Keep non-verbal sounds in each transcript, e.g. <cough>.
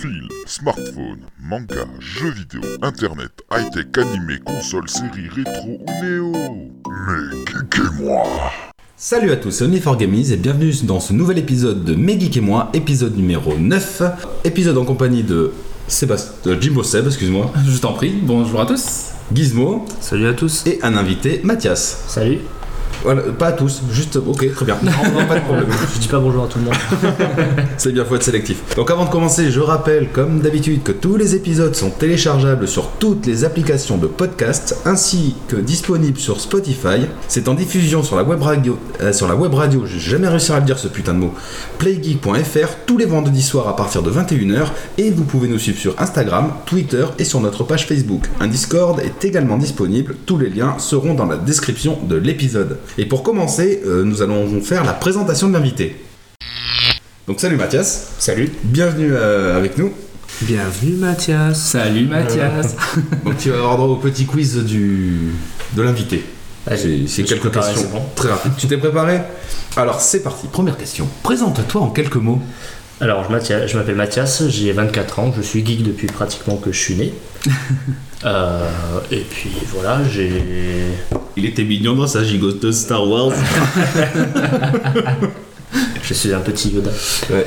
fil, smartphone, manga, jeux vidéo, internet, high-tech, animé, console, série, rétro ou néo. Mais geekez-moi Salut à tous, c'est Only4Gamies et bienvenue dans ce nouvel épisode de Mes Geeks et moi, épisode numéro 9. Épisode en compagnie de Sébastien, euh, Jimbo Seb, excuse-moi, Je t'en prie, bonjour à tous. Gizmo Salut à tous. et un invité, Mathias. Salut. Voilà, pas à tous, juste ok, très bien. Non, non, pas de problème. Je dis pas bonjour à tout le monde. C'est bien, faut être sélectif. Donc avant de commencer, je rappelle, comme d'habitude, que tous les épisodes sont téléchargeables sur toutes les applications de podcast, ainsi que disponibles sur Spotify. C'est en diffusion sur la web radio, euh, sur la web radio, j'ai jamais réussi à le dire ce putain de mot, playgeek.fr, tous les vendredis soirs à partir de 21h, et vous pouvez nous suivre sur Instagram, Twitter et sur notre page Facebook. Un Discord est également disponible, tous les liens seront dans la description de l'épisode. Et pour commencer, euh, nous allons faire la présentation de l'invité. Donc salut Mathias Salut. Bienvenue euh, avec nous. Bienvenue Mathias. Salut Mathias. Euh, <laughs> Donc tu vas avoir droit au petit quiz du de l'invité. C'est c'est je me suis quelques préparé, questions c'est bon. très rapides. Tu t'es préparé Alors c'est parti. Première question. Présente-toi en quelques mots. Alors je, Mathia- je m'appelle Mathias, j'ai 24 ans, je suis geek depuis pratiquement que je suis <laughs> né. Euh, et puis voilà, j'ai. Il était mignon dans sa gigote de Star Wars. Je suis un petit Yoda. Ouais.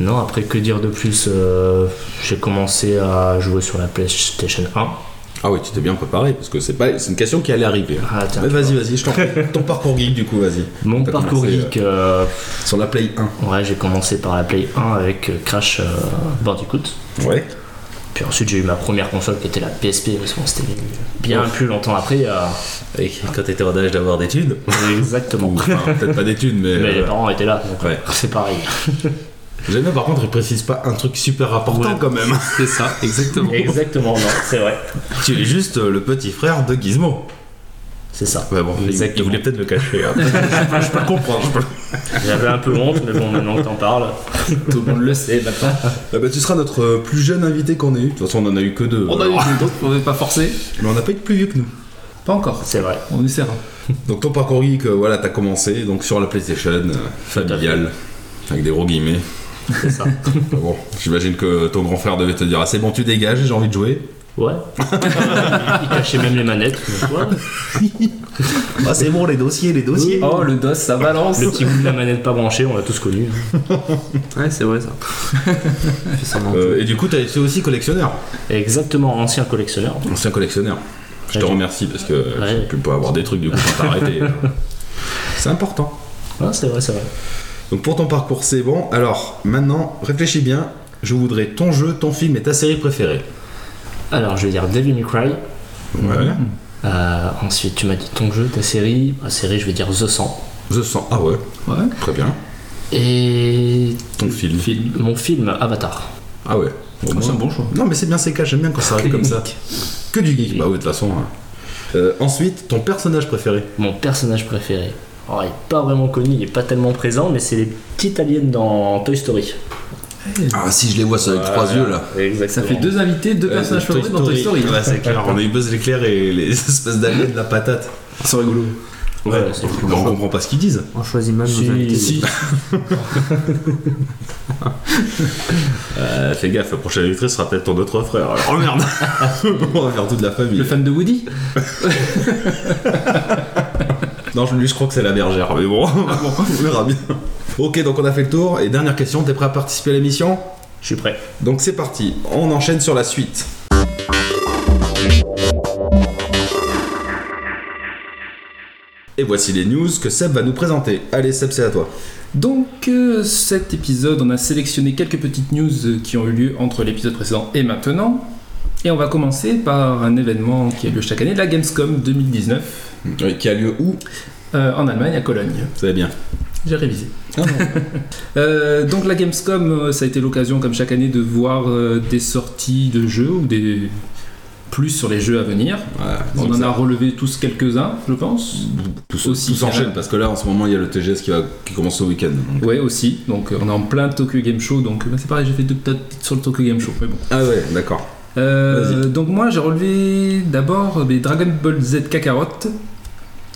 Non, après que dire de plus euh, J'ai commencé à jouer sur la PlayStation 1. Ah oui, tu t'es bien préparé parce que c'est pas c'est une question qui allait arriver. Ah, tiens, Mais vas-y, vas-y, je t'en prie. <laughs> Ton parcours geek du coup, vas-y. Mon T'as parcours commencé, geek, euh, euh, sur la Play ouais, j'ai commencé par la Play 1 avec euh, Crash euh, Bandicoot. 1. Ouais. Puis ensuite j'ai eu ma première console qui était la PSP, parce que c'était bien plus longtemps après. euh, Et quand t'étais en âge d'avoir des thunes. Exactement. Enfin, peut-être pas d'études, mais. Mais les euh, parents étaient là, donc Ouais. <laughs> c'est pareil. J'aime bien, par contre, il précise pas un truc super important quand même. <laughs> C'est ça, exactement. Exactement, non, c'est vrai. tu es juste euh, le petit frère de Gizmo. C'est ça. Ouais, bon, Il Exactement. voulait peut-être le cacher. <laughs> hein. Ah, je peux le comprendre. je peux le- <laughs> J'avais un peu honte, mais bon, maintenant que t'en parles. Tout le monde le sait maintenant. Ah bah, tu seras notre euh, plus jeune invité qu'on ait eu. De toute façon, on en a eu que deux. On a eu d'autres, on n'est pas forcé. Mais on n'a pas eu de plus vieux que nous. Pas encore. C'est vrai. On essaiera. Donc ton parcours geek, euh, voilà, t'as commencé donc sur la PlayStation, euh, familiale, avec des gros guillemets. C'est ça. <laughs> Enfin bon, j'imagine que ton grand frère devait te dire, ah c'est bon, tu dégages, j'ai envie de jouer. Ouais. <laughs> Il cachait même les manettes. donc ouais. Ah, c'est bon, les dossiers, les dossiers. Oh, le DOS, ça balance. Le petit bout de la manette pas branchée, on l'a tous connu. hein. Ouais, c'est vrai ça. Fais semblant. Euh, et du coup, t'as été aussi collectionneur, Exactement, ancien collectionneur. ancien collectionneur. Je te Ouais. remercie parce que Ouais. j'ai pu pas avoir des trucs du coup quand t'as arrêté. C'est important. Ouais, c'est vrai, c'est vrai. Donc pour ton parcours, c'est bon. Alors maintenant, réfléchis bien. Je voudrais ton jeu, ton film et ta série préférée. Alors, je vais dire Devil May Cry. Ouais. Euh, ensuite, tu m'as dit ton jeu, ta série. La série, je vais dire The 100. The Sang. Ah ouais, Ouais. très bien. Et Ton film. mon film Avatar. Ah ouais. Bon, Moi, bah, c'est un bon choix. Non, mais c'est bien CK, j'aime bien quand ça arrive comme ça. Que du geek, bah oui, de toute façon. hein. Euh, ensuite, ton personnage préféré. Mon personnage préféré. Alors, il est pas vraiment connu, il est pas tellement présent, mais c'est les petites aliens dans Toy Story. Ah, si je les vois, ça avec trois yeux là. Ça Exactement. fait deux invités, deux personnages Toy favoris dans Toy Story. Ouais, c'est clair. On a eu Buzz l'éclair et les <laughs> espèces d'aliens de la patate. C'est rigolo. Ouais, Ouais, c'est on comprend pas ce qu'ils disent. On choisit même Si. nos invités. <laughs> Si. Euh, fais gaffe, la prochaine invitée sera peut-être ton autre frère. Alors, oh merde <laughs> on va faire toute la famille. Le fan de Woody Non, je- lui, je crois que c'est la bergère, mais Ah bon, <laughs> on verra bien. Ok, donc on a fait le tour. Et dernière question, t'es prêt à participer à l'émission Je suis prêt. Donc c'est parti, on enchaîne sur la suite. Et voici les news que Seb va nous présenter. Allez Seb, c'est à toi. Donc euh, cet épisode, on a sélectionné quelques petites news euh, qui ont eu lieu entre l'épisode précédent et maintenant. Et on va commencer par un événement qui a lieu chaque année, la Gamescom 2019, qui a lieu où euh, en Allemagne, à Cologne. C'est bien. J'ai révisé. Euh, donc la Gamescom, euh, ça a été l'occasion, comme chaque année, de voir euh, des sorties de jeux ou des plus sur les jeux à venir. On en a relevé tous quelques-uns, je pense. tous aussi, tous enchaînent carrément. parce que là en ce moment il y a le TGS qui, va- qui commence ce week-end. donc. Ouais, aussi. Donc euh, on est en plein Tokyo Game Show. Donc bah, c'est pareil, j'ai fait deux petites sur le Tokyo Game Show. Mais bon. Ah ouais, d'accord. Euh, donc moi j'ai relevé d'abord euh, les Dragon Ball Z Kakarot.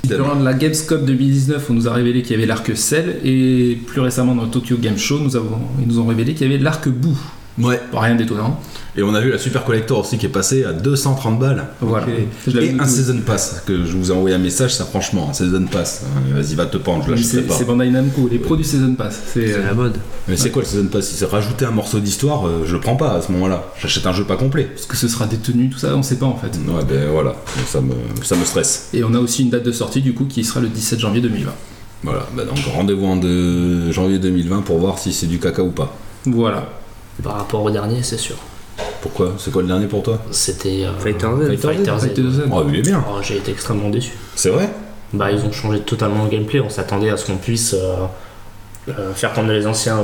Durant la Gamescom 2019, on nous a révélé qu'il y avait l'arc Cell et plus récemment dans le Tokyo Game Show, nous avons, ils nous ont révélé qu'il y avait l'arc Bou. Ouais. Rien d'étonnant. Et on a vu la Super Collector aussi qui est passée à 230 balles. Voilà. Ok. Je l'avais Et un noté. Season Pass, que je vous ai envoyé un message, ça franchement, un Season Pass. euh, Vas-y, va te pendre, je Mais l'achèterai C'est pas. c'est Bandai Namco, les produits Season Pass. C'est C'est euh, la mode. Mais c'est quoi le Season Pass Si c'est rajouter un morceau d'histoire, euh, je le prends pas à ce moment-là. J'achète un jeu pas complet. parce que ce sera détenu, tout ça, on sait pas en fait. Ouais, ben voilà, Donc, ça me, ça me stresse. Et on a aussi une date de sortie du coup qui sera le 17 janvier 2020. Voilà, ben donc rendez-vous en de- janvier 2020 pour voir si c'est du caca ou pas. Voilà. Par rapport au dernier, c'est sûr. Pourquoi C'est quoi le dernier pour toi C'était. euh, Fighter Z. Fighter Z. Fighter Z. Oh, il est bien. Oh, J'ai été extrêmement déçu. C'est vrai Bah, ils ont changé totalement le gameplay. On s'attendait à ce qu'on puisse euh, euh, faire comme les anciens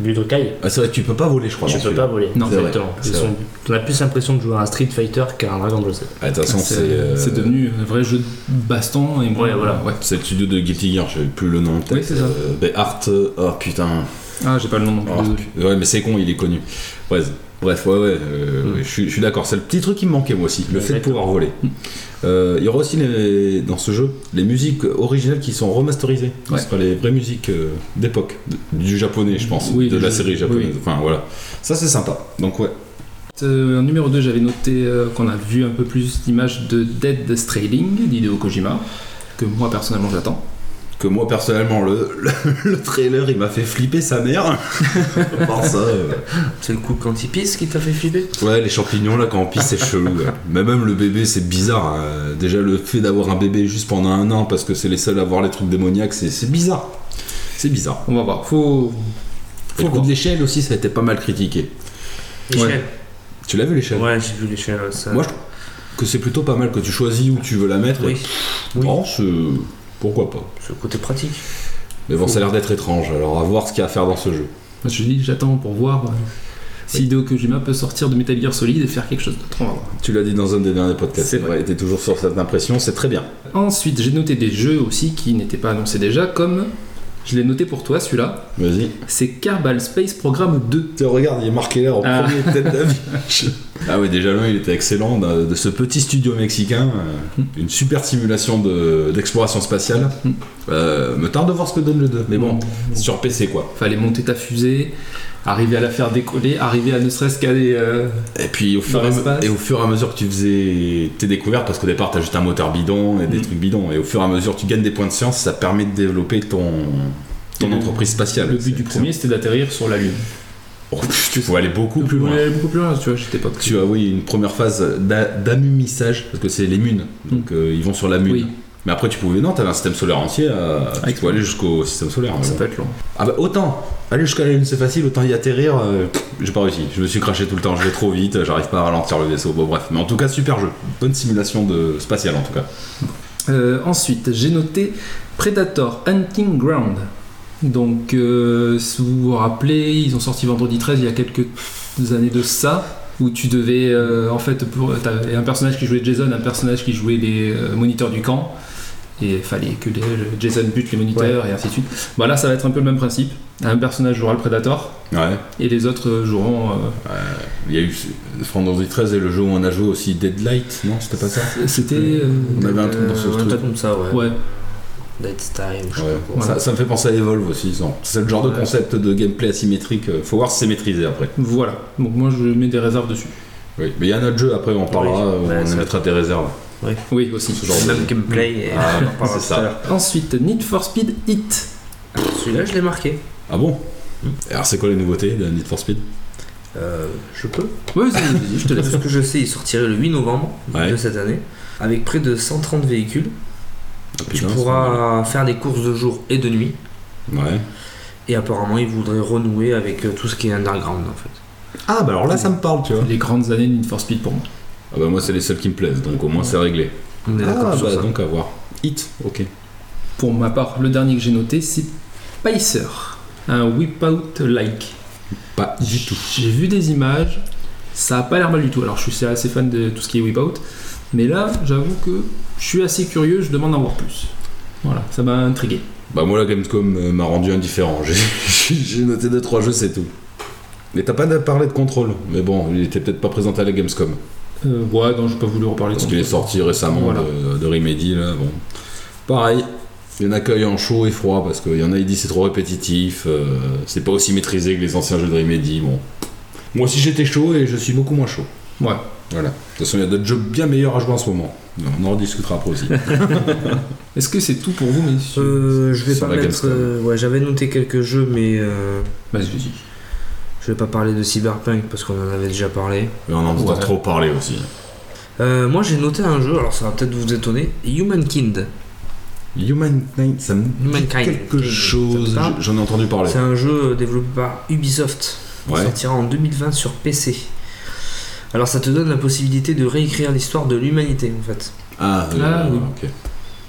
Budokai. Ah, c'est vrai, tu peux pas voler, je crois. Tu dans peux celui-là. pas voler. Non, exactement. c'est Ils vrai. sont- On a plus l'impression de jouer à un Street Fighter qu'à un Dragon Ball Z. Ah, De toute façon, c'est. C'est euh, c'est devenu un vrai jeu de baston et Ouais, voilà. Ouais. C'est le studio de Guilty Gear, je sais plus le nom. peut-être. Oui, c'est ça. Euh, ben, Art. euh, Oh putain. Ah, j'ai pas le nom non plus. Oh, désolé. pu- ouais, mais c'est con, il est connu. Bref, bref ouais, ouais, euh, Mm. ouais, je suis- je suis d'accord. C'est le petit truc qui me manquait, moi aussi, le fait de Exactement. pouvoir voler. Euh, il y aura aussi les- dans ce jeu les musiques originales qui sont remasterisées. Ouais. Ce sera les vraies musiques euh, d'époque, de- du japonais, je pense, Oui, de du la jeu. série japonaise. Oui, oui. Enfin, voilà. Ça, c'est sympa. Donc, ouais. Ah. Euh, en numéro 2, j'avais noté euh, qu'on a vu un peu plus d'images de Dead Stranding d'Hideo Kojima, que moi personnellement j'attends. que moi personnellement le, <laughs> le, le trailer il m'a fait flipper sa mère. <laughs> Par ça, euh, C'est le coup quand il pisse qui t'a fait flipper Ouais les champignons là quand on pisse c'est chelou. ouais. Mais même le bébé c'est bizarre. hein. Déjà le fait d'avoir un bébé juste pendant un an parce que c'est les seuls à avoir les trucs démoniaques c'est c'est bizarre. C'est bizarre. On va voir. Faut. Et Faut le coup voir. de l'échelle aussi ça a été pas mal critiqué. L'échelle Tu l'as vu l'échelle Ouais, j'ai vu l'échelle. Ça... Moi je trouve que c'est plutôt pas mal que tu choisis où tu veux la mettre. Oui, Et... Non, c'est- pourquoi pas. ce côté pratique. Mais bon ça a l'air d'être étrange alors à voir ce qu'il y a à faire dans ce jeu. Moi, Je dis, j'attends pour voir euh, si Hideo Kojima peut sortir de Metal Gear Solid et faire quelque chose d'autre. On va voir. Tu l'as dit dans un des derniers podcasts. C'est vrai. T'es toujours sur cette impression c'est très bien. Ensuite, j'ai noté des jeux aussi qui n'étaient pas annoncés déjà, comme je l'ai noté pour toi celui-là, Vas-y. c'est Kerbal Space Programme 2. Tiens, regarde, il est marqué là en Ah. premier tête d'affiche. <laughs> ah ouais, déjà là, il était excellent de, de ce petit studio mexicain. euh, Une super simulation de- d'exploration spatiale. Mm. Euh, me tarde de voir ce que donne le 2. Mais bon, sur PC quoi. Fallait monter ta fusée, arriver à la faire décoller, arriver à ne serait-ce qu'à aller. euh, Et puis au fur, et, à me- l'espace. et au fur et à mesure que tu faisais tes découvertes, parce qu'au départ t'as juste un moteur bidon et des Mm. trucs bidons, et au fur et à mesure tu gagnes des points de science, ça permet de développer ton, ton Et le- entreprise spatiale. Le but du premier, c'était d'atterrir sur la Lune. Oh, tu peux aller beaucoup plus loin. Ouais, beaucoup plus loin, tu vois, j'étais pas pris. Tu as oui une première phase d'a- d'amumissage parce que c'est les munes donc euh, ils vont sur la mune. Mm. Oui. Mais après tu pouvais non t'avais un système solaire entier à... tu Avec- pouvais aller jusqu'au système solaire. mais Ça bon. peut être long. Ah bah autant aller jusqu'à la lune c'est facile autant y atterrir euh, pff, j'ai pas réussi je me suis craché tout le temps je vais trop vite j'arrive pas à ralentir le vaisseau bon bref mais en tout cas super jeu bonne simulation de spatiale en tout cas. Euh, ensuite, j'ai noté Predator Hunting Ground. Donc, euh, si vous vous rappelez, ils ont sorti vendredi 13 il y a quelques années de ça, où tu devais, euh, en fait, pour, t'avais un personnage qui jouait Jason, un personnage qui jouait les euh, moniteurs du camp, et il fallait que les- le Jason bute les moniteurs et ainsi de suite. Voilà, ça va être un peu le même principe. Un personnage jouera le Predator, Ouais et les autres euh, joueront. euh, il y a eu Fandanzi 13 et le jeu où on a joué aussi Deadlight non c'était pas ça. C'était. euh, On avait un truc dans ce Euh, un truc. truc comme ça, ouais. ouais, Dead Time, je sais Ouais, pas quoi. ça, ça me fait penser à Evolve aussi. ça. C'est le genre de Ouais. concept de gameplay asymétrique. euh, Faut voir si c'est maîtrisé après. voilà. Donc, moi, je mets des réserves dessus. Oui. Mais il y a un autre jeu après, on en parlera, Oui. euh, Ouais, on ça- mettra des réserves. Oui, aussi. Ce genre C'est de- le même gameplay. Et... euh, Ah, on en <laughs> parlera c'est tout ça. à l'heure. Ensuite, Need for Speed Hit. <laughs> Celui-là, je l'ai marqué. Ah bon Alors c'est quoi les nouveautés de Need for Speed Euh, je peux Oui, vas-y, vas-y, je te De <laughs> laisse. ce que je sais, il sortirait le 8 novembre Ouais. de cette année, avec près de 130 véhicules. Ah, Tu putain, c'est pourras faire des courses de jour et de nuit. pas mal. Ouais. Et apparemment, ils voudraient renouer avec euh, tout ce qui est underground en fait. Ah bah alors là ça me parle, tu vois. Les grandes années de Need for Speed pour moi. Ah bah moi c'est les seuls qui me plaisent, donc au moins c'est réglé. On est d'accord Ah sur bah ça. donc à voir. Hit, ok. Pour ma part, le dernier que j'ai noté, c'est Pacer. Un whip-out like. Pas du tout. J'ai vu des images, ça a pas l'air mal du tout. Alors, je suis assez fan de tout ce qui est whip-out, mais là, j'avoue que je suis assez curieux, je demande d'en voir plus. Voilà, ça m'a intrigué. Bah moi la Gamescom euh, m'a rendu indifférent. <laughs> J'ai- J'ai noté 2-3 jeux, c'est tout. Mais t'as pas parlé de contrôle. Mais bon, il était peut-être pas présenté à la Gamescom. Euh, ouais, non, je vais pas voulu reparler de Parce ça. qu'il est sorti récemment Voilà. de, de Remedy, là, bon. Pareil, il y en a accueil en chaud et froid, parce qu'il y en a, il dit c'est trop répétitif, euh, c'est pas aussi maîtrisé que les anciens jeux de Remedy, bon. Moi aussi j'étais chaud et je suis beaucoup moins chaud. Ouais. Voilà. De toute façon, il y a d'autres jeux bien meilleurs à jouer en ce moment. On en rediscutera après aussi. Est-ce que c'est tout pour vous, messieurs Euh, je vais Sur pas la mettre. Gamescom. euh, ouais, j'avais noté quelques jeux, mais euh, Vas-y, vas-y. je vais pas parler de Cyberpunk parce qu'on en avait déjà parlé. Mais on en entend Ouais. trop parler aussi. Euh, moi, j'ai noté un jeu. Alors, ça va peut-être vous étonner. Humankind. Humankind, ça me dit Humankind. quelque chose. Ça te parle J'en ai entendu parler. C'est un jeu développé par Ubisoft. Il Ouais. sortira en 2020 sur PC. Alors ça te donne la possibilité de réécrire l'histoire de l'humanité en fait. Ah, euh, Ah, oui. ok.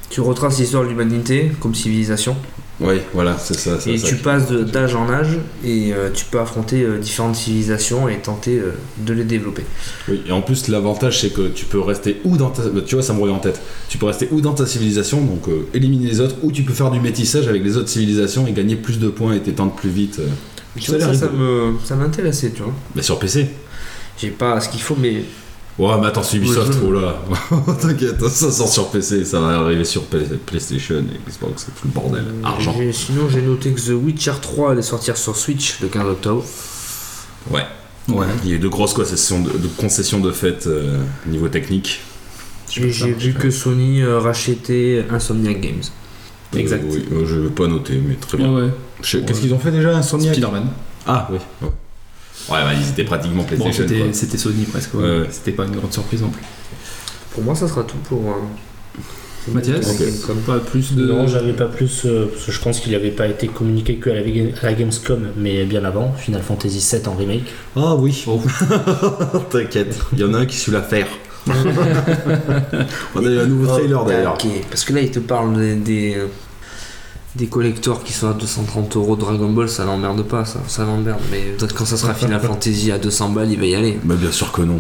Tu retraces l'histoire de l'humanité comme civilisation Oui, voilà, c'est ça. c'est et ça tu que- passes de- d'âge en âge et euh, tu peux affronter euh, différentes civilisations et tenter euh, de les développer. Oui, et en plus, l'avantage, c'est que tu peux rester ou dans ta. Tu vois, ça me revient en tête. Tu peux rester ou dans ta civilisation, donc euh, éliminer les autres, ou tu peux faire du métissage avec les autres civilisations et gagner plus de points et t'étendre plus vite. euh. Tu vois, ça, ça me- ça m'intéressait, tu vois. Mais sur PC J'ai pas ce qu'il faut, mais Ouais, mais attends, c'est Ubisoft, Ouais, je- oh là <laughs> T'inquiète, ça sort sur PC, ça va arriver sur P- PlayStation et Xbox, c'est tout le bordel. Argent. euh, j'ai- sinon j'ai noté que The Witcher 3 allait sortir sur Switch le 15 octobre. Ouais. Ouais. Il y a eu de grosses concessions de, de, concessions de fait euh, niveau technique. Et j'ai vu que Sony euh, rachetait Insomniac Games. Euh, Exact. oui, euh, je vais pas noter, mais très bien. Ouais, ouais. Je- Qu'est-ce qu'ils ont fait déjà, Insomniac Spider-Man. Ah oui. Ouais, Ouais, bah, ils étaient pratiquement Bon, PlayStation. c'était quoi. c'était Sony presque. ouais. Ouais, ouais. C'était pas une grande surprise en plus. Pour moi, ça sera tout pour. euh, Mathias pour la Ok. Gamescom. Pas plus de. Non, j'avais pas plus, euh, parce que je pense qu'il n'avait pas été communiqué qu'à la, à la Gamescom, mais bien avant, Final Fantasy VII en remake. Ah oui. <laughs> T'inquiète, il y en a un qui suit l'affaire. On a eu un nouveau trailer Oh, d'ailleurs. ok. Parce que là, il te parle des, des, euh, des collectors qui sont à 230 euros Dragon Ball, ça l'emmerde pas, ça, ça l'emmerde. Mais peut-être quand ça sera Final Fantasy à 200 balles, il va y aller. Bah bien sûr que <laughs> non.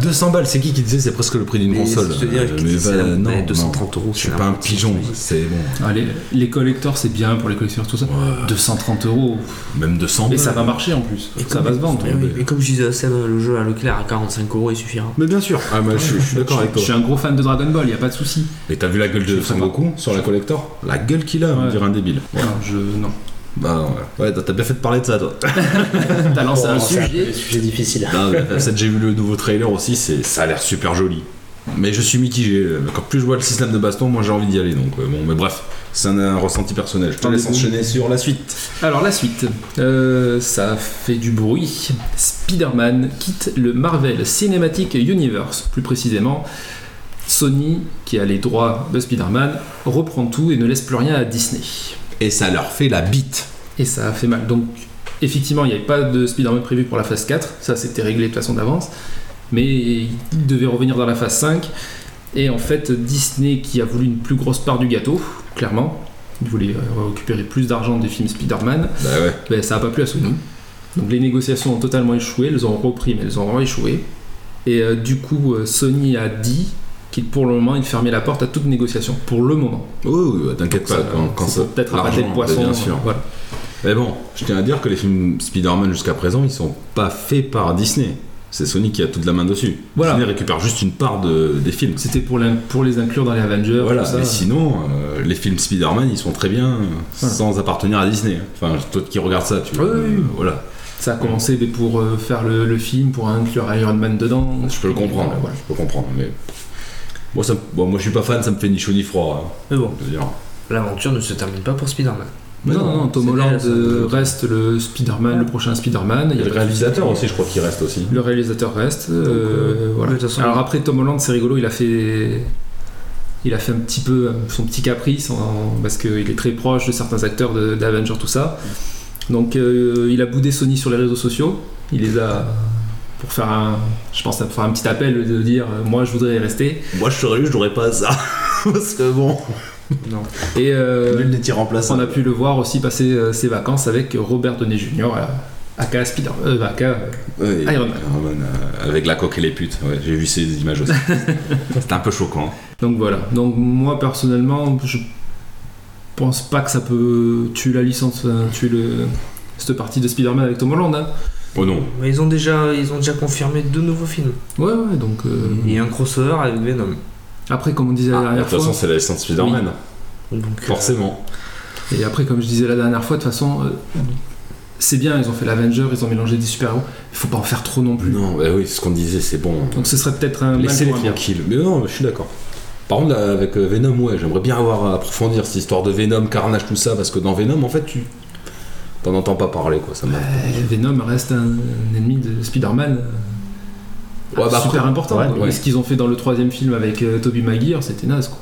200 balles, c'est qui qui disait c'est presque le prix d'une Mais console je te dirais Euh, que mais c'est bah, la- non, mais non. 230 euros, Je c'est suis la pas un moindre pigeon, chose. c'est bon. Ah, les, les collectors, c'est bien pour les collectionneurs, tout ça. 230 euros. Même 200 Et balles. ça va marcher en plus. ça va se vendre. Et, Eh oui, et comme je disais à Seb, le jeu à Leclerc à 45 euros, il suffira. Mais bien sûr. Ah bah, je, suis- je suis d'accord avec Je toi. suis un gros fan de Dragon Ball, y a pas de souci. Et t'as vu la gueule de Son Goku sur la collector La gueule qu'il a, on Ouais. dirait un débile. Ouais. Non, je. Non. Bah ouais, ouais t'as- t'as bien fait de parler de ça toi. T'as Ah, lancé un Bon, c'est sujet. peu le sujet difficile. Non, mais en fait, j'ai vu le nouveau trailer aussi, c'est ça a l'air super joli. Mais je suis mitigé. Quand plus je vois le système de baston, moi j'ai envie d'y aller. Donc euh, bon, mais bref, c'est un, un ressenti personnel. Je te laisse enchaîner sur la suite. Alors la suite, Euh, ça fait du bruit. Spider-Man quitte le Marvel Cinematic Universe, plus précisément. Sony, qui a les droits de Spider-Man, reprend tout et ne laisse plus rien à Disney. Et ça leur fait la bite. Et ça a fait mal. Donc effectivement, il n'y avait pas de Spider-Man prévu pour la phase 4, ça c'était réglé de toute façon d'avance, mais il devait revenir dans la phase 5. Et en fait, Disney, qui a voulu une plus grosse part du gâteau, clairement, il voulait euh, récupérer plus d'argent des films Spider-Man, Bah ouais. ben, ça n'a pas plu à Sony. Donc les négociations ont totalement échoué, elles ont repris mais elles ont échoué. Et euh, du coup, euh, Sony a dit qu'il pour le moment, il fermait la porte à toute négociation. Pour le moment. Oh, ouais, t'inquiète pas. Ça, quand, quand c'est ça, pour peut-être à l'argent, ben, le poisson. Bien sûr. voilà. Mais bon, je tiens à dire que les films Spider-Man jusqu'à présent, ils sont pas faits par Disney. C'est Sony qui a toute la main dessus. Voilà. Disney récupère juste une part de- des films. C'était pour, l'in- pour les inclure dans les Avengers. Voilà, tout ça. mais sinon, euh, les films Spider-Man, ils sont très bien euh, sans appartenir à Disney. Enfin, toi qui regardes ça, tu euh, Oui, oui, oui. voilà. Ça a commencé dès pour euh, faire le, le film, pour inclure Iron Man dedans. Je peux le comprendre, Voilà, voilà. je peux comprendre, mais... Moi, ça, me- bon, moi, je suis pas fan, ça me fait ni chaud ni froid. hein, Mais bon, je veux dire. l'aventure ne se termine pas pour Spider-Man. Mais non, non, non, Tom c'est Holland bien, hein, ça. euh, reste le Spider-Man, le prochain Spider-Man. Il y Et le a pas de souci. réalisateur aussi, je crois qu'il reste aussi. Le réalisateur reste. euh, voilà. de toute façon- Alors après Tom Holland, c'est rigolo, il a fait, il a fait un petit peu euh, son petit caprice en- parce qu'il est très proche de certains acteurs de- d'Avengers, tout ça. Donc euh, il a boudé Sony sur les réseaux sociaux. Il les a pour faire un, je pense, pour faire un petit appel de dire euh, moi je voudrais y rester. Moi, je serais eu, je n'aurais pas ça. <laughs> Parce que bon, Et euh, n'est-il remplaçant. on a pu le voir aussi passer euh, ses vacances avec Robert Downey Jr. à, aka Spider, euh, aka, euh, Ouais, et- Iron Man. euh, avec la coque et les putes, ouais, j'ai vu ces images <laughs> aussi. C'était un peu choquant. Donc voilà. Donc moi personnellement, je pense pas que ça peut tuer la licence, hein, tuer le cette partie de Spider-Man avec Tom Holland. hein. Oh non. Mais ils ont déjà, ils ont déjà confirmé deux nouveaux films. Ouais ouais. Donc euh, Et un crossover avec Venom. après comme on disait Mm-hmm. la Ah, de dernière toute façon, fois, c'est la licence Spider-Man, Donc, euh, forcément. et après comme je disais la dernière fois, de toute façon, euh, c'est bien, ils ont fait l'Avenger, ils ont mélangé des super-héros, il faut pas en faire trop non plus. Non, bah oui, c'est ce qu'on disait, c'est bon. Donc ce serait peut-être Euh, un mal Laissez-les pour un bien. tranquilles. Mais non, je suis d'accord. Par contre, là, avec euh, Venom, ouais, j'aimerais bien avoir à approfondir cette histoire de Venom, Carnage, tout ça, parce que dans Venom, en fait, tu. T'en entends pas parler, quoi, ça m'a. Euh, Venom reste un, un ennemi de Spider-Man euh, Ouais, bah, super après- important. ouais, quoi. ouais. Et ce qu'ils ont fait dans le troisième film avec euh, Tobey Maguire, c'était naze quoi.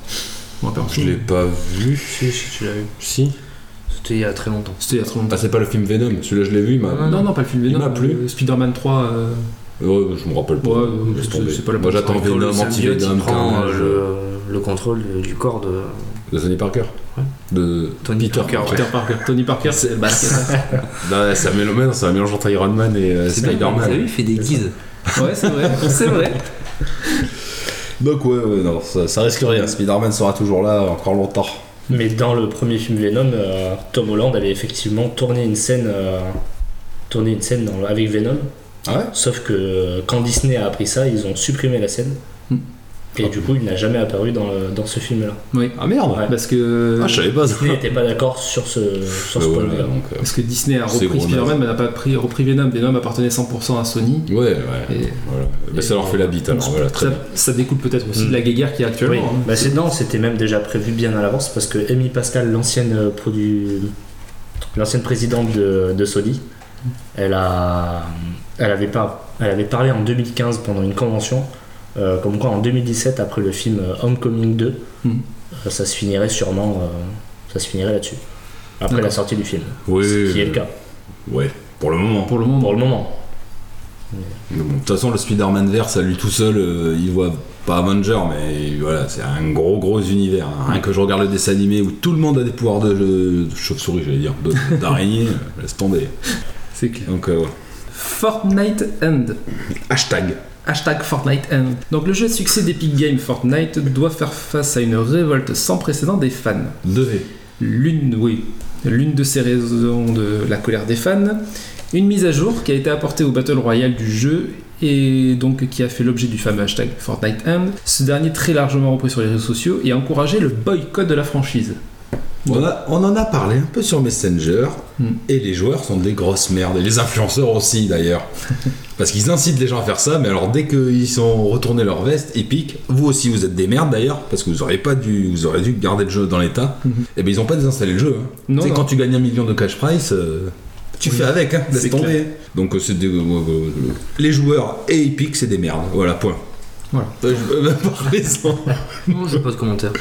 Moi, perso, Je l'ai pas vu. Si, si, tu l'as vu. Si. C'était il y a très longtemps. C'était il y a trop longtemps. Bah, c'est pas le film Venom, celui-là, je l'ai vu, mais. Non, non, pas le film Venom. hein. m'a plu. euh, Spider-Man 3. euh, Ouais, je me rappelle pas. Ouais, euh, Laisse c'est- tomber. c'est pas la Moi, bonne j'attends soirée. Quand le Venom, symbiote, il anti-Venom, prend Carnage. Euh, euh, le, le contrôle de- du corps de De Tony Parker Ouais. De Tony Peter Parker, Parker. Peter Parker, Tony Parker, c'est <laughs> le basket. Non, ouais, ça mélange, maintenant, ça mélange entre Iron Man et euh, Vous avez vu, Spider-Man. il fait <laughs> des guides. ouais, c'est vrai. C'est vrai. Donc ouais, ouais, non, ça, ça risque rien. Spider-Man sera toujours là encore longtemps. Mais dans le premier film Venom, euh, Tom Holland avait effectivement tourné une scène, euh, tourné une scène dans le- avec Venom. Ah ouais Sauf que euh, quand Disney a appris ça, ils ont supprimé la scène. Hmm. Et du coup, il n'a jamais apparu dans, le- dans ce film-là. Oui. Ah merde Ouais. Parce que. Ah, je savais pas ça. <laughs> Disney n'était pas d'accord sur ce, sur Ouais, ce point de voilà, vue. donc, euh, Parce que Disney a C'est repris gros Spider-Man, mais n'a pas pris, repris Venom. Venom appartenait 100% à Sony. Ouais, ouais. Et Voilà. Bah, ça leur fait la bite alors. Voilà, très ça, bien. Hmm. ça découle peut-être aussi Mm. de la guéguerre qui est Oui, actuellement. hein. bah c'est non, c'était même déjà prévu bien à l'avance parce que Amy Pascal, l'ancienne euh, produ- l'ancienne présidente de, de Sony, elle a, elle avait pas, elle avait parlé en 2015 pendant une convention, euh, comme quoi en 2017 après le film euh, Homecoming 2, Hmm. Mhm. euh, ça se finirait sûrement, euh, ça se finirait là-dessus. Après D'accord. la sortie du film, Oui, ce qui est le cas Ouais, pour le moment. Pour le moment, pour le moment. Mais bon, De toute façon, le Spider-Man vert, ça lui tout seul, euh, il voit pas Avenger, mais voilà, c'est un gros gros univers. hein. Rien que je regarde le dessin animé où tout le monde a des pouvoirs de, de chauve-souris, j'allais dire, de- d'araignée, euh, laisse tomber. c'est clair. Donc, euh, ouais. Fortnite End. hashtag. Hashtag Fortnite End. Donc le jeu de succès d'Epic Games Fortnite doit faire face à une révolte sans précédent des fans. Devez. L'une, oui, l'une de ces raisons de la colère des fans, une mise à jour qui a été apportée au Battle Royale du jeu et donc qui a fait l'objet du fameux hashtag Fortnite End. Ce dernier très largement repris sur les réseaux sociaux et a encouragé le boycott de la franchise. On, a- on en a parlé un peu sur Messenger, Hmm. et les joueurs sont des grosses merdes, et les influenceurs aussi <laughs> d'ailleurs. Parce qu'ils incitent les gens à faire ça, mais alors dès qu'ils sont retournés leur veste, épique, vous aussi vous êtes des merdes d'ailleurs, parce que vous auriez pas dû, vous auriez dû garder le jeu dans l'état, et bien ils ont pas désinstallé le jeu. Hmm. hein. Non, C'est non. quand tu gagnes un million de cash price. euh, Tu fais avec, hein, laisse C'est tomber. clair. Donc euh, c'est des- euh, euh, euh, les joueurs et Epic, c'est des merdes. Voilà, point. Voilà. Euh, je peux même pas <laughs> raison. Non, j'ai pas de commentaire.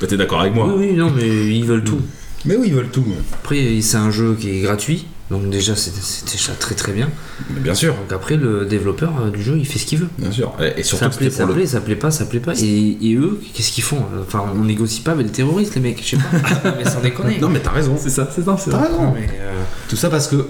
Bah, T'es d'accord avec moi Oui, oui, non, mais ils veulent tout. Mais oui, ils veulent tout. Après, c'est un jeu qui est gratuit, donc déjà, c'est c'est déjà très très bien. Mais bien sûr. Donc après, le développeur euh, du jeu, il fait ce qu'il veut. Bien sûr. Et- Et surtout ça que plaît, c'était ça pour le plaît, ça plaît pas, ça plaît pas. Et, et eux, qu'est-ce qu'ils font Enfin, on négocie pas avec les terroristes, les mecs, je sais <laughs> pas. mais sans déconner. Non mais t'as raison. C'est ça, c'est ça, c'est ça. T'as raison. mais, euh, Tout ça parce que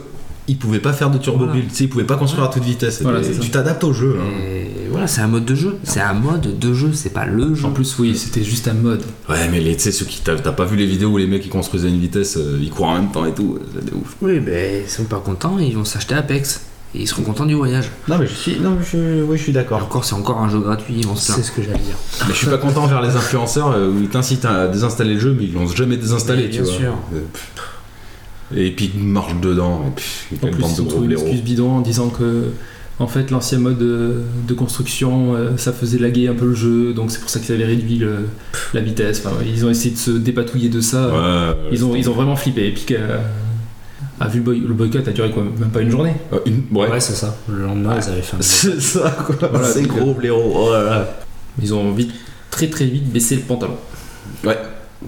ils pouvaient pas faire de turbo Voilà. build, tu sais, ils pouvaient pas construire à toute vitesse. Voilà, Et c'est ça. tu t'adaptes au jeu. hein. et voilà, c'est un mode de jeu. C'est un mode de jeu, c'est pas le jeu. En plus, oui, c'était juste un mode. Mm. Ouais mais les- tu sais ceux qui t'as t'as pas vu les vidéos où les mecs ils construisent à une vitesse, euh, ils courent en même temps et tout, euh, c'est des ouf. Oui, ben, ils sont pas contents, ils vont s'acheter Apex. Et ils seront contents du voyage. Non mais je suis, non je, oui je suis Et d'accord. encore, c'est encore un jeu gratuit, ils vont se C'est faire. ce que j'allais dire. Mais je suis pas content vers les influenceurs euh, où ils t'incitent à désinstaller le jeu mais ils l'ont jamais désinstallé, Mais tu bien vois. sûr. Euh, pff. Et puis ils marchent dedans. Et puis, En quelle plus, bande de ils gros trouvent une blaireaux. excuse bidon en disant que en fait l'ancien mode euh, de construction euh, ça faisait laguer un peu le jeu, donc c'est pour ça qu'ils avaient réduit le- la vitesse. Enfin, ouais, ils ont essayé de se dépatouiller de ça. Ouais, euh, ouais. Ils ont, ils ont vraiment flippé. Epic euh, a vu le, boy- le boycott a duré quoi Même pas une journée. Euh, une- ouais. Ouais, c'est ça. Le lendemain, ils avaient fait <laughs> un C'est ça quoi. Voilà, Ces donc, gros blaireaux. Oh là là. Ils ont vite, très très vite baissé le pantalon. Ouais.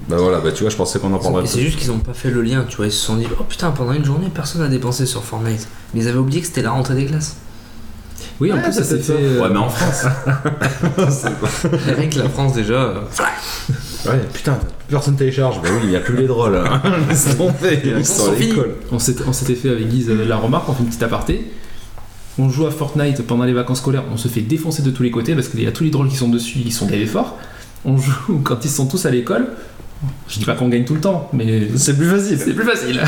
Bah voilà, bah tu vois, je pensais qu'on en parlerait Et C'est juste qu'ils ont pas fait le lien, tu vois. Ils se sont dit, oh putain, pendant une journée, personne n'a dépensé sur Fortnite. Mais ils avaient oublié que c'était la rentrée des classes. Oui, en plus ça s'est fait. euh, Ouais, mais en <laughs> France. Rien que la France, déjà. euh, Ouais, putain, personne télécharge. Bah oui, il n'y a plus les drôles. hein. <laughs> Laisse tomber, ils sont à sont finis. l'école. On s'était on s'était fait avec Guise euh, la remarque, on fait une petite aparté. On joue à Fortnite pendant les vacances scolaires, on se fait défoncer de tous les côtés parce qu'il y a tous les drôles qui sont dessus, ils sont gavés fort. On joue <laughs> quand ils sont tous à l'école. Je dis pas qu'on gagne tout le temps, mais C'est plus facile. c'est plus facile. <laughs>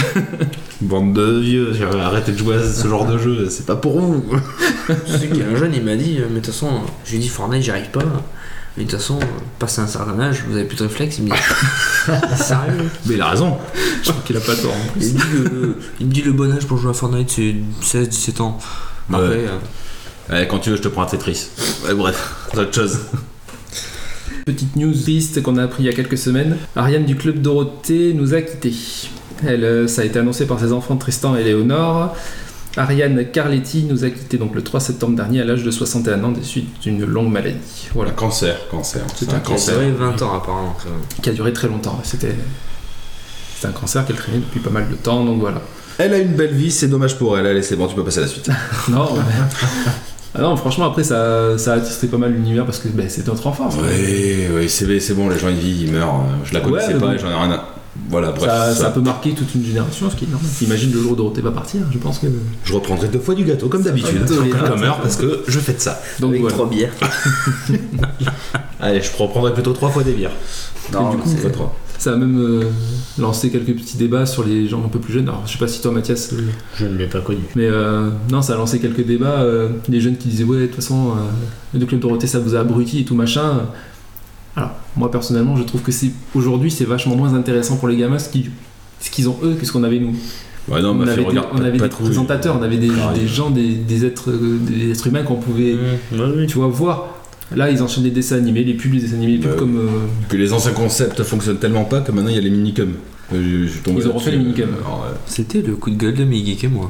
Bande de vieux, arrêtez de jouer à ce genre de jeu, <laughs> c'est pas pour vous. Je sais qu'il y a un jeune, il m'a dit, euh, mais de toute façon, je lui ai dit Fortnite, j'y arrive pas. Mais de toute façon, euh, passé un certain âge, vous avez plus de réflexe. Il me dit Sérieux Mais il a raison. Je crois qu'il a pas tort. en plus. il me, dit le, il me dit le bon âge pour jouer à Fortnite, c'est 16-17 ans. Ouais. Après, euh, Ouais, Eh, quand tu veux, je te prends un Tetris. Ouais, bref, <laughs> c'est autre chose. Petite news triste qu'on a appris il y a quelques semaines. Ariane du club Dorothée nous a quittés. Elle, euh, ça a été annoncé par ses enfants Tristan et Léonore. Ariane Carletti nous a quittés donc le 3 septembre dernier à l'âge de 61 ans des suites d'une longue maladie. Un Voilà, cancer, cancer. C'est un qui a duré 20 ans apparemment. quand même. qui a duré très longtemps. C'était c'était un cancer qu'elle traînait depuis pas mal de temps, donc voilà. <laughs> Elle a une belle vie, c'est dommage pour elle. Allez, c'est bon, tu peux passer à la suite. Non, mais- Ah non, franchement, après, ça, ça a attristé pas mal l'univers parce que ben, c'est notre enfant. frère. Oui, oui, c'est c'est bon, les gens ils vivent, ils meurent. Euh, Je la connaissais Ouais, mais pas, bon. j'en ai rien à. Voilà, bref. ça- ça, ça peut marquer toute une génération, ce qui est normal. Imagine le jour où Dorothée va partir, je pense que. Je reprendrai deux fois du gâteau, comme d'habitude. Plutôt Quand les quelqu'un rares, meurt, ça. parce que je fais de ça. Donc voilà. bières. <laughs> Allez, je reprendrai plutôt trois fois des bières. Non, Et du mais coup, c'est- Pas trois. Ça a même euh, lancé quelques petits débats sur les gens un peu plus jeunes. Alors, je sais pas si toi, Mathias, euh, Je ne l'ai pas connu. mais euh, non, ça a lancé quelques débats. euh, les jeunes qui disaient, ouais, de toute façon, euh, le club Dorothée, ça vous a abruti et tout machin. Alors, moi, personnellement, je trouve que c'est aujourd'hui, c'est vachement moins intéressant pour les gamins ce qu'ils ce qu'ils ont eux que ce qu'on avait nous. Ouais, non, on ma fille avait, des, regarde on pas- avait pas des trop. présentateurs, on avait des, Ah, des gens, des, des êtres, euh, des êtres humains qu'on pouvait, tu vois, voir. Là, ils enchaînent les dessins animés, les pubs, les dessins animés, les pubs Bah oui. comme. euh, Que les anciens concepts fonctionnent tellement pas que maintenant il y a les minicums. Euh, je- je suis tombé Ils ont là-dessus. refait les minicums. Alors, euh, C'était le coup de gueule de Miguel et moi.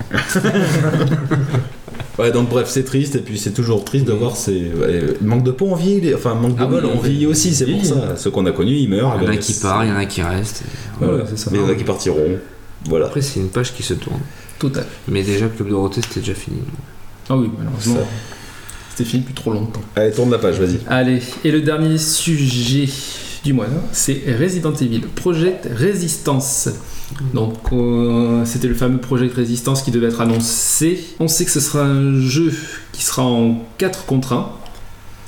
Ouais, donc bref, c'est triste, et puis c'est toujours triste de voir ces. ouais, manque de peau, on vieillit. les- Enfin, manque de Ah oui, bol, on oui. vieillit aussi, c'est pour Oui. ça. Ceux qu'on a connus, ils meurent. Il y en ben, a Ah bah, qui c'est- partent, il y en a qui restent. Voilà, Ouais, c'est ça. Mais il y en a qui partiront. Voilà. Après, c'est une page qui se tourne. Total. Mais déjà, le Club Dorothée, c'était déjà fini. Ah oui, malheureusement. Ça. C'était fini depuis trop longtemps. Allez, tourne la page, vas-y. Allez, et le dernier sujet du mois, hein, c'est Resident Evil, Project Résistance. Donc, euh, c'était le fameux Project Résistance qui devait être annoncé. On sait que ce sera un jeu qui sera en 4 contre 1.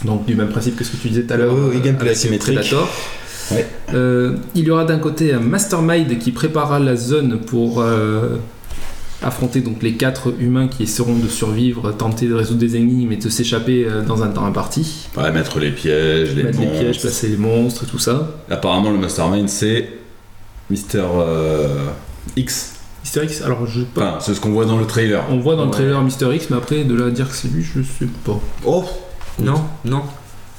Donc, du même principe que ce que tu disais tout à l'heure. Oui, oui, gameplay avec asymétrique. Predator. Ouais. Euh, il y aura d'un côté un mastermind qui préparera la zone pour euh, affronter donc les quatre humains qui essaieront de survivre, tenter de résoudre des énigmes et de s'échapper euh, dans un temps imparti Ouais, mettre les pièges, les mettre les monstres. pièges, placer les monstres et tout ça. Apparemment, le mastermind, c'est Mister euh, X. Mister X, alors je sais pas. Enfin, c'est ce qu'on voit dans le trailer. On voit dans le Ouais. trailer Mister X, mais après de là à dire que c'est lui, je sais pas. Oh Non, non,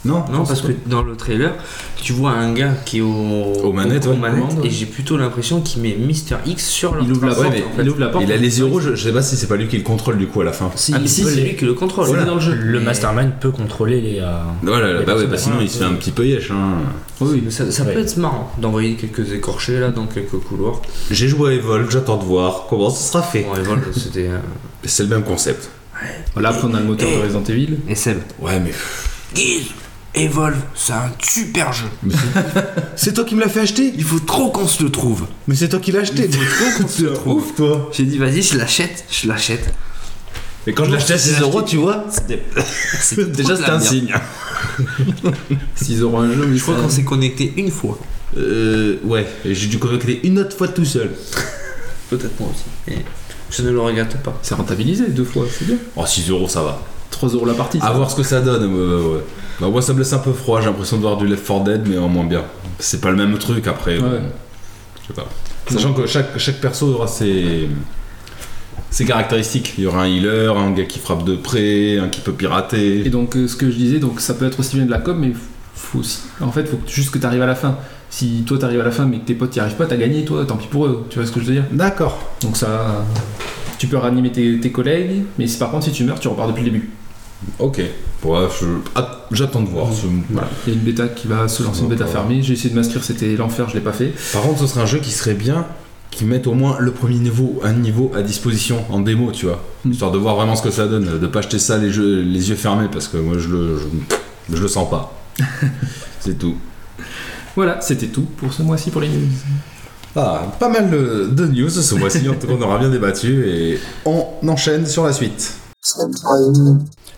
Non non, parce que dans le trailer, tu vois un gars qui est au, aux manettes, ouais. Commande, ouais. et j'ai plutôt l'impression qu'il met Mister X sur leur Il ouvre la trace, porte. mais Ah en fait. Il ouvre la porte. Il a les yeux rouges, je sais pas si c'est pas lui qui le contrôle du coup à la fin. Si, Ah, mais si, c'est c'est- lui qui le contrôle. c'est dans le jeu. Le mastermind peut contrôler les. euh, Voilà, Mais bah ouais, parce bah que- sinon il se fait un petit peu yesh. Hein. Oui, Mais Ça, ça peut Ouais. être marrant d'envoyer quelques écorchés là dans quelques couloirs. J'ai joué à Evolve, j'attends de voir comment ce sera fait. Bon, et voilà, c'était. euh, C'est le même concept. Voilà, après on a le moteur de Resident Evil. Et Seb. Ouais, mais. Guise, Evolve, c'est un super jeu. C'est <laughs> toi qui me l'as fait acheter Il faut trop qu'on se le trouve. Mais c'est toi qui l'as acheté Ouf, toi J'ai dit, vas-y, je l'achète, je l'achète. Mais quand je l'ai acheté à 6 euros, tu vois, <laughs> c'était- C'est trop déjà de la c'était un merde. signe. <laughs> 6 euros un jeu, mais Je crois qu'on s'est connecté une fois. Euh. Ouais, et j'ai dû connecter une autre fois tout seul. Peut-être moi aussi. je ne le regrette pas. C'est rentabilisé deux fois, c'est bien. Oh, 6 euros ça va. 3 euros la partie. ça. À voir ce que ça donne. ouais, ouais, ouais. Bah, moi, ça me laisse un peu froid. J'ai l'impression de voir du Left 4 Dead, mais en moins bien. C'est pas le même truc après. Ouais. bon, je sais pas. Sachant que chaque, chaque perso aura ses, ses caractéristiques. Il y aura un healer, un gars qui frappe de près, un qui peut Et pirater. donc euh, ce que je disais, donc ça peut être aussi bien de la com, mais faut aussi. En fait, faut que- juste que t'arrives à la fin. Si toi t'arrives à la fin, mais que tes potes y arrivent pas, t'as gagné, toi. Tant pis pour eux. Tu vois ce que je veux dire D'accord. Donc ça, tu peux ranimer tes, tes collègues, mais si- par contre si tu meurs, tu repars depuis le début. Ok. Ouais, je- ah, j'attends de voir. ce- Voilà. Il y a une bêta qui va se lancer, une bêta fermée. J'ai essayé de m'inscrire, c'était l'enfer, je l'ai pas fait. Par contre, ce serait un jeu qui serait bien qu'ils mettent au moins le premier niveau, un niveau à disposition en démo, tu vois, Mm. histoire de voir vraiment ce que ça donne, de pas acheter ça les, jeux, les yeux fermés parce que moi je le, je, je le sens <laughs> pas. C'est tout. Voilà, c'était tout pour ce mois-ci pour les news. Ah, pas mal de de news ce mois-ci, en tout cas on aura bien débattu et on enchaîne sur la suite.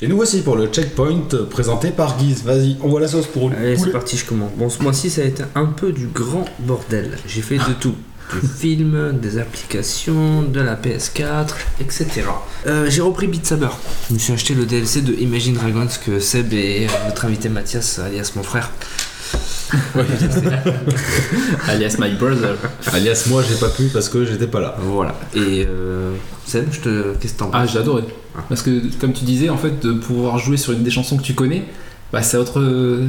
Et nous voici pour le checkpoint présenté par Guise. Vas-y, on voit la sauce pour le Allez, c'est poulet. parti, je commence. Bon, ce mois-ci, ça a été un peu du grand bordel. J'ai fait de tout. <laughs> des films, des applications, de la PS4, etc. Euh, j'ai repris Beat Saber. Je me suis acheté le DLC de Imagine Dragons que Seb et euh, notre invité Mathias, alias mon frère, Alias My Brother. Alias, moi, j'ai pas pu parce que j'étais pas là. Voilà. Et euh, Seb, je te... qu'est-ce que t'en Ah, penses j'ai adoré. Parce que, comme tu disais, en fait, de pouvoir jouer sur une des chansons que tu connais, bah, c'est autre,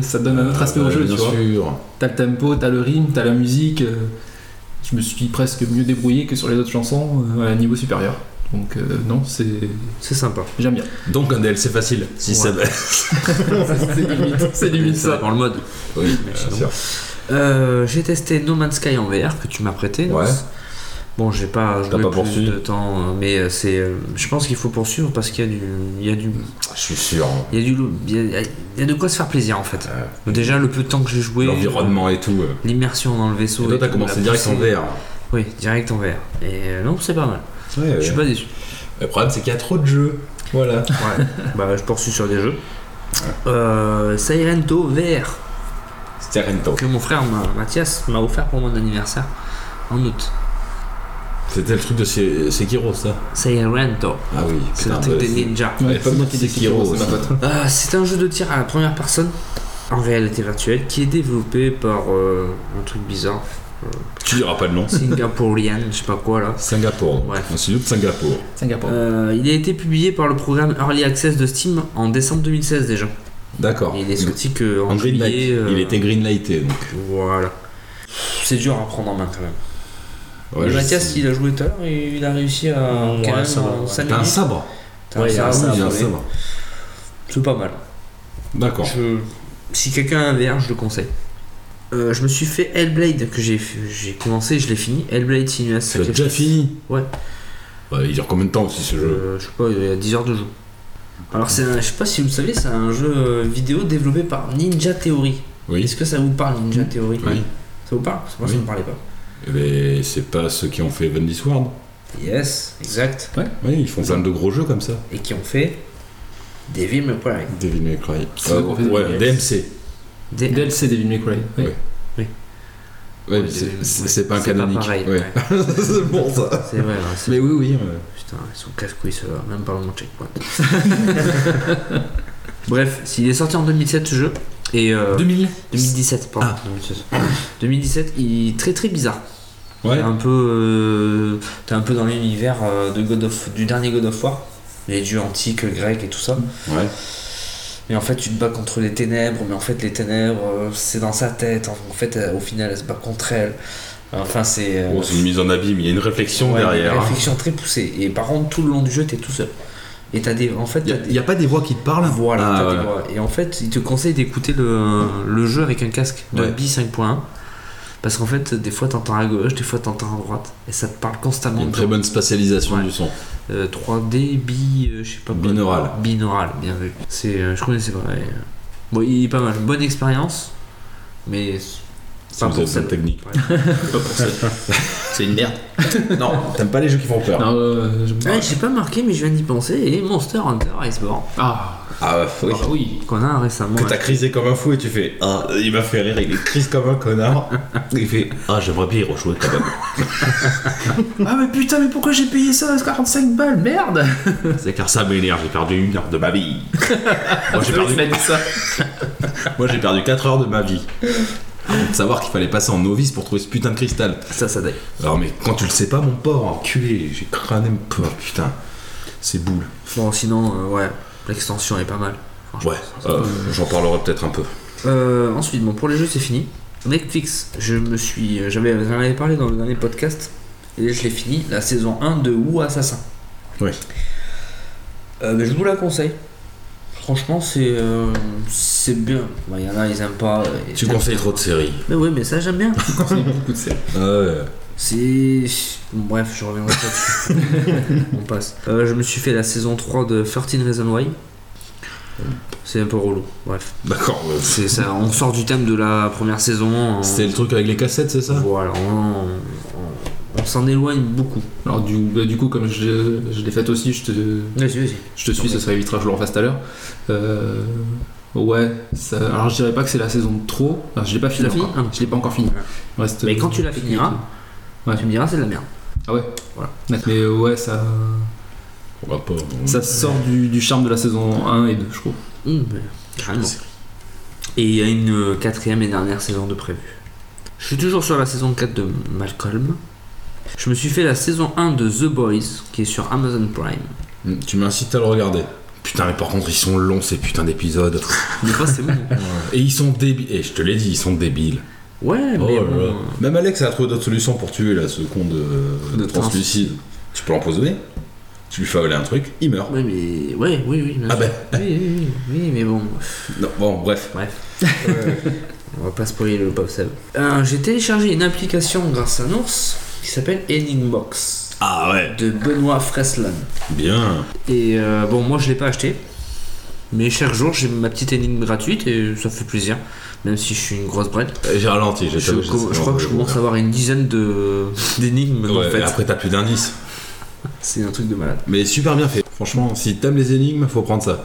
ça donne un autre aspect au Euh, jeu, tu bien vois. sûr. T'as le tempo, t'as le rythme, t'as la musique. euh, je me suis presque mieux débrouillé que sur les autres chansons euh, à un niveau supérieur. Donc, euh, non, c'est. C'est sympa. J'aime <laughs> bien. Donc, un DLC facile, si Ouais. ça va. c'est limite, c'est limite ça. Dans le mode. Oui, sinon- Euh, j'ai testé No Man's Sky en VR que tu m'as prêté. donc Ouais. c'est- Bon, j'ai pas joué pas plus poursuivi de temps, euh, mais euh, c'est. euh, Je pense qu'il faut poursuivre parce qu'il y a du, il y a du, <laughs> Je suis sûr. il y a du, lou- il y a, il y a de quoi se faire plaisir en fait. Déjà le peu de temps que j'ai joué, L'environnement et tout. euh. l'immersion dans le vaisseau. Et toi, et t'as tout, commencé la direct en poussée. VR. Oui, direct en VR. Et euh, non, c'est pas mal. Eh Je suis <laughs> pas déçu. Le problème, c'est qu'il y a trop de jeux. Voilà. Ouais. bah, je poursuis sur des jeux. Euh, Silento VR. C'était Rento. que mon frère m'a- Mathias m'a offert pour mon anniversaire en août. C'était le truc de Se- Sekiro, ça. Sairento, Ah oui. c'est le putain, truc bah, des c'est- ninjas. Ouais, pas moi qui dis Sekiro, c'est ma aussi. pote. <laughs> Euh, c'est un jeu de tir à la première personne en réalité virtuelle qui est développé par euh, un truc <laughs> bizarre, Tu diras pas le nom. Singaporean, je sais pas quoi là. Singapour. Ouais. Un studio de Singapour. Singapour. Euh, il a été publié par le programme Early Access de Steam en décembre 2016 déjà. D'accord. Il est sorti que en En greenlight. juillet. euh, Il était greenlighté. donc. Voilà. C'est dur à prendre en main quand même. Ouais, Et je Mathias, sais. il a joué tout à l'heure et il a réussi à Ouais, quand même, ça va, en ouais. cinq T'as un minutes. sabre. T'as un Ouais, il y a un sabre, oui, il y a un oui. sabre. C'est pas mal. D'accord. Je- Si quelqu'un a un VR, je le conseille. Euh, je me suis fait Hellblade que j'ai j'ai commencé, je l'ai fini. Hellblade Sinuous Tu l'as déjà Sacrifice. fini Ouais. Bah, il dure combien de temps aussi ce jeu Euh, je sais pas, il y a 10 heures de jeu. Alors c'est un- je sais pas si vous le savez, c'est un jeu euh, vidéo développé par Ninja Theory. Oui. Est-ce que ça vous parle Ninja Theory Oui. Ça vous parle Moi ça Oui. me parlait pas. Mais Eh ben, c'est pas ceux qui ont fait Van Sword. Yes, exact. Oui, ils font plein de gros jeux comme ça. Et qui ont fait Devil May Cry. Devil May Cry. C'est Euh, bon, Devil ouais, May Cry. DMC. Des- DLC David McRae. Ouais. Ouais, Ouais, Devil c'est- May c'est Cry. c'est pas un canonique. Pas pareil, Ouais. ouais. <laughs> c'est bon ça. C'est vrai. hein, c'est- Mais oui, oui. Putain, ils sont casse-couilles ceux-là, même pas mon checkpoint. <laughs> Bref, s'il est sorti en 2007 ce jeu, et euh, 2000 2017, pardon. 2017. 2017, il est très très bizarre. Ouais. T'es un peu, euh, t'es un peu dans l'univers euh, de God of, du dernier God of War, les dieux antiques, grecs et tout ça. Ouais. Mais en fait, tu te bats contre les ténèbres, mais en fait, les ténèbres, euh, c'est dans sa tête. En fait, euh, au final, elle se bat contre elle. Enfin, c'est. euh, Bon, Oh, c'est une mise en abîme, il y a une réflexion Ouais, derrière. Une réflexion très poussée. Et par contre, tout le long du jeu, t'es tout seul. Et t'as des. En fait, t'as des. a pas des voix qui te parlent Voilà, Ah, t'as des ouais. voix. Et en fait, ils te conseillent d'écouter le, le jeu avec un casque de Ouais. Bi 5.1. Parce qu'en fait, des fois t'entends à gauche, des fois t'entends à droite. Et ça te parle Il y constamment. a une très dedans. bonne spatialisation Ouais. du son. Euh, 3D, bi. euh, je sais pas quoi. Binaural. Binaural, bien vu. C'est, euh, je connaissais pas. et, euh, Bon, il est pas mal. Bonne expérience. Mais. Si Pas vous pour êtes ça. bonne technique. <laughs> C'est une merde. <laughs> Non, t'aimes pas les jeux qui font peur. Non, euh, je- Ouais, j'ai pas marqué, mais je viens d'y penser. Et Monster Hunter Iceborne. Ah, Ah, oui. ah oui. Qu'on a récemment. Que t'as crisé comme un fou et tu fais Ah, il m'a fait rire, il est crise comme un connard. <laughs> il fait Ah, j'aimerais bien y rejouer quand même. <laughs> Ah, mais putain, mais pourquoi j'ai payé ça 45 balles Merde <laughs> C'est car ça m'énerve, j'ai perdu une heure de ma vie. moi, j'ai perdu, Il a dit ça. <laughs> moi, j'ai perdu 4 heures de ma vie. Avant de Ah, savoir qu'il fallait passer en novice pour trouver ce putain de cristal. Ça, ça date. Alors, mais quand tu le sais pas, mon porc, enculé, j'ai crâné mon porc, putain. C'est boule. Bon, sinon, euh, ouais, l'extension est pas mal. Ouais, euh, j'en parlerai peut-être un peu. Euh, ensuite, bon, pour les jeux, c'est fini. Netflix, je me suis. euh, J'avais, j'en avais parlé dans le dernier podcast. Et là, je l'ai fini, la saison 1 de Wu Assassin. Ouais. Euh, mais je vous la conseille. Franchement, c'est. euh, c'est bien. Bah, Il y en a, ils aiment pas. et Tu j'aime conseilles bien. trop de séries. Mais oui, mais ça, j'aime bien. Ah Ouais. C'est. Bref, je reviendrai pas dessus. <laughs> On passe. Euh, je me suis fait la saison 3 de 13 Reasons Why. C'est un peu relou, bref. D'accord. euh, C'est ça, on sort du thème de la première saison. on- C'était le truc avec les cassettes, c'est ça Voilà, on, on- on s'en éloigne beaucoup. Alors, du, bah, du coup, comme je, je l'ai fait aussi, je te, Vas-y, vas-y. Je te suis, ce serait évitera que je le refasse tout à l'heure. Euh, ouais, ça- alors je dirais pas que c'est la saison de trop. Enfin, je l'ai pas l'as fini fini encore. Je l'ai pas encore fini. Il reste- euh, Mais quand tu la finiras, Ouais. Tu me diras, c'est de la merde. Ah ouais Voilà. Mais euh, ouais, ça, On va pas. on- ça sort du, du charme de la saison 1 et 2, je trouve. Mmh, Hum, bah, mais carrément. Et il y a une euh, quatrième et dernière saison de prévu. Je suis toujours sur la saison 4 de Malcolm. Je me suis fait la saison 1 de The Boys, qui est sur Amazon Prime. Mm, Tu m'incites à le regarder. Putain, mais par contre, ils sont longs ces putains d'épisodes. Des <laughs> fois, c'est bon. Et ils sont débiles. Et je te l'ai dit, ils sont débiles. Ouais, mais Oh là bon, là. Même Alex a trouvé d'autres solutions pour tuer là, ce con de, De de translucide. Tu peux l'empoisonner, tu lui fais avaler un truc, il meurt. Ouais, mais. Ouais, oui, oui. bien Ah sûr. ben. Oui, oui, oui, oui, mais bon. Non, bon, bref. Bref. On va pas spoiler le pop Seb. Euh, J'ai téléchargé une application grâce à un ours qui s'appelle Enigbox Ah ouais. de Benoît Freslan. Bien. Et euh, bon, moi je l'ai pas acheté. Mais chaque jour j'ai ma petite énigme gratuite et ça fait plaisir. Même si je suis une grosse brette. Euh, J'ai ralenti, j'ai Je, j'ai- com- je crois que je commence à avoir une dizaine de- <laughs> d'énigmes Ouais, en fait. et après t'as plus d'indices. C'est un truc de malade. Mais super bien fait. Franchement, si t'aimes les énigmes, faut prendre ça.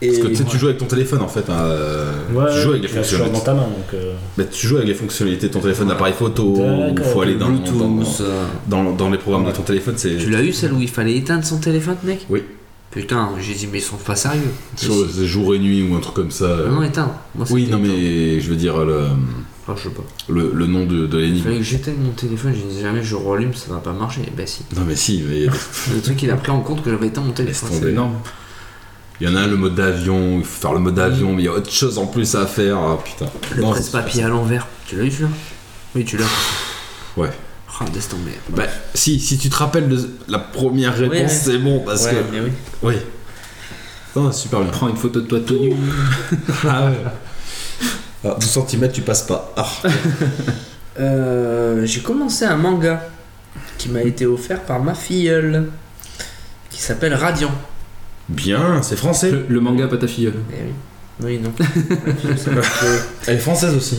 Parce que tu sais, tu joues avec ton téléphone en fait. hein, euh, tu joues avec les tu l'as toujours fonctionnalités. dans ta main, donc. euh, Bah, tu joues avec les fonctionnalités de ton téléphone d'appareil photo. Il D'accord, faut aller dans, Bluetooth. dans, euh, dans- dans les programmes de ton téléphone. C'est Tu l'as eu celle où il fallait éteindre son téléphone, mec Oui. Putain, j'ai dit, mais ils sont pas sérieux. sur- c'est jour et nuit ou un truc comme ça. Ah Non, éteindre. Moi, Euh, oui, c'était non éteindre. mais je veux dire le, Ah, je sais pas. le, le nom de, de Il l'énigme. fallait que j'éteigne mon téléphone, j'ai dit jamais je relume, ça va pas marcher. Et bah si. Non mais si, mais Le truc, il a pris en compte que j'avais éteint mon laisse téléphone. tomber. Il y en a un, le mode d'avion, il faut faire le mode d'avion, mais il y a autre chose en plus à faire. Ah, putain. Le Non, presse-papier à l'envers. Tu l'as eu celui-là Oui, tu l'as. Ouais. Ah, laisse tomber. Bah, si, si tu te rappelles de la première réponse, ouais. c'est bon parce Ouais, que. mais oui. Oui. Non, super bien. Prends une photo de toi tout <laughs> nu. Ah, ouais. Ah, 12 cm, tu passes pas. Ah. Euh, j'ai commencé un manga qui m'a été offert par ma filleule qui s'appelle Radiant. Bien, c'est français. Le, le manga pas ta filleule. Eh oui. Oui, <laughs> non. La filleule, c'est pas- Elle est française aussi.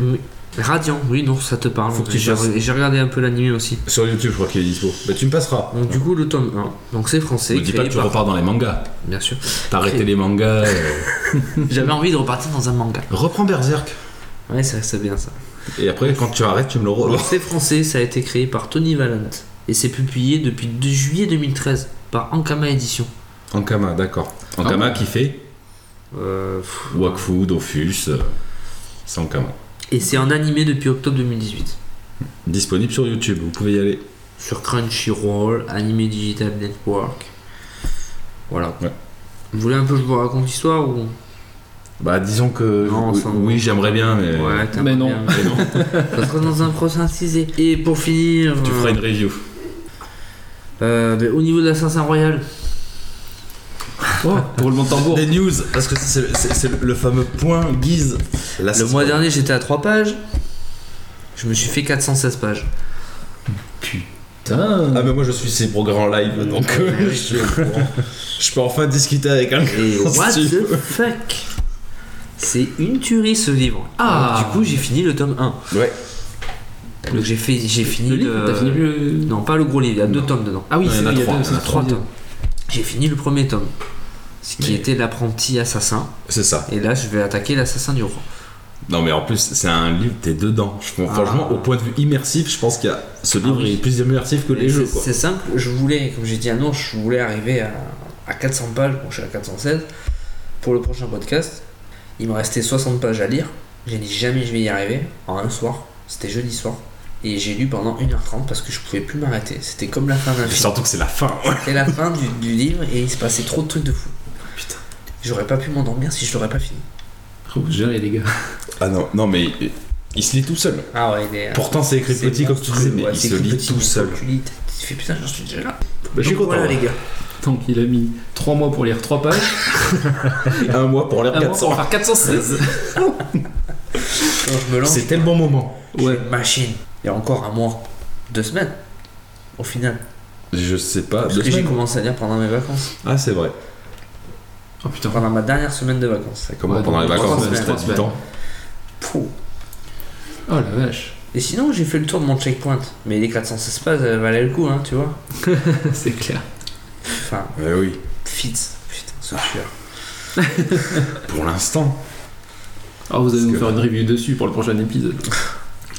Oui. Radiant, oui, non, ça te parle. Faut que tu j'ai, fasses. j'ai regardé un peu l'anime aussi. Sur YouTube, je crois qu'il est dispo. Bah, tu me passeras. Donc, du coup, le tome 1. Donc, c'est français. Ne dis pas créé que tu par- repars dans les mangas. Bien sûr. T'as arrêté Créé. les mangas. euh, J'avais envie de repartir dans un manga. <laughs> Reprends Berserk. Ouais, ça, c'est bien ça. Et après, quand tu arrêtes, tu me le Donc, relances. C'est français, ça a été créé par Tony Valent. Et c'est publié depuis 2 juillet 2013 par Ankama Edition. <laughs> Ankama, d'accord. Ankama qui fait Euh, pff. Wakfu, Dofus. euh, C'est Ankama. Et c'est en animé depuis octobre 2018. Disponible sur YouTube, vous pouvez y aller. Sur Crunchyroll, Anime Digital Network. Voilà. Ouais. Vous voulez un peu que je vous raconte l'histoire ou. Bah, disons que. Non, oui, ça- oui, j'aimerais bien, mais. Ouais, t'as mais pas non. bien. <laughs> Mais non, Ça sera dans un prochain teaser. Et pour finir. tu euh, feras une review. euh, ben, au niveau de l'Assassin Royal, Ah, Oh, Pour le de tambour. Les news, parce que c'est c'est- c'est le fameux point guise. Là, le c'est- mois dernier j'étais à 3 pages. Je me suis fait 416 pages. Ah, mais moi je suis ces programmes en live, donc euh, je, suis au courant. Je peux enfin discuter avec un Et gars, <laughs> what si tu the veux. fuck C'est une tuerie ce livre. Ah. Alors, Du coup, j'ai fini le tome 1. Ouais. Donc j'ai fait j'ai fini Le livre, t'as fini le. Non, pas le gros livre, il y a deux tomes dedans. Ah oui, Non, il y c'est en a il y a trois, deux, il y en a c'est Trois trois tomes. J'ai fini le premier tome, ce qui Mais- était l'apprenti assassin. C'est ça. Et là, je vais attaquer l'assassin du roi. Non, mais en plus, c'est un livre, t'es dedans. Je, pense- Ah. Franchement, au point de vue immersif, je pense qu'il y a. Ce livre oui. est plus immersif que les C'est- jeux, quoi. C'est simple, je voulais, comme j'ai dit à Nour, je voulais arriver à, à 400 pages, bon je suis à 416, pour le prochain podcast. Il me restait 60 pages à lire, j'ai dit jamais je vais y arriver, en un soir, c'était jeudi soir. Et j'ai lu pendant 1h30 parce que je pouvais plus m'arrêter, c'était comme la fin d'un Et film. Surtout que c'est la <laughs> fin. C'était la fin du, du livre et il se passait trop de trucs de fou. Putain. J'aurais pas pu m'endormir si je l'aurais pas fini. Oh, gérez les gars. Ah non, non, mais il- il se lit tout seul. Ah ouais, il est... Pourtant, c'est écrit C'est petit, comme tu disais, monstrueux, mais ouais, il c'est se écrit lit petit, tout donc seul. Bah, Tu lis, tu fais putain, j'en suis déjà là. je suis Donc content, Voilà ouais. les gars. Donc il a mis 3 mois pour lire 3 pages, Un mois pour l'air 1 mois pour 400. faire 416. Quand je me lance, C'était le bon moment. Ouais. machine. Il y a encore un mois, deux semaines, au final. Je sais pas. Parce Ah, deux que j'ai semaines. commencé à lire pendant mes vacances. Ah, c'est vrai. Oh Ah. putain. Pendant ma dernière semaine de vacances. Comment Ouais, pendant les donc, vacances, trois t'as semaines, du trois temps Pouh. Oh la vache. <laughs> Et sinon, j'ai fait le tour de mon checkpoint. Mais les 416 pages, elles valaient le coup, hein, tu vois. C'est clair. Enfin, Eh oui. Fitz. Putain, ce tueur. <laughs> Pour l'instant. Alors vous allez Parce nous que- faire une review dessus pour le prochain épisode.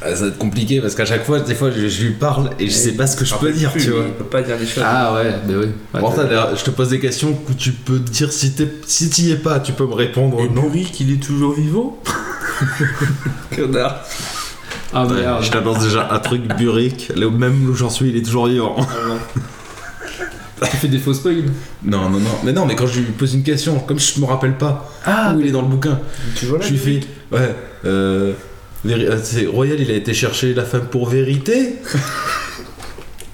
Ah, Ça va être compliqué parce qu'à chaque fois, des fois, je, je lui parle et je sais pas ce que je peux dire, tu vois. Il peut pas dire des choses. Ah ouais, ben mais oui. Bah, Ouais, Pour ça, d'ailleurs, je te pose des questions que tu peux dire si t'es, si t'y es pas, tu peux me répondre. non, qu'il est toujours vivant <laughs> Connard. ah merde. je t'annonce déjà un truc burique. Là, Même où j'en suis, il est toujours vivant. Tu fais des faux spoils. Non, non, non. Mais non, mais quand je lui pose une question, comme je me rappelle pas Ah, où il est dans le bouquin, Tu vois là je lui fais, ouais, euh, Véri- euh, c'est Royal, il a été chercher la femme pour vérité.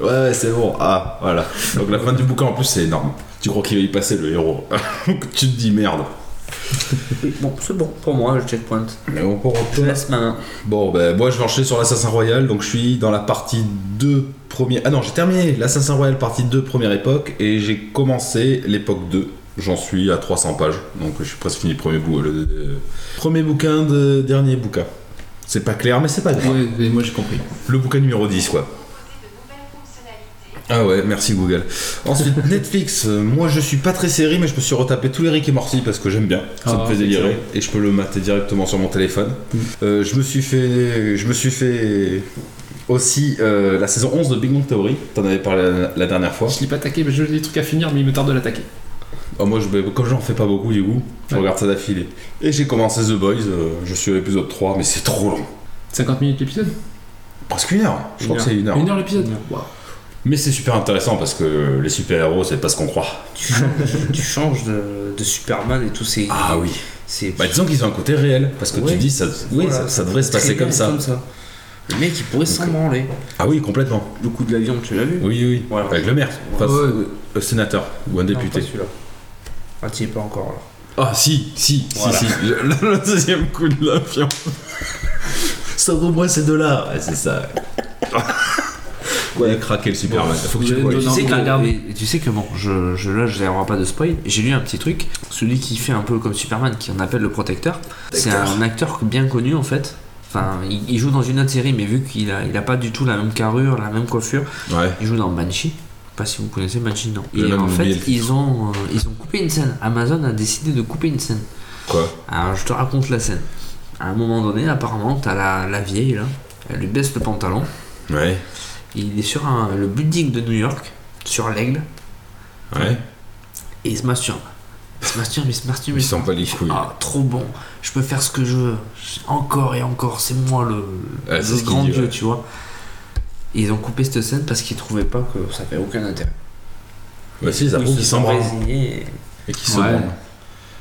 ouais, ouais, c'est bon. Ah, voilà. Donc la fin du bouquin, en plus, c'est énorme. Tu crois qu'il va y passer le héros <laughs> Tu te dis merde. Bon, c'est bon pour moi le checkpoint. Mais bon, pour Je laisse ma main. Bon, ben moi je vais enchaîner sur l'Assassin Royal, donc je suis dans la partie 2 premier. Ah non, j'ai terminé l'Assassin Royal partie 2 première époque et j'ai commencé l'époque 2. J'en suis à 300 pages, donc je suis presque fini le premier, bou- le- le- premier bouquin de dernier bouquin. C'est pas clair, mais c'est pas grave. Ouais, mais moi j'ai compris. Le bouquin numéro 10, quoi. Ah ouais, merci Google. Ensuite, <laughs> Netflix. euh, moi, je suis pas très série, mais je me suis retapé tous les Rick et Morty parce que j'aime bien. Ça Ah, me fait c'est délirer vrai. et je peux le mater directement sur mon téléphone. Euh, je me suis fait, je me suis fait aussi euh, la saison 11 de Big Bang Theory. T'en avais parlé la, la dernière fois. Je l'ai pas attaqué, mais j'ai des trucs à finir, mais il me tarde de l'attaquer. Oh, moi, je, vais- comme j'en fais pas beaucoup du coup, je regarde ça d'affilée. Et j'ai commencé The Boys. euh, je suis à l'épisode 3, mais c'est trop long. 50 minutes l'épisode Presque une heure. hein. Je crois que c'est une heure. Une heure l'épisode Waouh. Mais c'est super intéressant parce que les super-héros, c'est pas ce qu'on croit. Tu changes, tu changes de, de Superman et tout. C'est. Ah oui. c'est Bah disons qu'ils ont un côté réel, parce que Ouais. tu dis ça, oui, voilà, ça, ça devrait se passer très comme bien, ça. Le mec, il pourrait s'en branler. Ah oui, complètement. Le coup de la viande, tu l'as vu Oui, oui. Voilà. Avec le maire, enfin, Ouais. le sénateur ou un Non, député. pas celui-là. Ah, tu y es pas encore là. Ah si, si, <laughs> Voilà. si, si. Le, le deuxième coup de l'avion. Sauve-moi ces deux-là. Ouais, c'est <laughs> ça. Il a craqué le Superman. Faut que tu Vous vois. avez Tu Non, sais, on que, regarde. et tu sais que bon, je, je, là je n'aurai pas de spoil, j'ai lu un petit truc, celui qui fait un peu comme Superman, qui en appelle le protecteur, c'est un acteur bien connu en fait, enfin il, il joue dans une autre série mais vu qu'il a, il a pas du tout la même carrure, la même coiffure, Ouais. il joue dans Banshee, Je sais pas si vous connaissez Banshee non. J'ai Et même en oublié fait le ils ont, euh, ils ont coupé une scène, Amazon a décidé de couper une scène. Quoi Alors je te raconte la scène. À un moment donné apparemment t'as la, la vieille là, elle lui baisse le pantalon, Ouais. il est sur un- le building de New York, sur l'aigle. Ouais. Et il se masturbe. Il se masturbe, il se masturbe. Ils il se sont pas les couilles. Ah, trop bon. Je peux faire ce que je veux. Encore et encore. C'est moi le, Ah, c'est le ce qu'il grand dit, dieu, ouais. tu vois. Et ils ont coupé cette scène parce qu'ils trouvaient pas que ça avait aucun intérêt. Bah si, ça Ils prouve se qu'ils sont s'embrassent résignés et- et qu'ils se Ouais. branlent.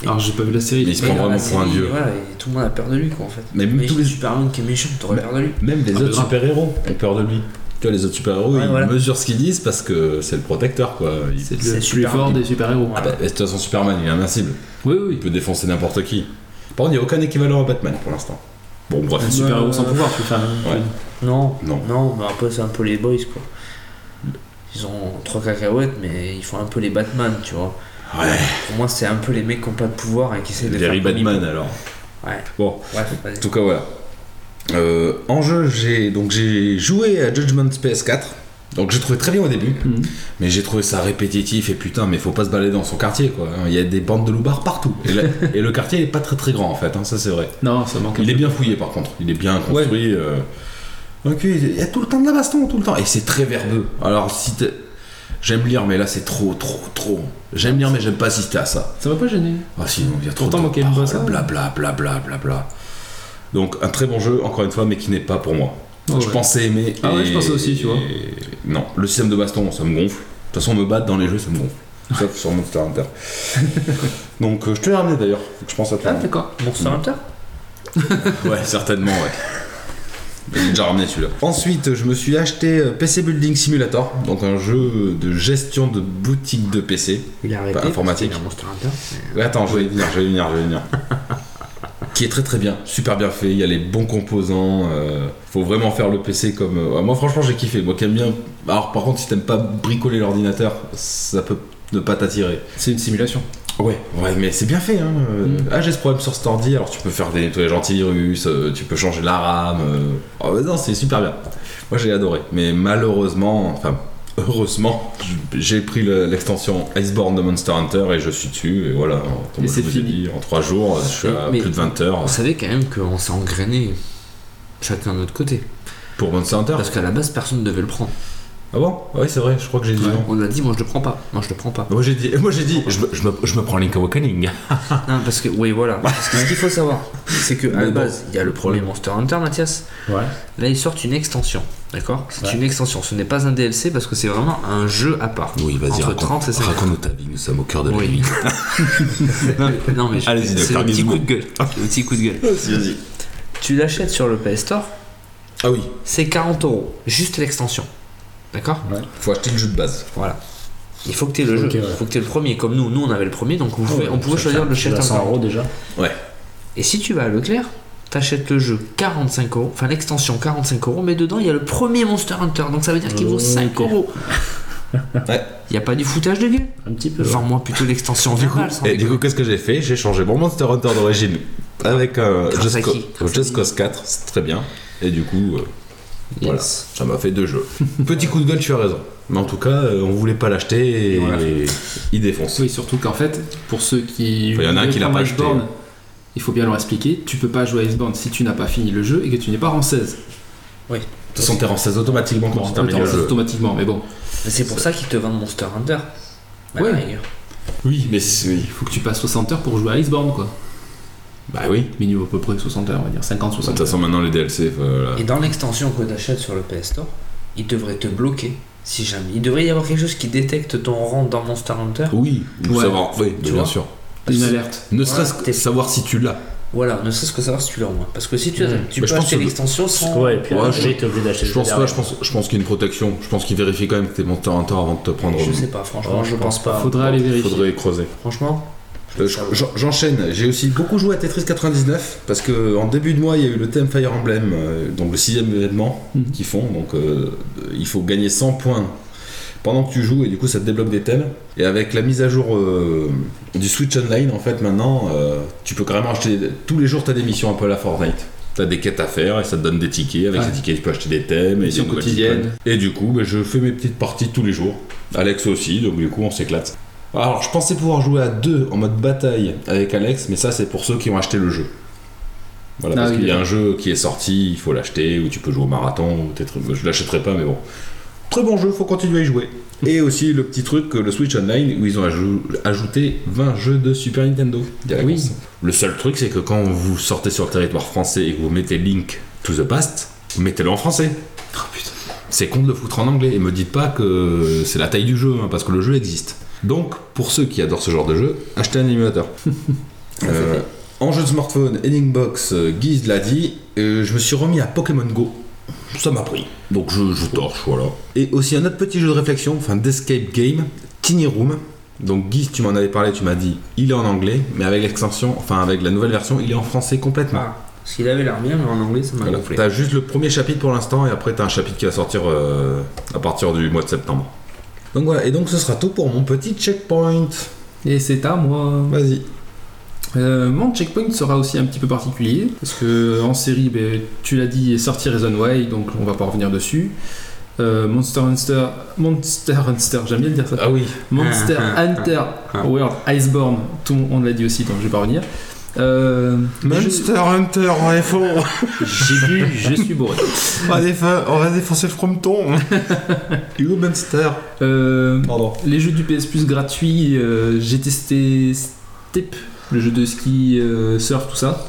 Alors j'ai pas vu la série. Mais ils se et prennent dans vraiment la pour un série, dieu. Voilà, et tout le monde a peur de lui, quoi, en fait. Mais même Mais tous tous les Superman qui est méchant, t'aurais Mais- peur de lui. Même les Ah, autres bah, grave. super-héros ont peur de lui. Tu vois, les autres super-héros, Ouais, ils voilà. mesurent ce qu'ils disent parce que c'est le protecteur, quoi. Il- C'est C'est le plus super. fort des super-héros. Ah bah, de toute façon, Superman, il est invincible. Oui, Il oui. peut défoncer n'importe qui. Par contre, il n'y a aucun équivalent à Batman pour l'instant. Bon, bref. Un super-héros sans pouvoir, tu fais un- Ouais. Non, Non. non, mais après, c'est un peu les boys, quoi. Ils ont trois cacahuètes, mais ils font un peu les Batman, tu vois. Ouais, Pour moi, c'est un peu les mecs qui ont pas de pouvoir et qui essaient de Very faire comme ils Batman alors. peuvent. Ouais. Bon, Bref, vas-y. en tout cas, voilà. Euh, en jeu, j'ai donc j'ai joué à Judgment PS4. Donc j'ai trouvé très bien au début, Mhm. mais j'ai trouvé ça répétitif et putain, mais faut pas se balader dans son quartier quoi. Il y a des bandes de loupards partout. Et, la- et le quartier il est pas très très grand en fait, hein, ça c'est vrai. Non, ça manque. un Il est peu. bien fouillé par contre, il est bien construit. euh, Donc il y a tout le temps de la baston, tout le temps. Et c'est très verbeux. Alors si t'es- J'aime lire, mais là c'est trop, trop, trop. J'aime lire, mais j'aime pas assister à ça. Ça m'a pas gêné. Ah sinon, il y a trop Pourtant, moi de qui aime pas paroles, ça. blablabla, blablabla, blablabla. Donc un très bon jeu, encore une fois, mais qui n'est pas pour moi. Oh, je ouais. pensais aimer. Ah ouais, je pensais aussi, tu vois. et- Non, le système de baston, ça me gonfle. De toute façon, me battre dans les jeux, ça me <laughs> gonfle. Sauf sur Monster Hunter. Donc euh, je te l'ai ramené d'ailleurs, Faut que je pense à toi. Ah, d'accord. Monster Hunter Ouais, certainement, ouais. Mais J'ai déjà ramené celui-là. Ensuite, je me suis acheté euh, PC Building Simulator, donc un jeu de gestion de boutique de PC. Il a arrêté. Pas informatique. parce qu'il a Monster Hunter. Ouais, attends, je vais y venir, je vais y venir, je vais y <laughs> venir. Qui est très très bien, super bien fait, il y a les bons composants, euh, faut vraiment faire le PC comme. euh, ouais, moi franchement j'ai kiffé, moi qui aime bien. Alors par contre, si t'aimes pas bricoler l'ordinateur, ça peut ne pas t'attirer. C'est une simulation. Ouais, ouais, mais c'est bien fait. Hein. euh. Ah, j'ai ce problème sur cet ordi. Alors, tu peux faire des nettoyages antivirus, euh, tu peux changer la RAM. euh. Ah ouais, non, c'est super bien. Moi, j'ai adoré. Mais malheureusement, enfin, heureusement, j'ai pris le- l'extension Iceborne de Monster Hunter et je suis dessus. Et voilà, comme Et je c'est vous ai fini. dit, en 3 jours, je suis à Mais- plus de 20 heures. On savait quand même qu'on s'est engrainé chacun de notre côté. Pour Monster Hunter Parce qu'à la base, personne ne devait le prendre. Ah bon Oui, c'est vrai, je crois que j'ai dit non. On a dit, moi je le prends pas. Moi je le prends pas. Moi j'ai dit, moi j'ai dit, je me, je me- je me prends Link Awakening. Non, parce que, <laughs> oui, voilà. Parce que ce qu'il faut savoir, c'est que à la bon. base, il y a le premier Monster Hunter, Mathias. Ouais. Là, ils sortent une extension. D'accord C'est une extension. Ce n'est pas un DLC parce que c'est vraiment un jeu à part. Oui, vas-y, Entre raconte, 30 et 50. raconte ta vie, nous sommes au cœur de la Oui. vie. <laughs> non, mais je- Allez-y, c'est docteur le petit Gizmo. coup de gueule. Le petit coup de gueule. Tu l'achètes sur le PS Store, Ah oui, c'est 40 euros. Juste l'extension. D'accord faut acheter le jeu de base. Voilà. Il faut que tu aies le jeu. Ok, Il ouais. faut que tu aies le premier. Comme nous, nous on avait le premier, donc Ah on pouvait, on pouvait Ça choisir fait- de chèque ça fait 100 euros déjà. Et si tu vas à Leclerc, t'achètes le jeu 45 euros, enfin l'extension 45 euros, mais dedans il y a le premier Monster Hunter, donc ça veut dire qu'il vaut Ok. 5 euros. Ouais. Il y a pas du foutage de gueule. Un petit peu. hein. ouais. Vends-moi plutôt l'extension 20 balles. sans Et du déconner. coup, qu'est-ce que j'ai fait J'ai changé mon Monster Hunter d'origine avec un Grâce à Just, qui Co- Grâce à Just qui Cause 4, c'est très bien. Et du coup, euh, voilà, Yes. ça m'a fait deux jeux. <laughs> Petit coup de gueule, tu as raison. Mais en tout cas, euh, on voulait pas l'acheter et, Voilà. et il défonce. Oui, surtout qu'en fait, pour ceux qui. Enfin, y en a un qui l'a pas acheté. Iceborne, Il faut bien leur expliquer tu peux pas jouer à Iceborne si tu n'as pas fini le jeu et que tu n'es pas en 16. De toute façon, t'es en 16 automatiquement quand Bon, tu termines le autant- jeu. automatiquement, mais bon. Mais c'est pour ça qu'ils te vendent Monster Hunter. Bah, Ouais. la rigueur. Oui, mais c'est- oui. Il faut que tu passes 60 heures pour jouer à Iceborne, quoi. Bah oui. Minimum à peu près 60 heures, on va dire 50, De toute 60 heures. façon, maintenant les DLC, voilà. Et dans l'extension que t'achètes sur le PS Store, il devrait te bloquer si jamais. Il devrait y avoir quelque chose qui détecte ton rang dans Monster Hunter. Oui, pour Ouais. savoir. Oui, Tu bien vois sûr. Une alerte. Ne Voilà, serait-ce que t'es- savoir si tu l'as. Voilà, ne serait-ce que savoir si tu l'as au moins. Parce que si tu, as- tu Bah, je peux pense acheter que- l'extension sans. Ouais, et puis Ouais, après, je- j'ai été obligé d'acheter Je le pense jeu pas, derrière. je pense, je pense qu'il y a une protection. Je pense qu'il vérifie quand même que t'es monté en temps avant de te prendre. Je sais pas, franchement, Ouais, je pense pas. Faudrait aller vérifier. Faudrait creuser. Franchement, Euh, je- j'en- J'enchaîne. J'ai aussi beaucoup joué à Tetris 99 parce que en début de mois, il y a eu le thème Fire Emblem, euh, donc le sixième événement Mhm. qu'ils font. Donc euh, il faut gagner 100 points pendant que tu joues et du coup ça te débloque des thèmes. Et avec la mise à jour euh, du Switch Online, en fait, maintenant, euh, tu peux carrément acheter tous les jours t'as des missions un peu à la Fortnite. T'as des quêtes à faire et ça te donne des tickets. Avec Ouais. ces tickets, tu peux acheter des thèmes et des Missions nouvelles quotidiennes. icônes. Et du coup, ben, je fais mes petites parties tous les jours. Alex aussi, donc du coup, on s'éclate. Alors, je pensais pouvoir jouer à deux en mode bataille avec Alex, mais ça, c'est pour ceux qui ont acheté le jeu. Voilà, Ah parce oui, qu'il y a d'accord. un jeu qui est sorti, il faut l'acheter, ou tu peux jouer au marathon, ou peut-être- je l'achèterai pas, mais bon. Très bon jeu, faut continuer à y <laughs> jouer. Et aussi le petit truc, euh, le Switch Online, où ils ont ajou- ajouté 20 jeux de Super Nintendo. Il y a la Oui. console. Le seul truc, c'est que quand vous sortez sur le territoire français et que vous mettez Link to the Past, mettez-le en français. C'est con de le foutre en anglais et me dites pas que c'est la taille du jeu, hein, parce que le jeu existe. Donc, pour ceux qui adorent ce genre de jeu, achetez un <laughs> émulateur. Euh, en jeu de smartphone, Ending Box, euh, Guise l'a dit, euh, je me suis remis à Pokémon Go. Ça m'a pris. Donc je, je torche, voilà. Et aussi un autre petit jeu de réflexion, enfin d'escape game, Tiny Room. Donc Guise, tu m'en avais parlé, tu m'as dit, il est en anglais, mais avec l'extension, enfin avec la nouvelle version, il est en français complètement. ah, parce qu'il avait l'air bien, mais en anglais ça m'a Voilà. gonflé. T'as juste le premier chapitre pour l'instant et après t'as un chapitre qui va sortir euh, à partir du mois de septembre. Donc voilà, et donc ce sera tout pour mon petit checkpoint. Et c'est à moi. Vas-y. Euh, mon checkpoint sera aussi un petit peu particulier parce que en série, ben, tu l'as dit, est sorti Reason Why, donc on va pas revenir dessus. Euh, Monster Hunter, Monster Hunter, j'aime bien dire ça. Ah oui. Monster Ah, ah, Hunter ah. World Iceborne, tout on l'a dit aussi, donc je vais pas revenir. Euh, je, Hunter en F1. j'ai bu, je suis bourré. On va, défoncer le frometon. <laughs> You Monster. Euh, Pardon. les jeux du PS Plus gratuits, euh, j'ai testé Step, le jeu de ski, euh, surf, tout ça.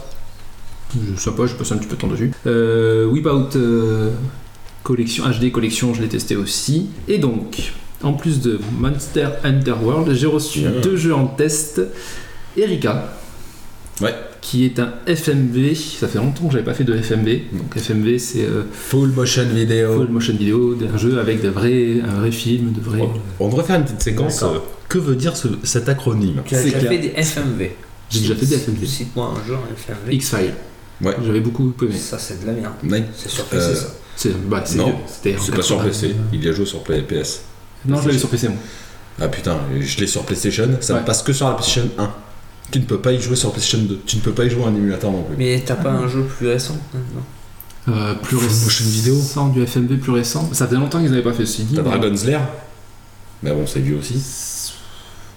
Je sais pas, j'ai passé un petit peu de temps dessus. Euh, Whip Out euh, Collection, HD Collection, je l'ai testé aussi. Et donc, en plus de Monster Hunter World, j'ai reçu Yeah. deux jeux en test. Erika. Ouais. Qui est un FMV, ça fait longtemps que j'avais pas fait de FMV. Donc FMV c'est euh, Full motion video. full motion vidéo, un jeu avec des vrais, un vrai film, de vrais. On devrait faire une petite séquence. D'accord. euh, que veut dire ce- cet acronyme Tu as c'est déjà clair. fait des FMV. J'ai déjà fait des FMV. Cite-moi un jeu, un FMV. X-Files. Ouais. J'avais beaucoup aimé. Ça c'est de la merde. Nine- C'est sur PC Euh, ça. C'est bah, c'est Non, vieux. C'était en C'est pas sur 80. PC, il y a joué sur PS. Non, je l'avais sur PC, moi. Ah putain, je l'ai sur PlayStation, ça Ouais. ne passe que sur la PlayStation 1. Tu ne peux pas y jouer sur PlayStation 2, tu ne peux pas y jouer en émulateur non plus. Mais t'as pas un jeu plus récent hein, maintenant Euh, plus Full récent. motion vidéo. du FMV plus récent. Ça faisait longtemps qu'ils n'avaient pas fait ce CD. T'as mais- Dragon's Lair, mais bon, c'est vieux aussi.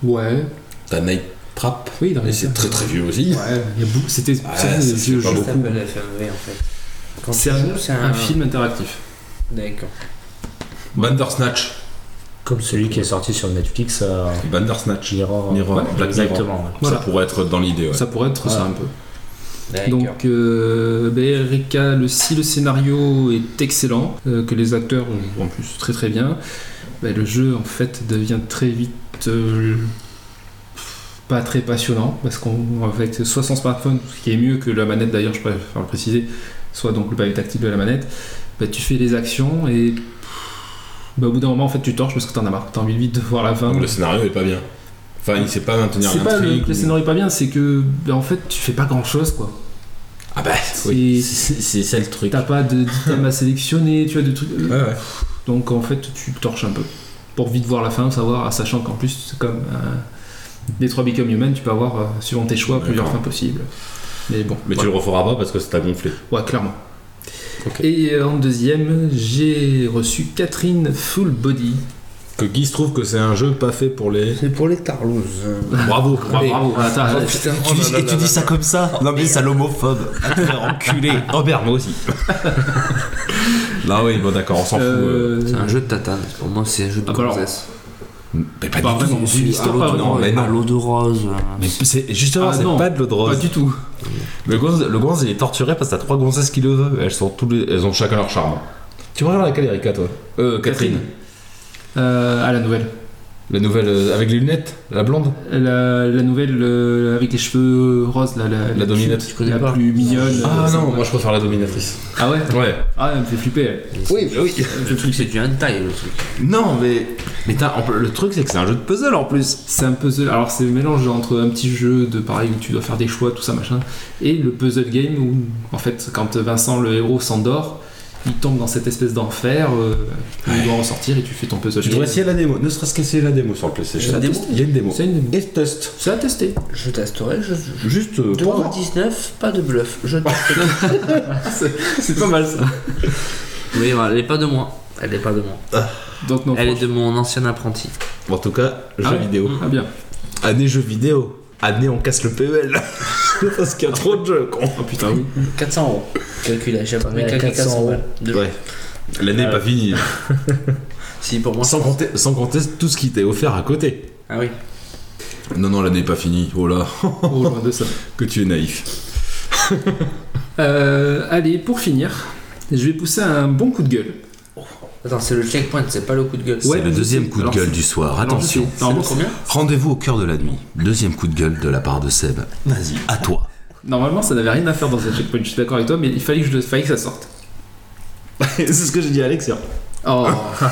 Ouais. T'as Night Trap, Oui, mais Dragon's c'est Lair. très très vieux aussi. Ouais, il y a beaucoup- c'était Ah, c'était ça, des c'est vieux pas jeux. Ça beaucoup. s'appelle FMV en fait. Quand C'est tu un, joues, c'est un un- film interactif. D'accord. Bandersnatch. Comme celui qui est sorti sur Netflix, euh, Bandersnatch. Mirror. Mirror, Black Mirror. exactement. ouais. Voilà. Ça pourrait être dans l'idée, ouais. Ça pourrait être ça Voilà. un peu. D'accord. Donc, euh, ben, Erika, le, si le scénario est excellent, euh, que les acteurs jouent en plus très très bien, ben, le jeu en fait devient très vite euh, pas très passionnant parce qu'on fait soit sans smartphone, ce qui est mieux que la manette d'ailleurs, je préfère le préciser, soit donc le pavé tactile de la manette, ben, tu fais les actions et ben, au bout d'un moment en fait tu torches parce que t'en as marre, t'as envie vite de voir la fin. Donc le scénario est pas bien. Enfin, il sait pas maintenir C'est pas le, l'intrigue. que le scénario est pas bien, c'est que ben, en fait tu fais pas grand chose quoi. Ah bah, C'est- oui. C'est- c'est ça le truc. T'as pas de d'items à sélectionner, tu as de trucs. euh, Ouais, ouais. Donc en fait, tu torches un peu. Pour vite voir la fin, savoir, ah, sachant qu'en plus, c'est comme euh, les trois Become Human, tu peux avoir, euh, suivant tes choix, plusieurs fins D'accord. possibles. Mais bon, Mais tu le referas pas parce que ça t'a gonflé. ouais, clairement. Et euh, en deuxième, j'ai reçu Catherine Full Body. Que Guy se trouve que c'est un jeu pas fait pour les. C'est pour les hein. tarlouses. Bravo, Ah, bravo. bravo, attends, Oh, putain. Tu dis- et tu dis ça comme ça Non mais c'est l'homophobe. Ah, Va te faire enculer. <laughs> Robert, moi <laughs> aussi. Là, oui, bon, d'accord, on Oh, s'en fout. euh. euh, C'est un jeu de tatane. Pour moi, c'est un jeu de Ah, bah alors. princesse. Mais pas pas du tout. vraiment, c'est une histoire, l'autre, pas non, vraiment. mais non. l'eau de rose. euh, Mais c'est- justement, Ah, c'est non. pas de l'eau de Pas rose. du tout. Le gonze, le gonze, il est torturé parce que t'as trois gonzesses qui le veulent. Elles sont tous les... Elles ont chacun leur charme. Tu préfères laquelle, Erika, toi Euh, Catherine. Euh, à la nouvelle. La nouvelle euh, avec les lunettes, la blonde. La, la nouvelle euh, avec les cheveux roses, là, la, La dominante, cute, tu connais la pas Ah, plus mignonne. Ah euh, moi je préfère la dominatrice. Ah ouais Ouais. Ah, elle me fait flipper. elle. Oui, oui. Le truc, c'est du hentai, le truc. Non, mais mais t'as- en plus, le truc c'est que c'est un jeu de puzzle en plus. C'est un puzzle. Alors c'est le mélange entre un petit jeu de pareil où tu dois faire des choix, tout ça machin, et le puzzle game où en fait quand Vincent le héros s'endort, il tombe dans cette espèce d'enfer, euh, où il doit en sortir et tu fais ton puzzle Je game. devrais essayer la démo, ne serait-ce qu'essayer la démo sur le PlayStation. Il y a une démo Il y a une démo. C'est une- Et test. C'est à tester. Je testerai. Je... je- Juste euh, pour voir. 2019, pas de bluff. Je testerai. <laughs> C'est pas mal ça. oui, voilà, elle est pas de moi. Elle est pas de moi. Donc non. Elle est franchement- de mon ancien apprenti. En tout cas, jeu Ah ouais vidéo. Ah bien. Année jeu vidéo. Année on casse le PEL. <laughs> parce qu'il y a trop de jeux. Con. Oh putain oui. 400 euros. Calculé, j'ai pas Ouais, calculé 400 400 euros. balles. De- Ouais. L'année est pas finie. Si, pour moi. Euh, Sans compter, sans compter tout ce qui t'est offert à côté. Ah oui. Non, non, l'année n'est pas finie. Oh <laughs> là, Oh, loin de ça. que tu es naïf. Euh, allez pour finir, je vais pousser un bon coup de gueule. Attends, c'est le checkpoint, c'est pas le coup de gueule. Ouais. C'est le deuxième coup de Alors, gueule c'est- du soir. Alors, Attention. je sais. Normalement, c'est- Combien Rendez-vous au cœur de la nuit. Deuxième coup de gueule de la part de Seb. Vas-y, à toi. Normalement ça n'avait rien à faire dans un checkpoint. Je suis d'accord avec toi, mais il fallait que je le fallait que ça sorte. <laughs> C'est ce que j'ai dit à Alex. Oh. <laughs>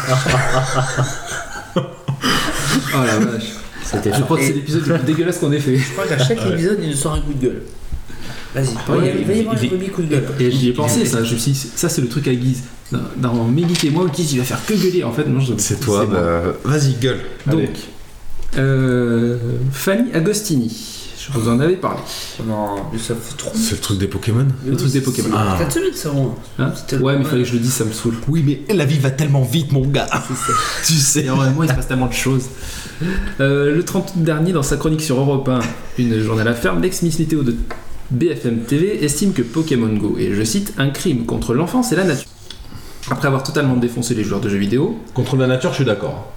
oh la vache. C'était Je crois que c'est l'épisode le plus dégueulasse qu'on ait fait. Je crois <laughs> qu'à chaque épisode, il nous sort un coup de gueule. Vas-y, Ah il va y- il va y avoir un premier coup de gueule. Et j'y ai pensé, ça. Je me suis dit, ça, c'est le truc à Guise. Dans, dans Mélique et moi, Guise, il va faire que gueuler. En fait, non, je- C'est toi, moi. bah, vas-y, gueule. Donc, euh, Fanny Agostini. Je vous en avais parlé. Non, mais ça fait trop. C'est le truc des Pokémon Le truc des Pokémon. Ah. 4 semaines, ça, moi. Hein C'était le- ouais, mais fallait que je le dise, ça me saoule. Oui, mais la vie va tellement vite, mon gars. <laughs> tu sais. Et en même temps, Ah il se passe tellement de choses. Euh, le 30 août dernier, dans sa chronique sur Europe 1, une journée à la ferme, l'ex-miss Littéo de BFM TV estime que Pokémon Go est, je cite, un crime contre l'enfance et la nature. Après avoir totalement défoncé les joueurs de jeux vidéo, Contre la nature, je suis d'accord.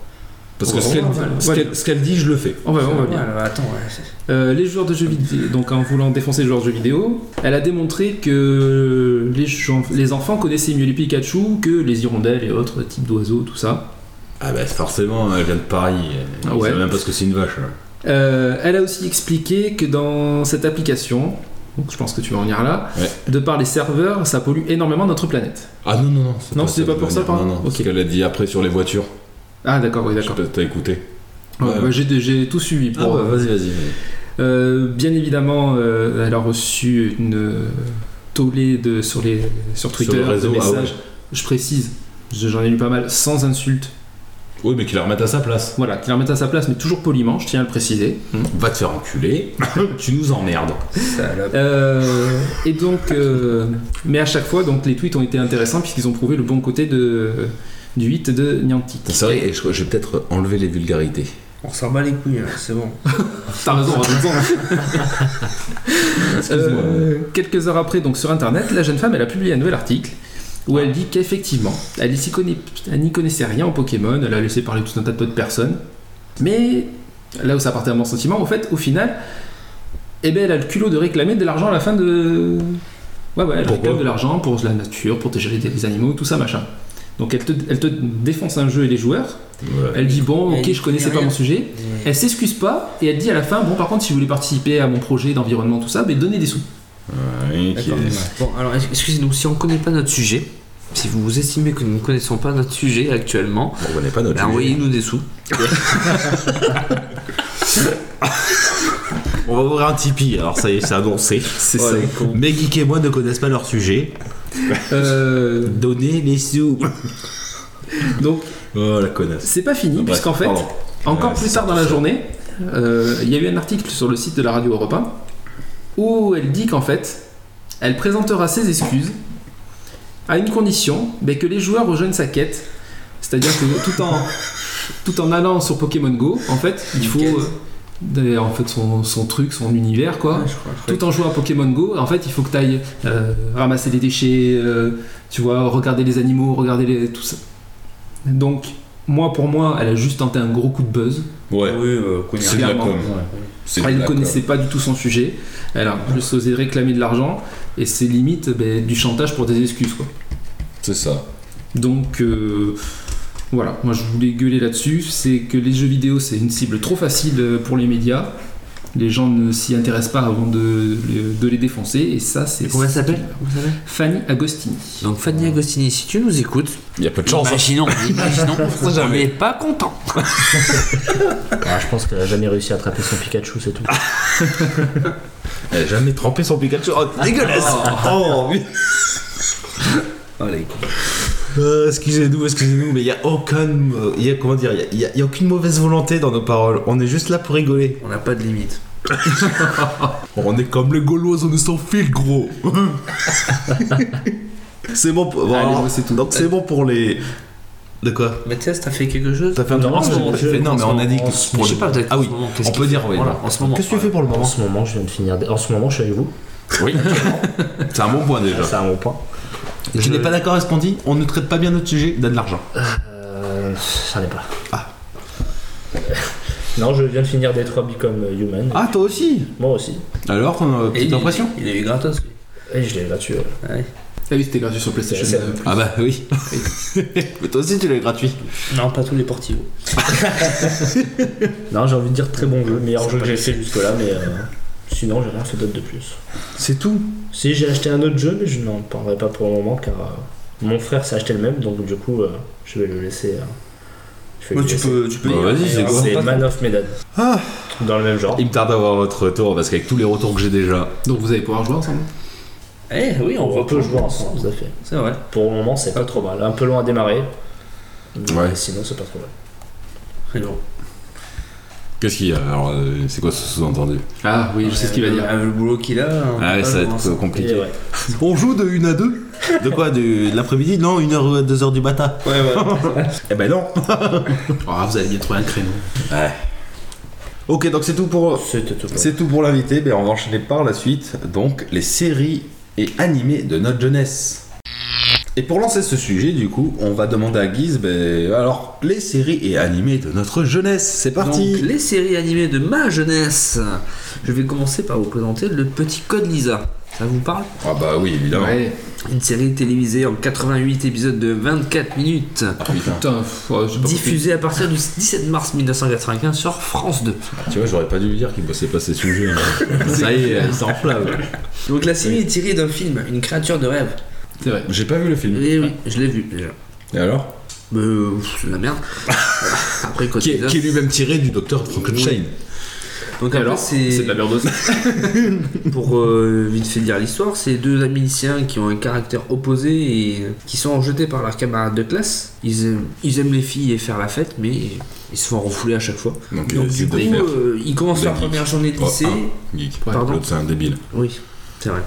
Parce que Oh, ce qu'elle normal. ce qu'elle- ce qu'elle dit, je le fais. on va, on va bien. Ouais, alors, attends, ouais, c'est- Euh, les joueurs de jeux vidéo, donc en voulant défoncer les joueurs de jeux vidéo, elle a démontré que les, gens- les enfants connaissaient mieux les Pikachu que les hirondelles et autres types d'oiseaux, tout ça. Ah bah forcément, elle vient de Paris. Elle Ah ouais. sait même pas ce que c'est une vache. hein. là. Euh, elle a aussi expliqué que dans cette application, donc je pense que tu vas en venir là, Ouais. de par les serveurs, ça pollue énormément notre planète. Ah non, non, non. Non, c'était pas pour ça, Non, pardon non, Ok. ce qu'elle a dit après sur les voitures. Ah d'accord, oui Je sais d'accord. pas si t'as écouté. Ouais, Ouais. bah, j'ai- J'ai tout suivi. Pour, euh, vas-y, vas-y. Euh, bien évidemment, euh, elle a reçu une euh, tollée de, sur, les, sur Twitter, le réseau, de ah ouais. messages. Je précise, je- j'en ai lu pas mal, sans insultes. Oui, mais qu'il la remette à sa place. Voilà, qui la remettent à sa place, mais toujours poliment, je tiens à le préciser. Va te faire enculer. tu nous emmerdes. Salope. Euh, et donc, euh, mais à chaque fois, donc les tweets ont été intéressants puisqu'ils ont prouvé le bon côté de, du hit de Niantic. C'est vrai, et je, je vais peut-être enlever les vulgarités. On s'en bat les couilles, hein, c'est bon. T'as raison, on raison. <laughs> Euh, quelques heures après, donc sur internet, la jeune femme elle a publié un nouvel article où elle dit qu'effectivement, elle s'y connaît- elle n'y connaissait rien en Pokémon, elle a laissé parler tout un tas de personnes, mais là où ça partait à mon sentiment, en fait, au final, eh ben, elle a le culot de réclamer de l'argent à la fin de. Ouais, ouais, elle réclame de l'argent pour la nature, pour protéger les- les animaux, tout ça, machin. Donc elle te, elle te défonce un jeu et les joueurs. Elle dit bon, Elle ok, dit je connaissais pas rien. mon sujet. Elle s'excuse pas et elle dit à la fin bon, par contre, si vous voulez participer à mon projet d'environnement, tout ça, mais donnez des sous. D'accord. Bon, alors ex- excusez-nous, si on ne connaît pas notre sujet, si vous estimez que nous ne connaissons pas notre sujet actuellement, On connaît pas notre ben, sujet. envoyez-nous des sous. On va ouvrir un Tipeee, alors ça y est, c'est annoncé. C'est ça. Mes geeks et moi ne connaissent pas <laughs> leur sujet. Euh, <laughs> Donnez les sous. donc Oh la connasse. c'est pas fini Ah, bref, puisqu'en fait, pardon. encore Ouais, plus c'est tard dans la journée, euh, il y a eu un article sur le site de la radio Europe 1 où elle dit qu'en fait, elle présentera ses excuses à une condition, mais que les joueurs rejoignent sa quête. C'est-à-dire que <laughs> tout en, tout en allant sur Pokémon Go, en fait, il faut quête. euh, d'aller- en fait son, son truc, son univers, quoi. Ouais, je crois, je crois. tout en jouant à Pokémon Go, en fait, il faut que tu ailles ramasser des déchets, euh, tu vois, regarder les animaux, regarder les, tout ça. Donc, moi, pour moi, elle a juste tenté un gros coup de buzz. Ouais. Oui, euh, connard. C'est de la Clairement. com. C'est de Elle la ne com. connaissait pas du tout son sujet. Elle a juste osé réclamer de l'argent et c'est limite ben, du chantage pour des excuses, quoi. C'est ça. Donc euh, voilà, moi je voulais gueuler là-dessus, c'est que les jeux vidéo c'est une cible trop facile euh, pour les médias. Les gens ne s'y intéressent pas avant de, de les défoncer et ça c'est. Et comment elle s'appelle Comment elle s'appelle Fanny Agostini. Donc Fanny Agostini, si tu nous écoutes, Il y a peu de chance. hein. imaginons, imaginons, on n'est pas content. Ah, je pense qu'elle a jamais réussi à attraper son Pikachu, c'est tout. Elle a jamais trempé son Pikachu. Oh, Ah. Dégueulasse Oh, mais- Oh, Allez, Euh, excusez-nous, excusez-nous, mais il n'y a aucune, euh, il y a, comment dire, il y a- il y a aucune mauvaise volonté dans nos paroles. On est juste là pour rigoler. on n'a pas de limite. On est comme les Gaulois, on est sans fil, <laughs> gros. c'est bon. Pour, bon, Allez, alors, moi, c'est tout. Donc c'est bon pour les. De quoi Mathias, t'as fait quelque chose T'as fait un Non, truc non, Non, je- non, mais on a dit que c'est Mais pour Je sais le- pas, peut-être. Ah en oui. ce moment, qu'est-ce on qu'il peut fait dire, oui, Voilà, non. en ce moment. Qu'est-ce que tu fais pour le En moment ce moment, je viens de finir. des- En ce moment, je suis avec vous. Oui. C'est un bon point Ah. déjà. C'est un bon point. Tu Je- n'es pas d'accord avec ce qu'on dit On ne traite pas bien notre sujet, donne de l'argent. Euh, j'en ai pas. <laughs> Non, je viens de finir des 3 Become Human. Ah, toi aussi Moi aussi. Alors, ton, euh, Et petite il- impression Il est eu gratos. lui. Et je l'ai gratuit. ouais. Ah oui, c'était gratuit sur PlayStation. C'est- euh, plus. Ah bah oui. <laughs> mais toi aussi, tu l'as gratuit. Non, pas tous les portiaux. Non, j'ai envie de dire très bon jeu, meilleur jeu que j'ai fait jusque-là, mais euh, sinon, j'ai rien fait d'autre de plus. C'est tout. Si j'ai acheté un autre jeu, mais je n'en parlerai pas pour le moment car euh, mon frère s'est acheté le même, donc du coup, euh, je vais le laisser. euh, je vais Moi, lui tu laisser. peux, tu peux. Bah, y vas-y, aller, c'est hein. quoi C'est Man of Medan. Ah. Dans le même genre. Il me tarde à avoir votre retour parce qu'avec tous les retours que j'ai déjà. Donc vous allez pouvoir jouer ensemble. Eh oui, on On voit peut jouer ensemble, tout à fait. C'est vrai. Pour le moment, c'est pas trop mal. Un peu long à démarrer. mais Ouais. Sinon, c'est pas trop mal. Très long. Qu'est-ce qu'il y a Alors, euh, c'est quoi ce sous-entendu Ah oui, je sais ce qu'il va dire. Avec Euh, Le boulot qu'il a. on Ah, peut ouais, pas ça jouer va être ensemble. compliqué. Et ouais. On joue de 1 à 2 De quoi De, de l'après-midi Non, 1 heure, 2 heures du matin. Ouais, ouais. <laughs> Eh <laughs> ben non. Ah, vous allez bien trouver un créneau. Ok, donc c'est tout pour C'était tout. c'est tout pour l'invité. Ben on va enchaîner par la suite. Donc les séries et animés de notre jeunesse. Et pour lancer ce sujet, du coup, on va demander à Guise. Ben alors les séries et animés de notre jeunesse. C'est parti. Donc, les séries animées de ma jeunesse. Je vais commencer par vous présenter Le Petit Code Lisa. Ça vous parle Ah bah oui évidemment. Ouais. Une série télévisée en 88 épisodes de 24 minutes, Ah, putain. Putain, pff, ouais, je sais pas diffusée à partir du 17 mars 1995 sur France 2. Tu vois, j'aurais pas dû lui dire qu'il bossait pas ces sujets. hein. Ça y est, il s'enflamme. Donc la série est tirée d'un film, Une créature de rêve. pourquoi. C'est vrai. <laughs> J'ai pas vu le Mm. film. Et oui, je l'ai vu déjà. Et alors Mais, euh, pff, la <laughs> merde. Après Code Qui est, Lisa. qui est lui-même tiré du docteur Frankenstein. Donc après, Alors, c'est- c'est de la merde aussi. <laughs> Pour euh, vite fait dire l'histoire, c'est deux amis lycéens qui ont un caractère opposé et qui sont rejetés par leurs camarades de classe. Ils aiment, ils aiment les filles et faire la fête, mais ils se font refouler à chaque fois. Donc, Donc du coup, euh, ils commencent Des leur geeks. première journée de Oh, lycée. un. Geek. Pardon L'autre, c'est un débile. Oui, c'est vrai.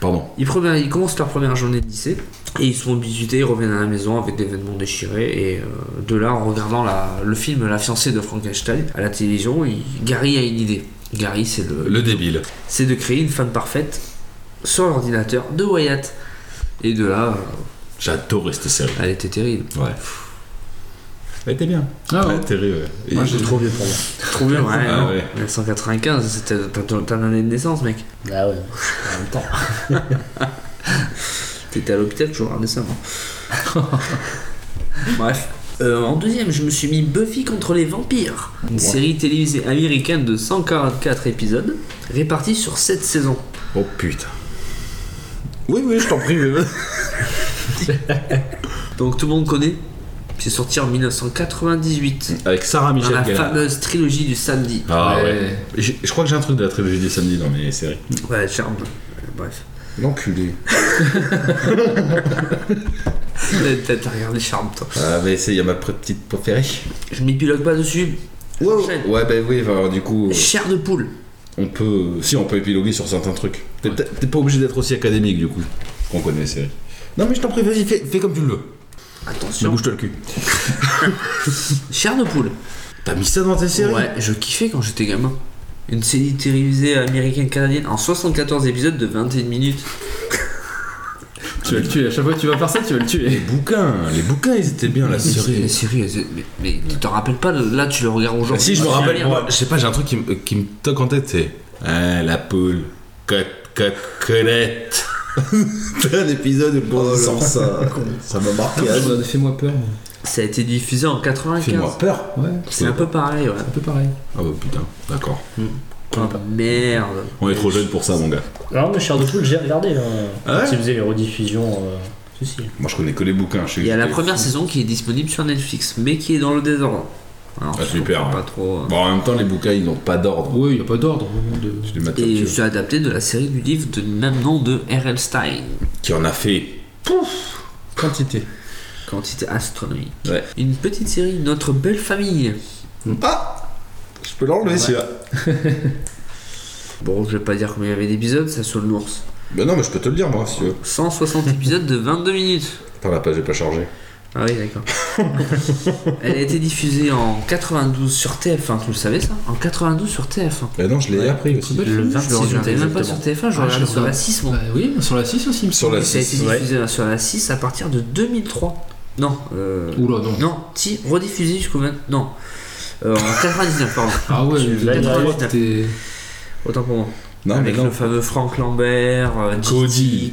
Pardon. Ils, prennent- ils commencent leur première journée de lycée et ils sont bisutés, ils reviennent à la maison avec des vêtements déchirés et euh, de là, en regardant la- le film La fiancée de Frankenstein à la télévision, il- Gary a une idée. Gary, c'est le, Le débile. c'est de créer une femme parfaite sur l'ordinateur de Wyatt. Et de là, euh, J'adore cette série. elle était terrible. Ouais. Elle était bien. Ah ouais. Ouais, terrible. ouais. Moi, Et- j'ai trop vieux pour moi. Trop bien, ouais. Ah non. ouais. 1995, c'était ta- ta- ton année de naissance, mec. Ah ouais, en même temps. T'étais à l'hôpital, je regardais ça, <laughs> moi. Bref. Euh, en deuxième, je me suis mis Buffy contre les vampires. Une série télévisée américaine de 144 épisodes, répartie sur 7 saisons. Oh putain. Oui, oui, je t'en prie. mais- Donc tout le monde connaît. C'est sorti en 1998. Mm. Avec Sarah Dans Michelle la Gellar. fameuse trilogie du samedi. Ah ouais. Je, je crois que j'ai un truc de la trilogie des samedis dans mes séries. Ouais, charme. Euh, Bref. L'enculé. T'as t'as regardé Charme, toi. Ah mais c'est il y a ma petite préférée. Je m'épilogue pas dessus. J'enchaîne. Ouais bah oui bah, alors du coup Chair de poule. on peut si on peut épiloguer sur certains trucs. T'es peut- t'es pas obligé d'être aussi académique du coup. Qu'on connaît les séries. Non, mais je t'en prie, vas-y, fais, fais comme tu le veux. Attention. Bouge-toi le cul. <laughs> Chair de poule. T'as mis ça dans tes séries Ouais, je kiffais quand j'étais gamin. Une série télévisée américaine-canadienne en 74 épisodes de 21 minutes. Tu vas le tuer, à chaque fois que tu vas faire ça, tu vas le tuer. Les bouquins, les bouquins ils étaient bien la Les série. séries, elles- mais, mais tu t'en rappelles pas, là tu le regardes aujourd'hui. Bah, si je me tu rappelle regardes. moi. Je sais pas, j'ai un truc qui, me- qui me toque en tête, c'est. Ah, la poule. Cote, cote, <laughs> colette. T'as un épisode où le gros il sort ça. Ça m'a marqué. Ah, bah, Fais-moi peur. Ça a été diffusé en 95. Fais-moi peur. Ouais, C'est un peu pareil, ouais. un peu pareil. Ah bah putain, d'accord. Oh, merde. On est trop jeune pour ça mon gars. Non, mais Cher de Poule, j'ai regardé. euh, Ah ouais quand ils faisaient les rediffusions. euh, si, si. Moi je connais que les bouquins. Je sais Il y a que la j'étais- première saison qui est disponible sur Netflix, mais qui est dans le désordre. Alors, Ah, je super, comprends hein. Pas trop. euh. Bon en même temps les bouquins ils n'ont pas d'ordre. Oui, y a pas d'ordre. vraiment, de- Je les mate comme tu Et veux. c'est adapté de la série du livre de même nom de R.L. Stein. Qui en a fait Quantité. Quantité astronomique. Ouais. Une petite série, Notre belle famille. Hmm. Ah Je peux l'enlever celui-là. Bon, je vais pas dire combien il y avait d'épisodes, ça sur le ours. Bah non mais je peux te le dire moi si tu veux. 160 <laughs> épisodes de 22 minutes. Attends la page est pas chargée. Ah oui, d'accord. Elle a été diffusée en 92 sur TF1, tu le savais ça En 92 sur TF1. Bah non je l'ai appris aussi. Le Je le 26 regardais même pas sur exactement. TF1, je Ah, regardais je sur la regarde. 6 moi. Bah oui, sur la 6 aussi. il me Sur la Et ça a été 6. diffusé sur la 6 à partir de 2003. Non, euh, semble. Oula, non. non, si, rediffusé jusqu'au 20. Non. Euh, en 99, pardon. Ah <laughs> ouais, Tu t'es- l'as- t'es- t'es- Autant pour moi. Non Avec Ah, mais le non. fameux Frank Lambert, euh, Gigi,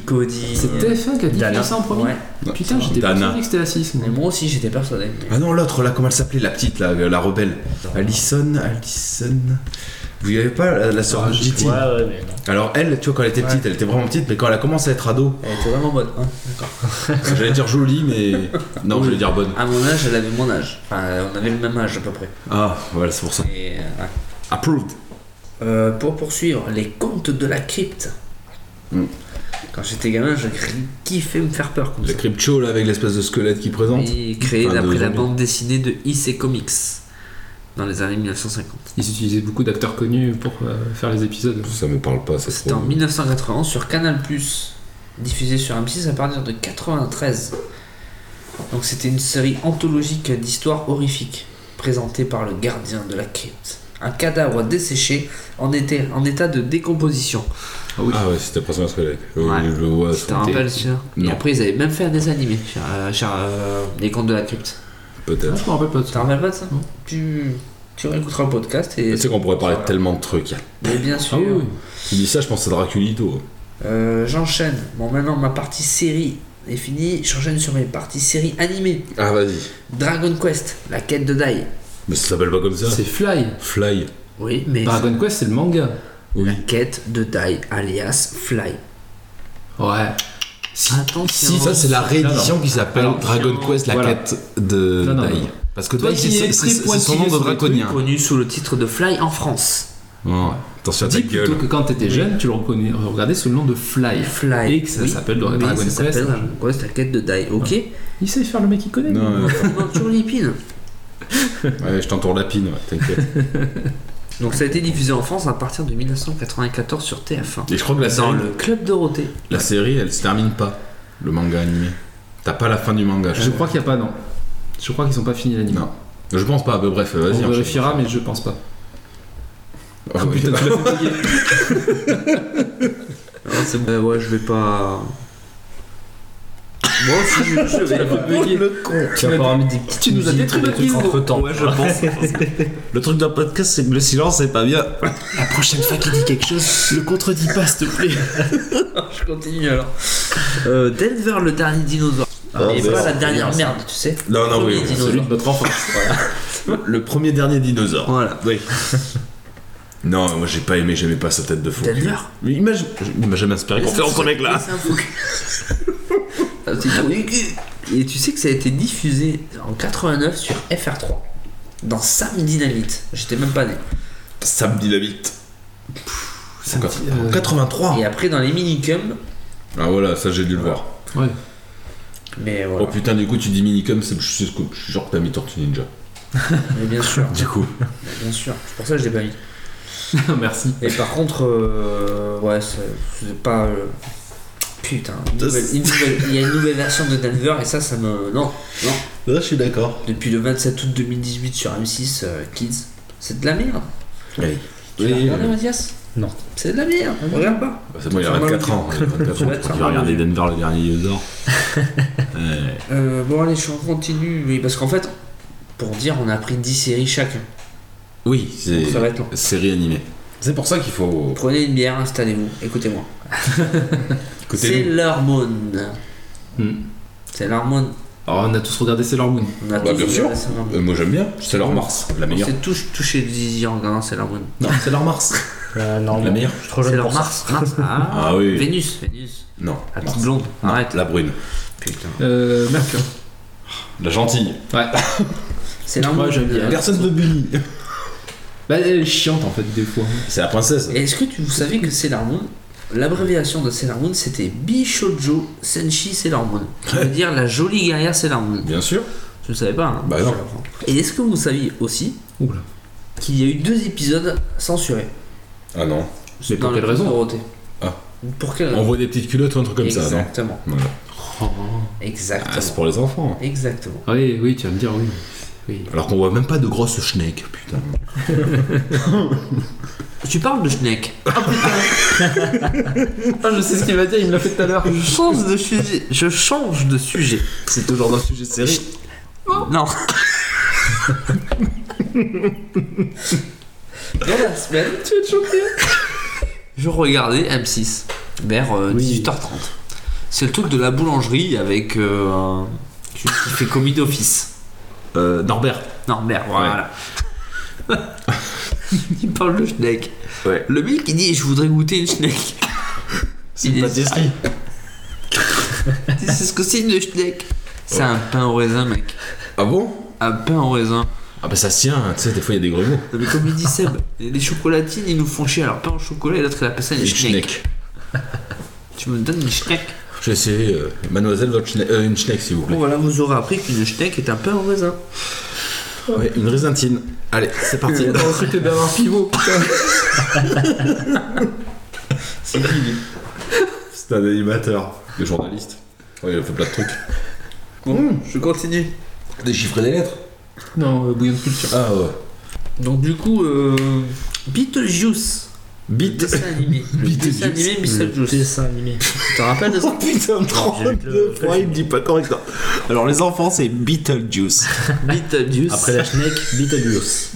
Cody. Cody. C'est TF1 qui a diffusé Dana. ça en premier. euh, Ouais. Putain, j'étais pas Dana. sûr que c'était la 6. moi. Mais moi aussi j'étais persuadé. mais- Ah non, l'autre là, comment elle s'appelait, la petite là, la rebelle Alison, Alison. Vous y avez pas la, la Ah, sœur de Gigi Ouais, ouais, mais non. Alors elle, tu vois, quand elle était petite, elle était vraiment petite, mais quand elle a commencé à être ado, Elle était vraiment bonne. hein. j'allais dire jolie, <laughs> mais. Non, j'allais dire bonne. À mon âge, elle avait mon âge. Enfin, on avait le même âge à peu près. Ah, voilà, c'est pour ça. Et, euh, ouais. Approved. Euh, pour poursuivre, les contes de la crypte. Mm. Quand j'étais gamin, je cri- kiffais me faire peur comme Le ça. crypto là avec l'espèce de squelette qui présente. Et créé Enfin, de d'après la zombies. bande dessinée de IC Comics dans les années 1950. Ils utilisaient beaucoup d'acteurs connus pour euh, faire les épisodes. Ça me parle pas, ça C'était en 1991 sur Canal+, diffusé sur M6 à partir de 93. Donc c'était une série anthologique d'histoires horrifiques, présentée par le gardien de la crypte. Un cadavre desséché en, était, en état de décomposition. Ah ouais, c'était presque un squelette. Euh, Ouais. Je le vois. Tu te ça. rappelles, ça Et Non. après, ils avaient même fait des animés, cher- euh, cher- euh, les contes de la crypte. Ah, Peut-être. je me rappelle pas de Tu te ça. rappelles pas de ça Tu, tu réécouteras le podcast et. Tu sais qu'on pourrait parler de Voilà. tellement de trucs. Mais bien sûr. Bah, Ah oui, oui. Tu dis ça, je pense à Draculito. Euh, J'enchaîne. Bon, maintenant, ma partie série est finie. J'enchaîne sur mes parties séries animées. Ah vas-y. Dragon Quest, la quête de Dai. Mais ça s'appelle pas comme ça. Ah, C'est Fly. Fly. Oui, mais. Dragon Quest, c'est le manga. La quête de Dai, alias Fly. Ouais. Si. Attention. Si, ça, c'est la réédition qui s'appelle Alors, Dragon Quest, la voilà. quête de Non, non, Dai. non. Parce que Toi Dai, qui c'est es c'est- très c'est son pointillé nom de sur les draconien. Connue sous le titre de Fly en France. Oh, attention à ta Dis plutôt gueule. que quand t'étais jeune, tu le reconnais- regardais sous le nom de Fly. Fly. Et que ça Oui, s'appelle Dra- mais Dragon ça s'appelle Quest. Dragon Quest, la quête de Dai. Ok Il sait faire le mec qui connaît. Non, Aventure Lipine. <laughs> ouais, je t'entoure la pine, ouais, t'inquiète. Donc ça a été diffusé en France à partir de 1994 sur TF1. Et je crois que la Dans série, le Club Dorothée. la série, elle se termine pas, le manga animé. T'as pas la fin du manga, je Je crois. crois qu'il n'y a pas, non. Je crois qu'ils ont pas fini l'anime. Non. Je pense pas, mais bref, On vas-y. hein, enchaîne. vérifiera, mais je pense pas. Ah, ouais. Putain, tu l'as fait payer. Ah, c'est bon. Euh, ouais, je vais pas. Moi aussi, je, je vais. Tu vas pouvoir mettre des petites Tu nous as musiques, détruit des notre trucs guide. entre temps. Ouais, je pense. Le truc d'un podcast, c'est que le silence, c'est pas bien. La prochaine fois qu'il dit quelque chose, le contredis pas, s'il te plaît. je continue alors. Euh, Denver, le dernier dinosaure. Ah, Et merde. pas la dernière merde, tu sais. Non, non, Premier oui, oui, dinosaure. celui de <laughs> notre enfance. Le premier dernier dinosaure. Voilà. <laughs> Oui. Non, moi j'ai pas aimé, j'aimais pas sa tête de fou. Denver Mais imagine, il m'a jamais inspiré confiance ce mec là. C'est un fou. Ah, c'est trop. Et tu sais que ça a été diffusé en 89 sur FR3. Dans Sam Dynamite. J'étais même pas né. Samedi la vite. Ça me dit, euh, 83 Et après, dans les minicums. Ah voilà, ça j'ai dû le voir. ouais. Mais Oh voilà. putain, du coup, tu dis minicum, c'est- je suis je suis sûr que t'as mis Tortue Ninja. Mais bien sûr. Du coup. Bien sûr. C'est pour ça que je l'ai pas mis. euh, <laughs> Merci. Et par contre, euh, ouais, c'est c'est pas. euh, Putain, une nouvelle- une nouvelle- il y a une nouvelle version de Denver et ça, ça me. Non, non. Là, je suis d'accord. Depuis le 27 août 2018 sur M6 euh, Kids, c'est de la merde. Oui. Tu l'as regardé, Mathias Non. C'est de la merde, regarde pas. Bah, c'est moi, il a Ça m'a 24 ans. Il a 24 ans. Ouais, ça Il m'a regardait Denver le dernier dinosaure. Ouais. Euh, bon, allez, je continue. Oui, parce qu'en fait, pour dire, on a pris 10 séries chacun. Oui, Donc ça va c'est être long. série animée. C'est pour ça qu'il faut. Prenez une bière, installez-vous, <laughs> écoutez-moi. C'est nous. l'hormone. Hmm. C'est l'hormone. Alors, Oh, on a tous regardé Sailor Moon. On a Bah, tous bien regardé sûr. Sailor Moon. Euh, moi j'aime bien, c'est leur Mars, la On meilleure. s'est tous touché du zizi en regardant Sailor Moon. Non, c'est leur Mars. Euh, non, La meilleure je suis trop C'est jeune leur pour ça. Mars, <laughs> Mars. Ah, Ah oui. Ah. Vénus, Vénus. Non, La Mars. petite blonde. Non, Arrête. La brune. Putain. Euh, Mercure. La gentille. Ouais. C'est euh, normal. Moi, j'aime bien. Personne ne Bunny. Bah, elle est chiante en fait, des fois. <laughs> hein. C'est la princesse. Et Est-ce que tu vous savez que Sailor Moon, l'abréviation de Sailor Moon, c'était Bishojo Senshi Sailor Moon, qui veut dire la jolie guerrière Sailor Moon. Bien sûr. Je ne savais pas. hein. Bah non. Et est-ce que vous saviez aussi Oula. qu'il y a eu deux épisodes censurés Ah non. Mais pour dans quelle le raison Dorothée. Ah. Pour quelle On raison voit des petites culottes ou un truc comme ça, non Exactement. Voilà. Exactement. Ah, c'est pour les enfants. Exactement. Ah Oui, oui, tu vas me dire oui. Oui. Alors qu'on voit même pas de grosses snakes, putain. Tu parles de Schneck. <laughs> Ah, je sais ce qu'il va dire, il me l'a fait tout à l'heure. Je change de sujet. Je change de sujet. C'est toujours dans le sujet de série. <laughs> Non. Dans la semaine, tu es choqué. Je regardais M6 vers euh, 18h30. C'est le truc de la boulangerie avec euh, un- qui qui fait commis d'office. Euh, Norbert. Non, merde, voilà. <laughs> il parle de schneck. Ouais. Le mec il dit Je voudrais goûter une schneck. C'est Il une est- pâtisserie. Tu sais ce que c'est une schneck C'est un pain au raisin, mec. Ah bon Un pain au raisin. Ah bah ça se tient, tu sais, des fois il y a des gros mots. Non, mais comme il dit Seb, les les chocolatines ils nous font chier. Alors pain au chocolat et l'autre il appelle ça une Des schneck. schnecks. Tu me donnes une schneck. J'ai essayé, euh, mademoiselle, votre schneck- euh, une schneck s'il vous Bon plaît. voilà, vous aurez appris qu'une schneck est un pain au raisin. Ouais, une résintine. Allez, c'est parti. <laughs> C'était d'avoir pivot. <laughs> c'est un animateur. Le journaliste. Ouais, il a fait plein de trucs. Je continue. Déchiffrer des lettres. Non, euh, Bouillon de Culture. Ah ouais. Donc du coup, euh, Beetlejuice. Le Bite. dessin animé. Le dessin animé Beetlejuice. Dessin animé. Tu te rappelles de ça Putain, J'ai vu 32 le- fois, il me dit pas correct. non. Alors, les enfants, c'est Beetlejuice. Beetlejuice. Après la Schneck, Beetlejuice.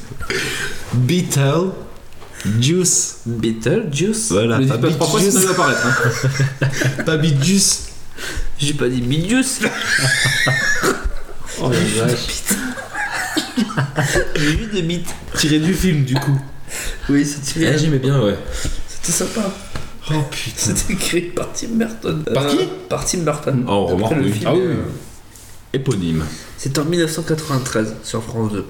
Beetlejuice. Beetlejuice. Voilà, Ah, Ne dis pas trois fois, sinon il va apparaître. hein. Pas Beetlejuice. J'ai pas dit Beetlejuice. Oh la vache. J'ai vu des bites. Tiré du film, du coup. Oui, c'était Ah, j'aimais bien, ouais. c'était sympa. Oh putain. C'était créé par Tim Burton. Euh, Par qui Par Tim Burton. Oh, on remarque, Après le oui. film, Ah oui. euh, Éponyme. C'était en 1993 sur France 2.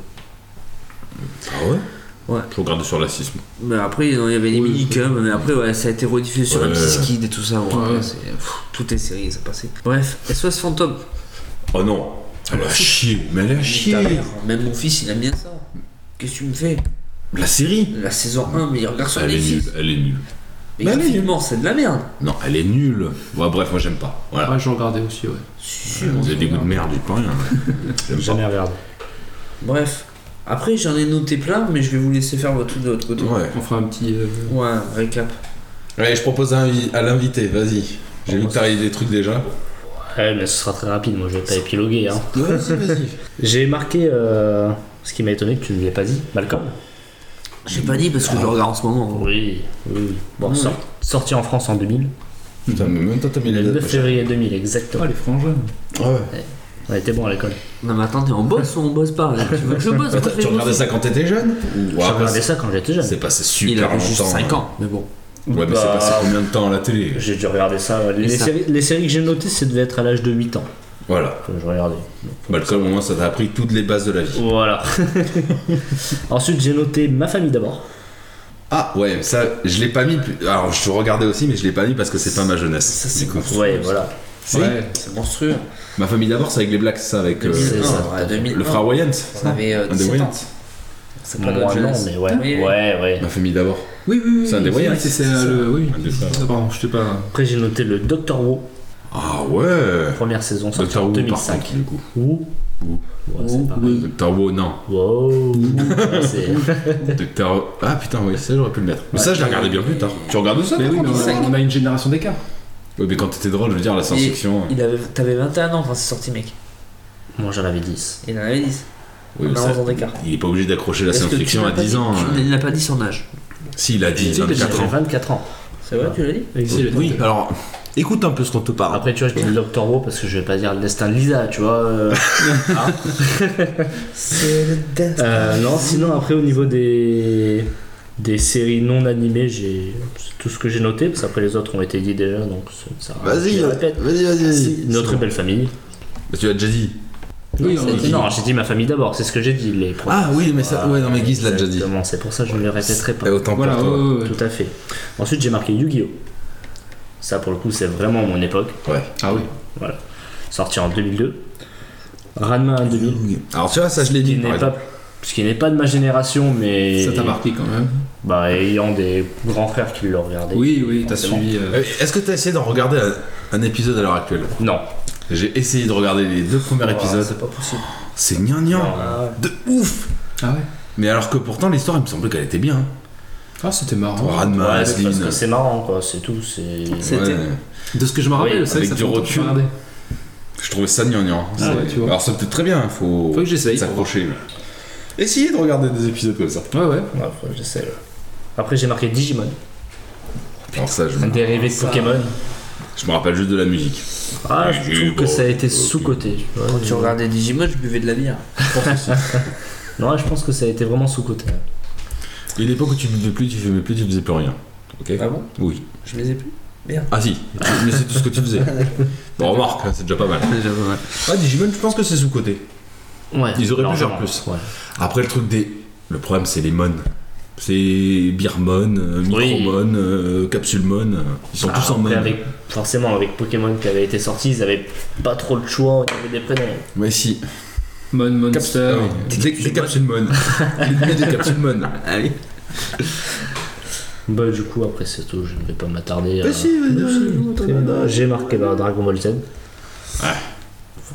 Ah ouais Ouais. Je regarde sur la 6. Mais après, il y en- il y avait les Oui. minicums, mais après, ouais, ça a été rediffusé sur Ouais. M6 Kids et tout ça. bon, après, Ouais. c'est- pff, toutes les séries, ça passait. Bref, SOS Fantôme. Oh non. Ah, Elle a chier. Mais elle a Ta chier. mère, Même mon fils, il aime bien ça. Qu'est-ce que tu me fais La série La saison 1, mais il regarde sur Elle est Netflix. nulle, elle est nulle. Mais Bah, elle est graphiquement, c'est de la merde. Non, elle est nulle. Ouais, bref, moi j'aime pas. Voilà. Ouais, Ah, je regardais aussi, ouais. Si, si, Vous avez des goûts de merde, dites pas rien. J'aime pas. Jamais regardé. Bref. Après, j'en ai noté plein, mais je vais vous laisser faire votre truc de votre côté. Ouais. On fera un petit. euh, Ouais, un récap. Allez, je propose à, invi- à l'invité, vas-y. J'ai vu que t'arrives des trucs déjà. Ouais, mais ce sera très rapide, moi je vais pas épiloguer. Hein. Vas-y, vas-y. J'ai marqué euh, ce qui m'a étonné que tu ne l'aies pas dit, Malcolm. J'ai pas dit parce que je le regarde en ce moment. Oui, oui. Bon, sor- sorti en France en 2000, <laughs> Putain, mais même toi, t'as mis le les 9 dates, machin. février 2000, Ah, exactement. les frangins. Ouais. On était bon à l'école. Non, mais attends, t'es en boss ou on bosse pas là Tu veux que je bosse Attends, tu regardais ça quand t'étais jeune Ou J'ai après, regardé ça quand j'étais jeune. C'est passé Il super avait longtemps. juste 5 hein. ans, mais bon. Ouais, mais c'est Bah. passé combien de temps à la télé J'ai dû regarder ça. Les, ça- Séries, les séries que j'ai notées, ça devait être à l'âge de 8 ans Voilà. que je regardais. Malcolm, au moins, ça t'a appris toutes les bases de la vie. Voilà. <laughs> Ensuite, j'ai noté ma famille d'abord. Ah, ouais, ça, je l'ai pas mis. pu- Alors, je regardais aussi, mais je l'ai pas mis parce que c'est pas ma jeunesse. Ça, c'est Du coup. Ouais, voilà. Si Ouais. C'est monstrueux. Ma famille d'abord, c'est avec les Blacks, ça, avec euh, C'est ça, ouais, 2001. le frère Wayans. On avait euh, Un des 17 ans. Wayans. C'est pas Moi notre non, jeunesse. mais ouais. Oui, oui. Ouais, ouais. Ma famille d'abord. Oui, oui, oui. C'est un des oui, voyages, C'est c'est, c'est ça. le. Oui, Un des frères. Ah, pardon, je t'ai pas. Après, j'ai noté le Doctor Who, Ah, ouais. première saison, sortie Doctor en Who, par 2005. contre, du coup. Who Who. Ouais, c'est pareil. Doctor Who, non. Wow. <laughs> C'est- Docteur- Ah putain, oui, ça j'aurais pu le mettre. Mais ça, je l'ai regardé bien plus tard. Tu regardes ça Mais oui, mais on a- 35. on a une génération d'écart. Oui, mais quand t'étais drôle, je veux dire, la science-fiction. Il avait... T'avais 21 ans quand c'est sorti, mec. Moi, j'en avais 10. Il en avait 10. Oui, mais on a ça, 11 ans d'écart. euh, Il est pas obligé d'accrocher la Parce que tu science-fiction l'as à pas 10 dit- ans. hein. euh. Tu n'as pas dit son âge. Si, il a dit Tu sais que j'avais 24 ans. 24 ans. C'est vrai, tu l'as dit Oui, alors, écoute un peu ce qu'on te parle. Après, tu vois, je dis le Doctor Who parce que je vais pas dire le destin de Lisa, tu vois. euh. C'est le destin. <laughs> Euh, non, sinon, après, au niveau des, des séries non animées, j'ai c'est tout ce que j'ai noté, parce qu'après les autres ont été dit déjà, donc ça- ça Vas-y, je vas-y, répète. vas-y, Si, vas-y. Notre belle famille. Bah, Tu l'as déjà dit. Oui, non, on l'a c'est- dit. non, j'ai dit ma famille d'abord, c'est ce que j'ai dit. Les premiers. Ah oui, mais ça, ouais, non, mais Guise l'a déjà dit. Exactement, c'est pour ça que je ne le répéterai pas. Et autant Voilà, pour toi. ouais, ouais, ouais. Tout à fait. Ensuite, j'ai marqué Yu-Gi-Oh! Ça, pour le coup, c'est vraiment mon époque. Ouais. Ah oui. Voilà. Sorti en 2002. Ranma en 2000. Alors, tu vois, ça, Ah, je l'ai Qui dit. n'est par exemple. pas- Ce qui n'est pas de ma génération, mais. Ça t'a marqué quand même. Bah, ayant des grands frères qui le regardaient. Oui, oui, t'as forcément. suivi. euh, Euh, Est-ce que t'as essayé d'en regarder un, un épisode à l'heure actuelle Non. Ah, J'ai essayé de regarder les deux premiers épisodes. C'est pas possible. C'est gnangnan. De ouf Ah ouais. Mais alors que pourtant, l'histoire, il me semblait qu'elle était bien. Ah, c'était marrant. Ouais, Radma, mais parce Asline. que c'est marrant, quoi, c'est tout. C'est. C'était- Ouais. De ce que je me Oui, rappelle, c'est vrai que avec ça du fait longtemps que je recul. regardais. Je trouvais ça gnangnan. C'est- ouais, tu vois. Alors ça peut être très bien, hein. faut, Faut que j'essaye. s'accrocher. Essayez de regarder des épisodes comme ça. Ouais, ouais. Ouais, faut que j'essaie, là. Après, j'ai marqué Digimon, Alors Ah, ça, je un me, dérivé de Pokémon. je me rappelle juste de la musique. Ah, je trouve que ça a été sous-coté. Quand tu regardais Digimon, je buvais de la bière. Non, je pense que ça a été vraiment sous-coté. Il y a l'époque où tu buvais plus, tu fumais plus, tu faisais plus rien. Ok Ah bon Oui. Je les ai plus. Ah si, mais c'est tout ce que tu faisais. Bon, <laughs> remarque, hein, c'est déjà pas mal. Déjà pas mal. Ah, Digimon, je pense que c'est sous-côté. Ouais. Ils auraient pu faire largement. plus. Ouais. Après, le truc des. Le problème, c'est les mon. C'est Birmon, euh, Oui. Micromon, euh, Capsulemon. euh, Ils sont Ah, tous en mon. après, avec- Forcément, avec Pokémon qui avait été sorti, ils avaient pas trop le choix au niveau des prénoms. Mais si. Ah Mon Monster. Des, des, <laughs> Capsulemon. L'ennemi des Capsulemon. Bah, du coup, après, c'est tout, je ne vais pas m'attarder. euh, vas-y, Euh, J'ai marqué bah, Dragon Ball Z.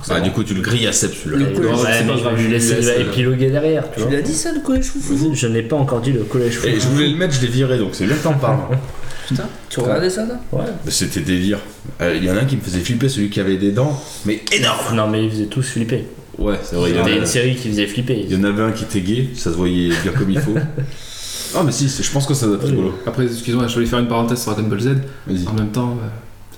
Bah, du coup, tu le grilles à Seb, celui-là. Le collège Ouais, c'est mais pas je grave, vais je laisser laisse, il va euh, épiloguer derrière, tu Tu vois. l'as dit ça, le collège foufou Je n'ai pas encore dit le collège Et je fou. voulais le mettre, je l'ai viré, donc c'est bien que t'en parles. Putain, tu regardais ça, toi Ouais. C'était délire. Euh, Il y en a un qui me faisait flipper, celui qui avait des dents, mais énorme. Non, mais ils faisaient tous flipper. Ouais, c'est vrai. Il y, en C'était une a- série qui faisait il y flipper. en avait un qui était gay, ça se voyait bien comme il faut. Ah, mais si, c'est- je pense que ça doit être rigolo. Après, excuse-moi, je voulais faire une parenthèse sur Dragon Ball Z. Vas-y. En même temps, euh,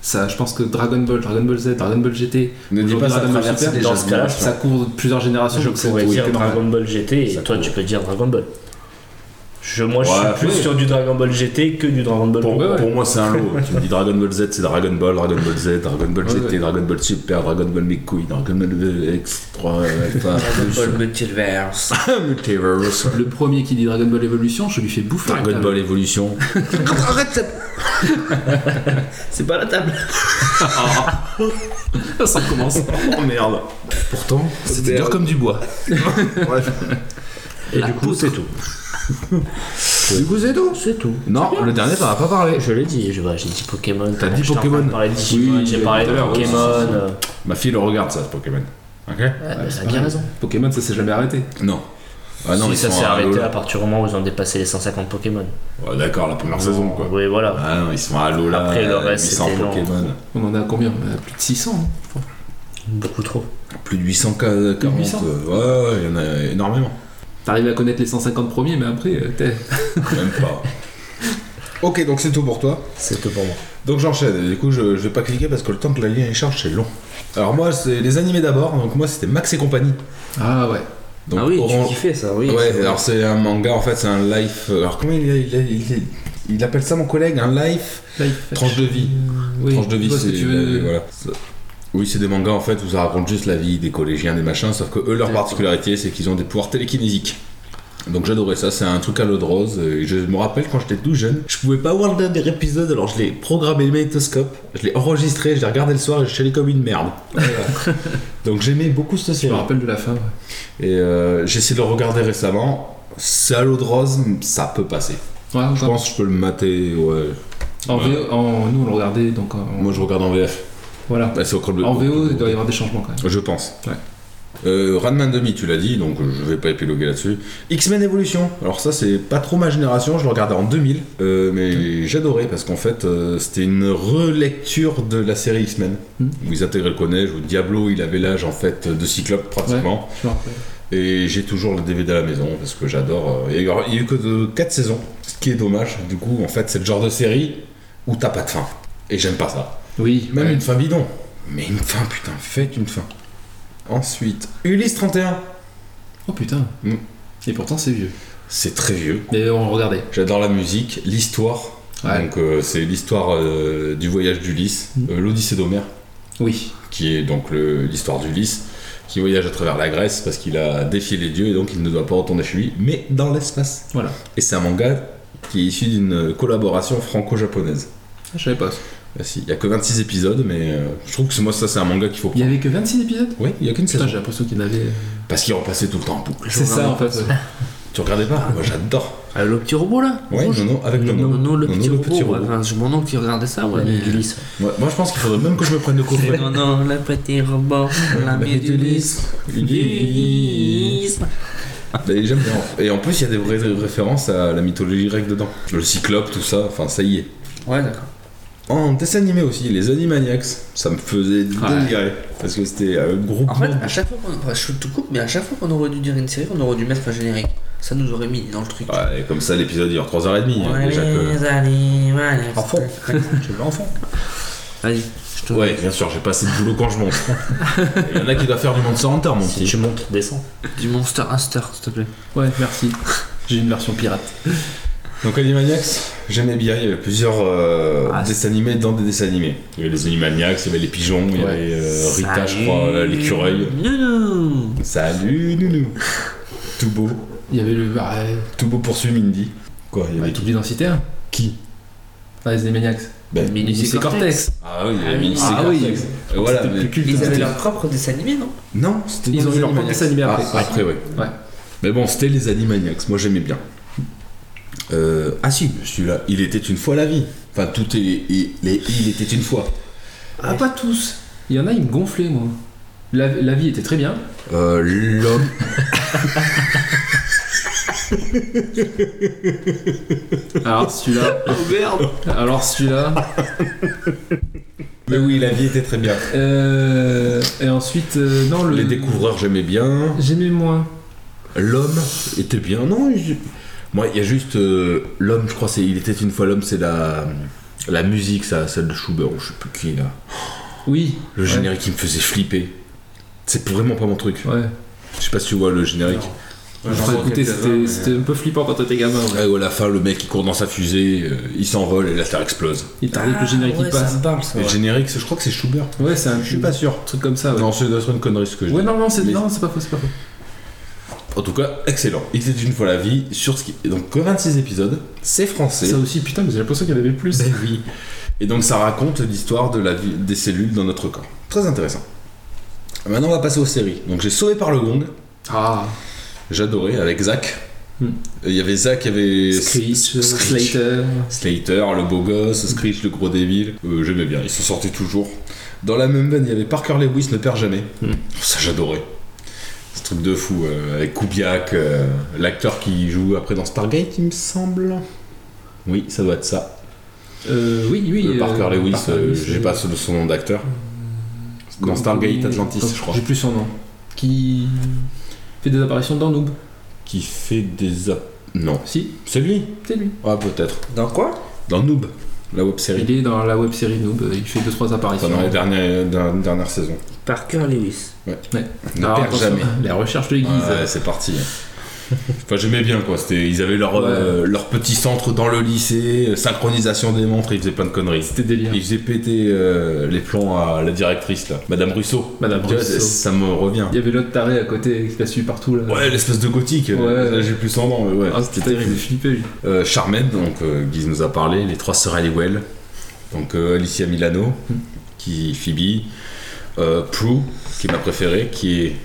ça, je pense que Dragon Ball, Dragon Ball Z, Dragon Ball GT, Ne dis pas Aujourd'hui, ça Dragon Ball traverse Super, déjà dans ce ce cas-là, match. ça court de plusieurs générations. Ah, Je donc c'est- pourrais oui, dire c'est normal. Dragon Ball GT Ça et toi, court. tu peux dire Dragon Ball. Je, moi, je Ouais, suis plus ouais. sur du Dragon Ball GT que du Dragon Ball. Pour, Ouais, ouais. pour moi, c'est un lot. tu me dis Dragon Ball Z, c'est Dragon Ball, Dragon Ball Z, Dragon Ball Ouais, GT, ouais. Dragon Ball Super, Dragon Ball Mes couilles, Dragon Ball Extra, <laughs> Alpha, Dragon Ball Multiverse. Multiverse, Le premier qui dit Dragon Ball Evolution, je lui fais bouffer. la Dragon table. Ball Evolution. Arrête, ça- C'est pas la table. <laughs> ça commence. Oh merde. Pourtant, c'était <laughs> Merde. dur comme du bois. Et du coup, c'est tout. Du coup, c'est tout. C'est tout. Non, le dernier, t'en as pas parlé. Je l'ai dit, je- ouais, j'ai dit Pokémon. T'as dit Je t'en Pokémon. parle, J'ai parlé de Digimon, Oui, j'ai parlé tout à de l'heure, oui, Pokémon. c'est ça. euh, Ma fille le regarde, ça, ce Pokémon. Ok ouais, bah, ça a bien raison. Pokémon, ça s'est jamais arrêté. Non. Ah non, si ils ça sont s'est à arrêté Alola. à partir du moment où ils ont dépassé les 150 Pokémon. Ouais, D'accord, la première saison, quoi. Oui, voilà. Ah non, ils sont à l'eau là. Après, le reste, 800 c'était long. Pokémon. On en a combien On en a plus de 600. hein. Beaucoup trop. Plus de 840. Plus de 800. euh, Ouais, ouais, il y en a énormément. T'arrives à connaître les 150 premiers, mais après, euh, t'es- Même pas. ok, donc c'est tout pour toi. C'est tout pour moi. Donc j'enchaîne, du coup je, je vais pas cliquer parce que le temps que la lien est charge c'est long. Alors moi c'est les animés d'abord, donc moi c'était Max et compagnie. Ah ouais. Donc, ah oui, Orange- tu kiffais ça, oui. Ouais, alors c'est un manga en fait, c'est un life. euh, Alors comment il, il- il- il- il appelle ça mon collègue Un life Life. Tranche de vie. euh, Oui, Tranche de vie, je vois ce c'est. que tu veux- la- voilà. C'est- Oui, c'est des mangas en fait où ça raconte juste la vie des collégiens, des machins, sauf que eux leur particularité c'est qu'ils ont des pouvoirs télékinésiques. Donc j'adorais ça, c'est un truc à l'eau de rose. euh, et je me rappelle quand j'étais tout jeune, je pouvais pas voir le dernier épisode, alors je l'ai programmé le magnétoscope, je l'ai enregistré, je l'ai regardé le soir et je suis allé comme une merde. Voilà. <laughs> Donc j'aimais beaucoup cette Je me série. rappelle de la fin. ouais. Et euh, j'ai essayé de le regarder récemment. C'est à l'eau de rose, ça peut passer. Ouais, Je pense que je peux le mater, ouais. En VO, en- nous on le regardait, donc en- Moi je regarde en VF. voilà. Bah, c'est au club de- En VO, il doit y avoir des changements quand même. Je pense. Ouais. Euh, Ranman Demi, tu l'as dit, donc je vais pas épiloguer là-dessus. X-Men Evolution, alors ça c'est pas trop ma génération, je le regardais en 2000, euh, mais j'adorais parce qu'en fait euh, c'était une relecture de la série X-Men, Mhm. où ils intégraient le collège, où Diablo il avait l'âge en fait de Cyclope pratiquement, Je me rappelle. et j'ai toujours le DVD à la maison parce que j'adore. euh, et alors, il y a eu que 4 saisons, ce qui est dommage, du coup en fait c'est le genre de série où t'as pas de fin, et j'aime pas ça. Oui, Même ouais. une fin bidon. Mais une fin, putain, faites une fin. Ensuite, Ulysse 31. Oh putain. Mm. Et pourtant c'est vieux. C'est très vieux. Mais on le regardait. J'adore la musique, l'histoire. Ouais. Mm. Donc euh, c'est l'histoire euh, du voyage d'Ulysse, euh, l'Odyssée d'Homère, Oui. qui est donc le- l'histoire d'Ulysse, qui voyage à travers la Grèce parce qu'il a défié les dieux et donc il ne doit pas retourner chez lui, mais dans l'espace. Voilà. Et c'est un manga qui est issu d'une collaboration franco-japonaise. Je savais pas. Ah si, Il n'y a que 26 épisodes, mais euh, je trouve que moi ça c'est un manga qu'il faut Il y prendre. avait que 26 épisodes Oui, il n'y a qu'une Putain, saison. j'ai l'impression qu'il y en avait. Parce qu'il repassait tout le temps en boucle. C'est ça en fait. ouais. Tu regardais pas Moi j'adore. Ah, le petit robot là Ouais, Rouge. non, non, avec non, Nono. non, le Nono, petit le robot. petit ouais, robot. enfin, c'est mon oncle qui regardait ça, ouais. L'ami du lys. Ouais, moi je pense qu'il faudrait même que je me prenne Bah, de cours. Non, non, le petit robot, <laughs> l'ami du lys. Mais j'aime bien. Et en plus, il y a des vraies références à la mythologie grecque dedans. Le cyclope, tout ça, enfin ça y est. Ouais, d'accord. En dessin animé aussi, les Animaniacs, ça me faisait Ouais. délirer. Parce que c'était euh, un groupe. En fait, à chaque fois qu'on. enfin, je te coupe, mais à chaque fois qu'on aurait dû dire une série, on aurait dû mettre un générique. Ça nous aurait mis dans le truc. Ouais, et comme ça, l'épisode il dure 3h30. hein, déjà que... allez, voilà. Enfant. Tu veux enfant Vas-y, je te. Ouais, bien sûr, j'ai pas assez de boulot quand je <laughs> monte. Il y en a qui doivent faire du Monster Hunter, mon Si petit. tu montes, descends. Du Monster Hunter, s'il te plaît. Ouais, merci. J'ai une version pirate. Donc Animaniacs, j'aimais bien, il y avait plusieurs euh, Ah, dessins animés dans des dessins animés. Il y avait les Animaniacs, il y avait les pigeons, il y Ouais. avait euh, Rita, je crois, euh, l'écureuil. Non, Salut Nounou Tout beau, Il y avait le. Ah, ouais. tout beau poursuit Mindy. Quoi, il y avait Avec tout... toute l'identité. hein. Qui Ah, les Animaniacs. Ben, Minus et Cortex. Ah oui, il y avait Mindy, c'est Ah Cortex. oui. Et Voilà, C'était mais- plus culte. Ils avaient C'était- leur propre dessin animé, non Non, c'était Ils dans ont les eu leur propre Animaniacs. dessin animé après. Ah, après, ouais. Ouais. Mais bon, c'était les Animaniacs, moi j'aimais bien. Euh, ah si, celui-là, il était une fois la vie. Enfin, tout est... Il, les- il était une fois. Ah, pas tous. Il y en a, ils me gonflaient, moi. La, la vie était très bien. Euh, <laughs> l'homme Alors celui-là. <laughs> oh merde Alors celui-là. Mais oui, la vie était très bien. Euh, et ensuite, euh, non, le. Les découvreurs, j'aimais bien. J'aimais moins. L'homme était bien. Non, il- moi, il y a juste euh, l'homme, je crois, c'est il était une fois l'homme, c'est la la musique, ça, celle de Schubert, ou je sais plus qui là. Oui. Le Ouais. générique qui me faisait flipper. C'est vraiment pas mon truc. Ouais. Je sais pas si tu vois le générique. Enfin, écoutez, c'était c'était un peu flippant quand t'étais gamin. ouais. Ouais, ou à la fin, le mec il court dans sa fusée, euh, il s'envole et la terre explose. Il t'arrive le générique qui Ah, ouais, passe. Ça me parle, ça. Le ouais. générique, c'est- je crois que c'est Schubert. Ouais, c'est un. Je suis pas sûr. truc comme ça. Ouais. Non, c'est doit être une connerie ce que je Ouais, non, non, c'est Mais- non, c'est pas faux, c'est pas faux. En tout cas, excellent. Il était une fois la vie sur ce qui. et Donc, que 26 épisodes, c'est français. Ça aussi, putain, mais j'ai l'impression qu'il y en avait plus. Ben oui. Et donc ça raconte l'histoire de la vie des cellules dans notre corps. Très intéressant. Maintenant on va passer aux séries. Donc j'ai Sauvé par le Gong, Ah, j'adorais avec Zach. Il y avait ça qui avait. Hmm. Screech, Screech. Slater. Slater, le beau gosse, Screech, le gros débile. Euh, J'aimais bien, ils se sortaient toujours. Dans la même veine, il y avait Parker Lewis, ne perd jamais. Oh, Hmm. Ça, j'adorais. Ce truc de fou, euh, avec Kubiak, euh, l'acteur qui joue après dans Stargate, il me semble. Oui, ça doit être ça. Euh, oui, oui. Le euh, Parker Lewis, Parker euh, Lewis, j'ai euh, pas son son nom d'acteur. Dans Stargate Atlantis, je crois. J'ai plus son nom. Qui fait des apparitions dans Noob. Qui fait des. ap- Non. Si, C'est lui c'est lui. Ah, peut-être. Dans quoi Dans Noob, la web série. Il est dans la web série Noob, euh, il fait 2-3 apparitions. Pendant les dernières, dernières, dernières saisons. Parker Lewis. Ne Alors, perd Ah, attention, jamais. La recherche de l'aiguise. Ouais, c'est <laughs> parti. Enfin, j'aimais bien quoi. C'était, ils avaient leur, euh, leur petit centre dans le lycée, euh, synchronisation des montres, ils faisaient plein de conneries. C'était délire. Ils faisaient péter euh, les plans à la directrice là, Madame Russo. Madame Tu vois, Russo. c'est- Ça me revient. Il y avait l'autre taré à côté qui l'a suivi partout là. Ouais, l'espèce de gothique. Ouais. Là, j'ai plus son nom. mais ouais. Ah, c'était terrible. Flippé, lui. Euh, Charmed, donc euh, Guise nous a parlé, les trois sœurs Halliwell, donc euh, Alicia Milano, qui Phoebe, euh, Prue, qui est ma préférée, qui est.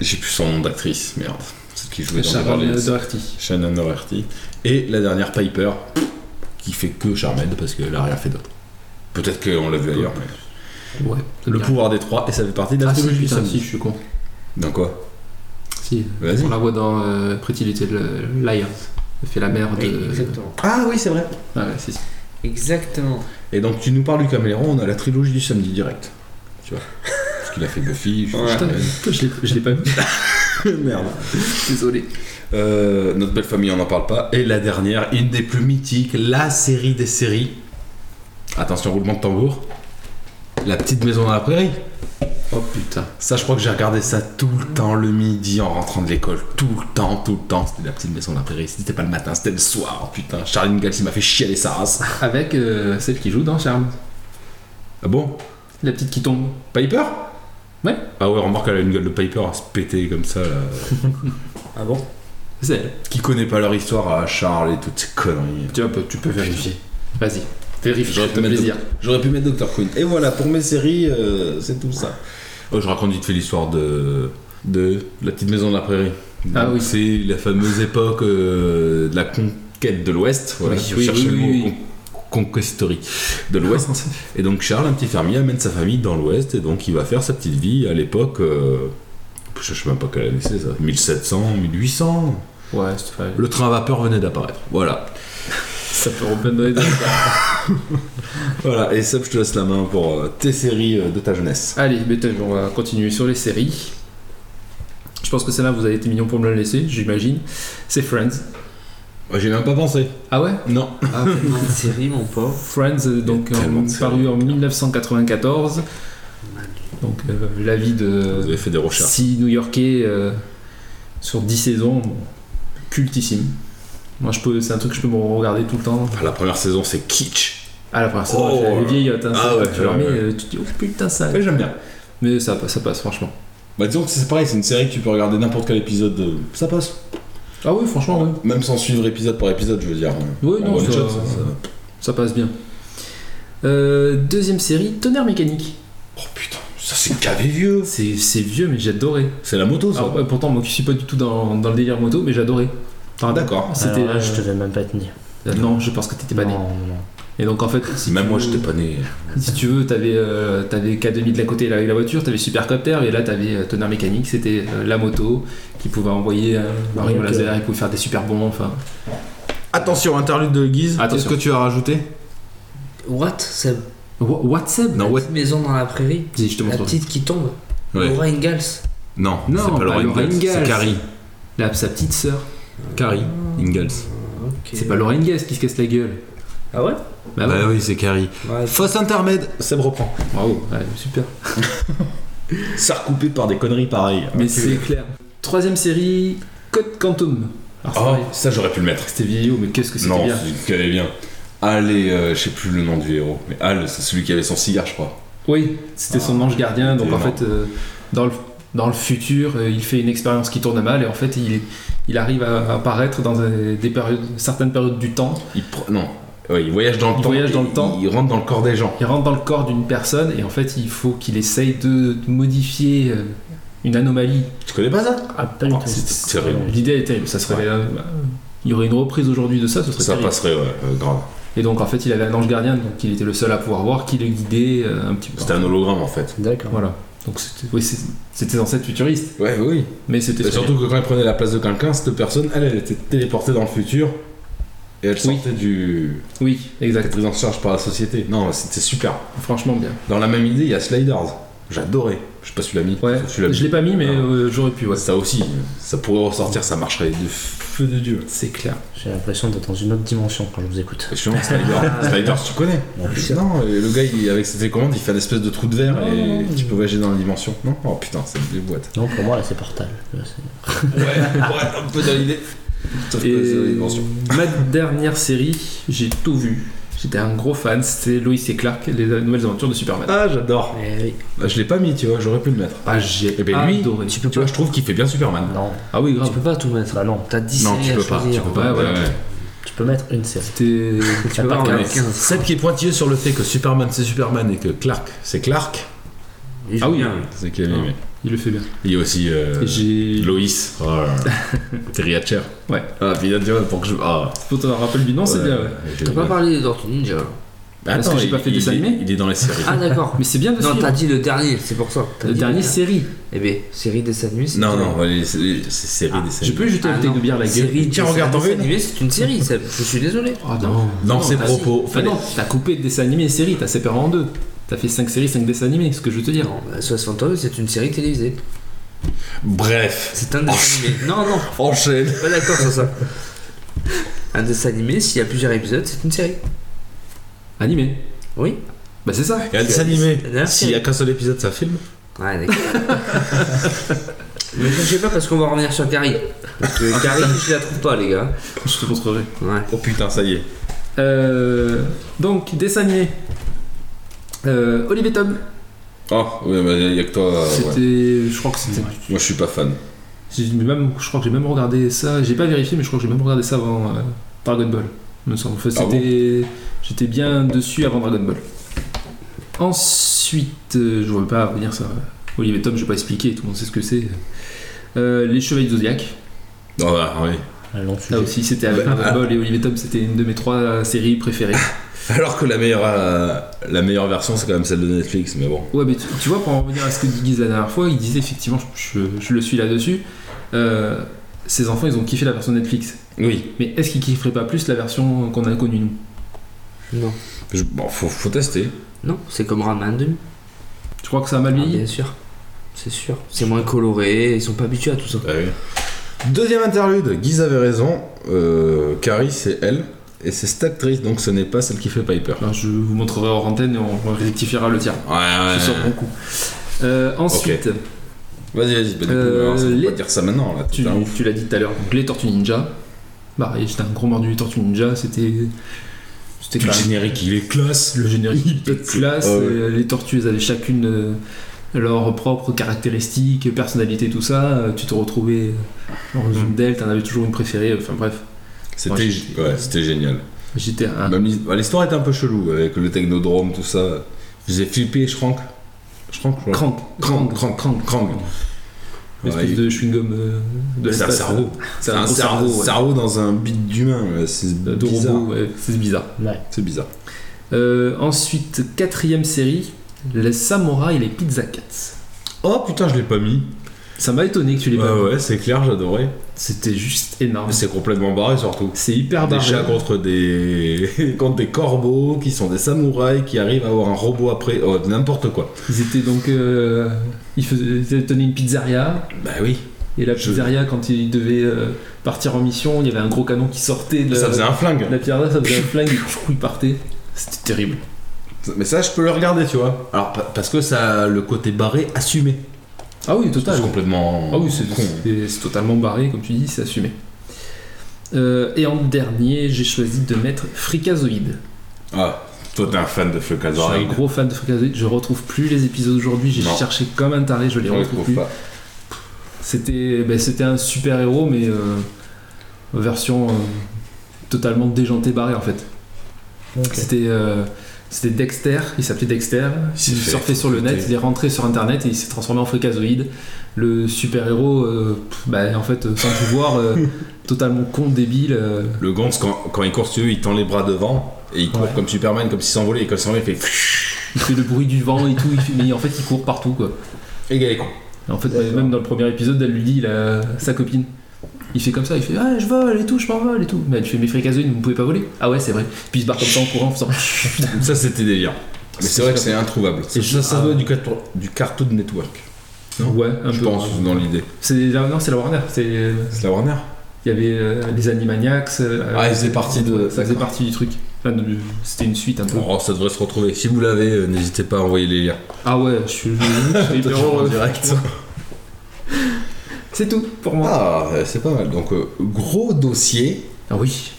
J'ai plus son nom d'actrice, merde. Celle qui jouait dans Sharon euh, Beverly Hills. Doherty. Shannon Doherty. Et la dernière Piper, qui fait que Charmed parce qu'elle a rien fait d'autre. Peut-être qu'on l'a vu ailleurs. mais- Ouais. Le pouvoir des trois, et ça fait partie de la Ah si, trilogie du putain, samedi. si, je suis con. Dans quoi Si, Vas-y. on la voit dans euh, Pretty Little Liars. Elle fait la Euh, mère de... Exactement. Ah oui, c'est vrai. Ah ouais, si, si. Exactement. Et donc tu nous parles du caméléon, on a la trilogie du samedi direct. Tu vois Parce qu'il a fait Buffy, je Ouais. Charmed. Je l'ai- je l'ai pas vu. <laughs> Merde. Désolé. Euh, notre belle famille, on n'en parle pas. Et la dernière, une des plus mythiques, la série des séries. Attention, roulement de tambour. La petite maison dans la prairie. Oh putain. Ça, je crois que j'ai regardé ça tout le temps le midi en rentrant de l'école. Tout le temps, tout le temps. C'était la petite maison dans la prairie. C'était pas le matin, c'était le soir. Oh, putain, Charline Galsi m'a fait chialer sa race. Avec euh, celle qui joue dans Charme. Ah bon La petite qui tombe. Piper Ouais. Ah ouais, remarque, elle a une gueule de Piper à se péter comme ça. Là. Ah bon C'est elle. Qui connaît pas leur histoire à Charles et toutes ces conneries. Tu peux, tu peux vérifier. Vas-y. Vérifie. J'aurais ça pu, me fait mettre plaisir. Doc- j'aurais pu mettre Dr. Queen. Et voilà, pour mes séries, euh, c'est tout ça. Oh, je raconte vite fait l'histoire de, de La petite maison de la prairie. Ah oui. C'est la fameuse époque euh, de la conquête de l'Ouest. Voilà, Oui, je oui, cherchais oui, le mot oui, oui. con- conquesterie de <laughs> l'Ouest. et donc Charles, un petit fermier, amène sa famille dans l'Ouest et donc il va faire sa petite vie à l'époque. euh, je sais même pas quelle année c'est ça. 1700, 1800. Ouais, c'est pas... Le train à vapeur venait d'apparaître. Voilà. Ça peut reprendre dans les <laughs> Voilà. Et Seb, je te laisse la main pour euh, tes séries euh, de ta jeunesse. Allez, Bethel, on va continuer sur les séries. Je pense que celle-là, vous avez été mignon pour me la laisser, j'imagine. C'est Friends. Moi, J'ai même pas pensé. Ah ouais Non. <laughs> Tellement de séries, mon pauvre. Friends, euh, donc Il y a tellement de en- paru en 1994. Donc euh, la vie Vous avez de fait des recherches. six New-Yorkais euh, sur 10 saisons, bon, cultissime. Moi, je peux, c'est un truc que je peux me regarder tout le temps. Enfin, Ah, la première saison, c'est kitsch. Ah la première saison, Oh, elle est vieillotte. Hein, ah c'est- ouais, tu la remets, ouais, ouais. euh, tu te dis oh putain ça. Ouais, j'aime bien. Mais ça, passe- ça passe franchement. Bah, disons que c'est pareil, c'est une série que tu peux regarder n'importe quel épisode. euh, Ça passe. Ah oui, franchement, ouais. Même sans suivre épisode par épisode, je veux dire. Oui, En non, one ça, shot, ça- ça passe bien. Euh, deuxième série, Tonnerre mécanique. Oh putain, ça c'est cavé vieux. C'est c'est vieux, mais j'adorais. C'est la moto, ça. Alors, ouais, pourtant, moi qui suis pas du tout dans, dans le délire moto, mais j'adorais. Ah, d'accord. C'était. Alors là, je te vais même pas tenir. euh, Non, je pense que t'étais pas né. Non, non, non. Et donc en fait, si Même tu moi, veux- j'étais pas né. Si tu veux, t'avais euh, t'avais K2000 de la côté là, avec la voiture, t'avais Supercopter, et là t'avais euh, Tonnerre mécanique, c'était euh, la moto qui pouvait envoyer euh, Bah, un rayon Donc, laser, il pouvait faire des super bons, enfin. Attention, interlude de Guise. Qu'est-ce Attention. que tu as rajouté What Seb Wha- WhatsApp Non, La what petite maison dans la prairie. Vas-y, je te La montre. petite qui tombe. Ouais. Laura Ingalls. Non, c'est Non, pas bah, pas Laura Laura Ingalls. C'est Ingalls. Carrie. La, sa petite sœur. Carrie Ingalls. C'est pas Lauren Guest qui se casse la gueule. Ah ouais Bah ouais. Bah oui, c'est Carrie. Ouais. Fausse intermède. Seb reprend. Bravo, ouais, super. Ça recoupé par des conneries pareilles. Mais c'est clair. Troisième série, Code Quantum. Alors, c'est Oh, pareil, ça j'aurais pu le mettre. C'était vieillot, mais qu'est-ce que c'était Non, bien. c'est qu'elle est bien. Al et euh, je sais plus le nom du héros, mais Al, c'est celui qui avait son cigare, je crois. Oui, c'était son Ah. ange gardien. Donc en énorme. fait, euh, dans, le, dans le futur, euh, il fait une expérience qui tourne mal et en fait, il, il arrive à apparaître dans des, des périodes, certaines périodes du temps. Il pr- non, Ouais, il voyage dans le Il temps. voyage dans le il- temps. Il rentre dans le corps des gens. Il rentre dans le corps d'une personne et en fait, il faut qu'il essaye de modifier euh, une anomalie. Tu connais pas ça Ah, pas du Oh, tout. c'est- C'est terrible. L'idée est terrible, ça serait Bah, il y aurait une reprise aujourd'hui de ça, ce serait Ça terrible. passerait, ouais, euh, grave. Et donc en fait, il avait un ange gardien, donc il était le seul à pouvoir voir, qui le guidait euh, un petit peu. C'était un hologramme en fait. D'accord. Voilà. Donc c'était oui, c'est- c'était dans cette futuriste, Ouais, oui. mais c'était Et très Bah, surtout que quand elle prenait la place de quelqu'un, cette personne, elle, elle était téléportée dans le futur. Et elle sortait du. bien. Oui, Elle était exact. prise en charge par la société. Non, c'était super. Franchement bien. Dans la même idée, il y a Sliders. J'adorais. Je sais pas si tu l'as mis. Ouais. Sauf que tu l'as mis. Je l'ai pas mis, mais Ah. euh, j'aurais pu. Ouais. Ça aussi, ça pourrait ressortir, ça marcherait de feu de Dieu. C'est clair. J'ai l'impression d'être dans une autre dimension quand je vous écoute. Justement, Sliders, Sliders, tu connais. Non, et le gars, il- avec ses télécommandes, il fait un espèce de trou de verre et tu peux voyager dans la dimension. Non Oh putain, c'est des boîtes. Non, pour moi, là, c'est Portal. Là, c'est- Ouais, ouais, un peu dans l'idée. Sauf que c'est dans la Et dimension. ma dernière série, j'ai tout vu. J'étais un gros fan, c'était Lois et Clark, les nouvelles aventures de Superman. Ah, j'adore. Eh oui. Bah, je l'ai pas mis, tu vois, j'aurais pu le mettre. Ah, j'ai Eh ben, lui, adoré. Tu vois, je trouve qu'il fait bien Superman. Non, Ah oui, grave. tu peux pas tout mettre. Bah non, T'as 10 Non, séries tu à peux pas. Tu choisir. peux pas, Ouais, ouais. ouais. tu peux mettre une série. C'était. T'as pas voir, qu'un- ouais. quinze. Celle qui est pointilleuse sur le fait que Superman c'est Superman et que Clark c'est Clark, Il Ah joue oui. bien, C'est qu'il est aimé. Il le fait bien. Il y a aussi euh, Et j'ai. Loïs. Oh là là. Terry Hatcher. Ouais. Ah, puis il a dit, ouais, pour que je. Ah, Faut t'en rappeler lui, non, Oh, c'est ouais. bien, ouais. J'ai- T'as pas parlé des Tortues Ninja hein. là. Bah, Parce que attends, j'ai pas il- fait de il dessin est- animé. Il est dans les séries. Ah d'accord. Mais c'est bien de Non, suivre. t'as dit le dernier, c'est pour ça. T'as Le dit dernier série. Eh ben, série dessin animé, c'est Non, tout. non, les- c'est c'est série des Je séries. peux jeter Ah, la bouteille non. de bière à la gueule. Série, Tiens, dessin regarde, t'en veux une animé, c'est une série, Seb. Je suis désolé. Ah non. Dans ses t'as- propos, Ah fallait- non, t'as coupé dessin animé et série, t'as séparé en deux. T'as fait 5 séries, 5 dessins animés, ce que je veux te dire. Non, bah, SOS Fantôme, c'est une série télévisée. Bref, C'est un dessin animé. Non, non, enchaîne. pas d'accord sur ça. Un dessin animé, s'il y a plusieurs épisodes, c'est une série. Animé. Oui. Bah c'est ça. et un dessin animé. Là, S'il y a qu'un seul épisode, ça filme. Ouais, d'accord. Mais cherchez pas parce qu'on va revenir sur Carrie. Parce Ah, que Carrie, je la trouve pas, les gars. Je te montrerai. Ouais. Oh putain, ça y est. Euh, donc, dessin animé. Euh, Olivier Tom. Oh, ouais, bah, il y a que toi. euh, ouais. C'était. Je crois que c'était. Moi, je suis pas fan. j'ai Même, je crois que j'ai même regardé ça. J'ai pas vérifié, mais je crois que j'ai même regardé ça avant euh, Dragon Ball. il Me semble. Enfin, Ah bon c'était. J'étais bien dessus avant Dragon Ball. Ensuite, euh, je ne pas revenir ça. Olivier Tom, je vais pas expliquer, tout le monde sait ce que c'est. Euh, les Chevaliers du Zodiac. Oh, bah, oui. Un long sujet. Là aussi, c'était Ah avec bah, Dragon Ball et Olivier Tom, c'était une de mes trois euh, séries préférées. Alors que la meilleure, euh, la meilleure version, c'est quand même celle de Netflix, mais bon. Ouais, mais tu, tu vois, pour en revenir à ce que dit Guise la dernière fois, il disait effectivement, je, je- je le suis là-dessus, euh, ses enfants, ils ont kiffé la version Netflix. Oui. Mais est-ce qu'ils kifferaient pas plus la version qu'on a connue, nous Non. Je- bon, faut, faut tester. Non, c'est comme Raman 2000. Tu crois que ça a mal Ah, vieilli bien sûr. C'est sûr. C'est moins coloré, ils sont pas habitués à tout ça. Bah oui. Deuxième interlude, Guise avait raison. Euh, Carrie, c'est elle. Et c'est cette actrice, donc ce n'est pas celle qui fait Piper. Alors, Je vous montrerai hors antenne et on rectifiera le tir. Ouais, ouais. Je sors mon coup. Euh, ensuite, Vas-y, vas-y. Bah, du coup, Euh, alors, ça, faut les- pas dire ça maintenant, là. tu, putain. tu l'as dit tout à l'heure, donc les Tortues Ninja. Pareil, j'étais un grand mordu des Tortues Ninja, c'était. C'était Puis quand le même- <laughs> générique, il est classe. Le générique <laughs> était classe, Ah Bah. ouais. euh, les tortues elles avaient chacune euh, leurs propres caractéristiques, personnalités, tout ça. Euh, Tu te retrouvais euh, dans Mm. une d'elles, t'en avais toujours une préférée, euh, enfin bref. C'était j'étais- ouais, c'était génial. J'étais un. Même l'his- bah, L'histoire était un peu chelou avec le technodrome, tout ça. Je faisais flipper Shrank. Shrank je crois. Crank, Krang, Krang, Krang, Krang. une espèce Ouais, de chewing-gum euh, de C'est un l'espace. cerveau. C'est C'est un un gros cerveau, cerveau, ouais. cerveau dans un bit d'humain. ouais, C'est de bizarre. robot, Euh, ouais, c'est bizarre. Ouais. C'est bizarre. Euh, ensuite, quatrième série, les samouraïs et les pizza cats. Oh putain, je l'ai pas mis. Ça m'a étonné que tu l'aies pas. Ouais, vu. ouais, c'est clair, j'adorais. C'était juste énorme. Mais c'est complètement barré surtout. C'est hyper Des barré. chats contre des <laughs> contre des corbeaux qui sont des samouraïs qui arrivent à avoir un robot après. Oh, n'importe quoi. Ils étaient donc. euh, ils faisaient ils avaient donné une pizzeria. Bah oui. Et la Je- pizzeria, quand il devait euh, partir en mission, il y avait un gros canon qui sortait de Ça faisait un flingue. de la pizzeria, ça <laughs> faisait un flingue, et pfff, il partait. C'était terrible. Mais ça, je peux le regarder, tu vois. Alors, pa- parce que ça a le côté barré assumé. Ah oui, total. C'est complètement. Ah oui, c'est con. c'est- c'est totalement barré, comme tu dis, c'est assumé. Euh, et en dernier, j'ai choisi de mettre Fricazoïde. Ah, toi, t'es un fan de Feu Je suis un Kazari. gros fan de Fricazoïde, je retrouve plus les épisodes aujourd'hui, j'ai Non. cherché comme un taré, je les retrouve plus. C'était ben, c'était un super héros, mais euh, version euh, totalement déjantée, barrée en fait. C'était. euh, c'était Dexter, il s'appelait Dexter, il fait surfait sur le net, il est rentré sur internet et il s'est transformé en fricazoïde. Le super-héros, euh, pff, bah, en fait, euh, sans pouvoir, euh, <laughs> totalement con, débile. euh, Le Gonz, quand, quand il court, si tu veux, il tend les bras devant et il court Ouais. comme Superman, comme s'il s'envolait. Et quand il s'envolait, il fait. il fait le bruit du vent et tout, il fait- mais en fait il court partout quoi. Et il est con. En fait, même dans le premier épisode, elle lui dit, il a sa copine. Il fait comme ça, il fait Ah, je vole et tout, je m'envole et tout. Mais elle lui fait Mes fricazoïdes, vous ne pouvez pas voler Ah ouais, c'est vrai. Puis il se barre comme ça en courant en faisant <laughs> Ça, c'était délire. Mais c'est vrai que c'est introuvable. C'est ça, ça doit être du, carto- du Cartoon Network, Ouais, un je peu. pense, dans l'idée. C'est la, non, c'est la Warner. C'est, euh, C'est la Warner il y avait euh, les Animaniacs. euh, Ah, ils faisaient partie de- Ça faisait d'accord. partie du truc. Enfin, de- c'était une suite un peu. Oh, ça devrait se retrouver. Si vous l'avez, euh, n'hésitez pas à envoyer les liens. Ah ouais, je suis, je <laughs> suis hyper heureux. C'est tout pour moi. Ah, euh, c'est pas mal. Donc, euh, gros dossier. Ah oui.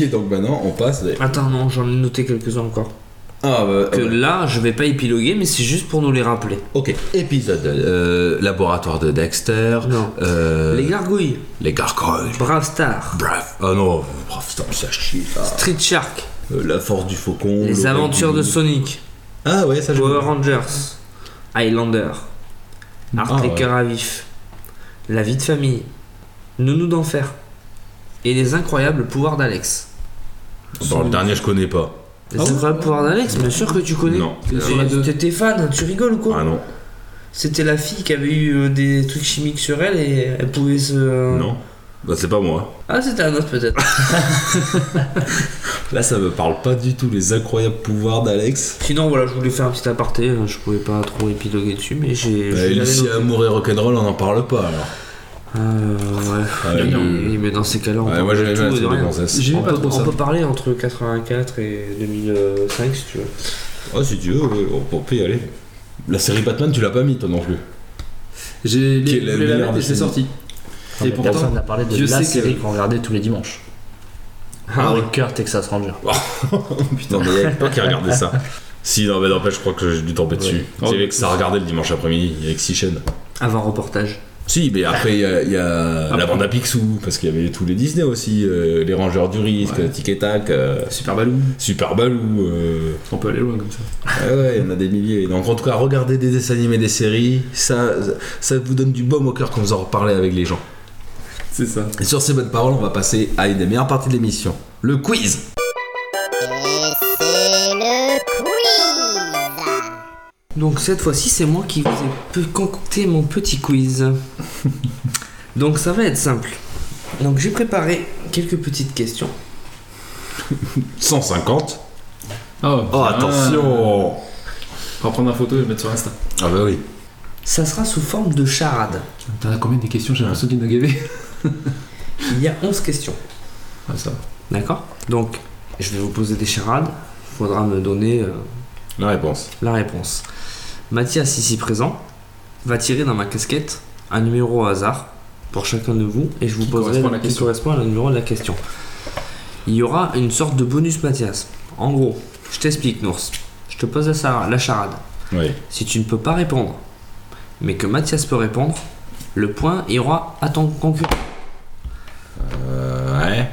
Et donc maintenant, on passe. des- Attends, non, j'en ai noté quelques-uns encore. Ah, bah, Que euh, là, je vais pas épiloguer, mais c'est juste pour nous les rappeler. Ok, épisode euh, laboratoire de Dexter. Non. euh, Les gargouilles, les gargoyles. Brave Star, Bref. Ah non, bref, ça me chie. ça. Street Shark, Euh, la force du faucon. Les le- Aventures de Sonic, Ah ouais, ça je. Power Rangers, Highlander, Art Ah, et ouais. Cœur à vif, La vie de famille, Nounou d'enfer et les incroyables pouvoirs d'Alex. Bon, le dernier, je connais pas. Les incroyables pouvoirs d'Alex, bien sûr que tu connais. Non. Tu- T'étais fan, tu rigoles ou quoi Ah non. C'était la fille qui avait eu euh, des trucs chimiques sur elle et elle pouvait se. euh, Non. Bah, c'est pas moi. Ah, c'était un autre <laughs> peut-être. Là, ça me parle pas du tout les incroyables pouvoirs d'Alex. Sinon, voilà, je voulais faire un petit aparté, euh, je pouvais pas trop épiloguer dessus, mais j'ai. je Bah, l'avais Lucie, noté. amour et rock'n'roll, on en parle pas alors. Euh, ouais. Ouais, mais, euh, mais dans ces cas-là, on ouais, parle moi de j'aimais bien la tout et de série rien. de gonzesses. J'ai On pas peut, trop on ça. peut parler entre 84 et 2005 si tu veux. Ah, si tu veux, ouais, on peut y aller. La série Batman, tu l'as pas mis toi non plus. J'ai Qui est les, la je voulais la meilleure mettre des et je l'ai séries. sorti. Et pourtant, personne n'a parlé de Dieu la sait que- série qu'on regardait tous les dimanches. Ah ouais. Avec Cœur Texas Ranger. Putain, mais y'avait pas qui regardait ça. <laughs> Si, non, mais n'empêche, je crois que j'ai dû tomber dessus. Il y avait que ça à regarder le dimanche après-midi, il y avait que 6 chaînes. Avant reportage. Si, mais après, il y a, il y a Ah, la bande à Picsou, parce qu'il y avait tous les Disney aussi, euh, les Rangers du Risque, Tic et Tac, euh, Super Balou. Super Baloo. euh, On peut aller loin comme ça. ouais, ouais, il y en a des milliers. Donc, en tout cas, regardez des dessins animés, des séries, ça, ça vous donne du baume au cœur quand vous en reparlez avec les gens. C'est ça. Et sur ces bonnes paroles, on va passer à une des meilleures parties de l'émission, le quiz. Donc cette fois-ci, c'est moi qui vous ai peu- concocté mon petit <laughs> quiz. Donc ça va être simple. Donc j'ai préparé quelques petites questions. 150. Oh, Oh, putain. attention On va prendre un photo et le mettre sur Insta. Ah, bah oui. Ça sera sous forme de charade. T'en as combien des questions J'ai l'impression qu'il y en a gavé. Il y a 11 questions. <laughs> Ah, ça va. D'accord Donc je vais vous poser des charades. Faudra me donner euh, La réponse. la réponse. Mathias, ici présent, va tirer dans ma casquette un numéro au hasard pour chacun de vous et je vous Qui poserai correspond à la qui question. correspond à la numéro de la question. Il y aura une sorte de bonus Mathias. En gros, je t'explique, Nours. Je te pose la, sar- la charade. Oui. Si tu ne peux pas répondre, mais que Mathias peut répondre, le point ira à ton concurrent. Euh, ouais.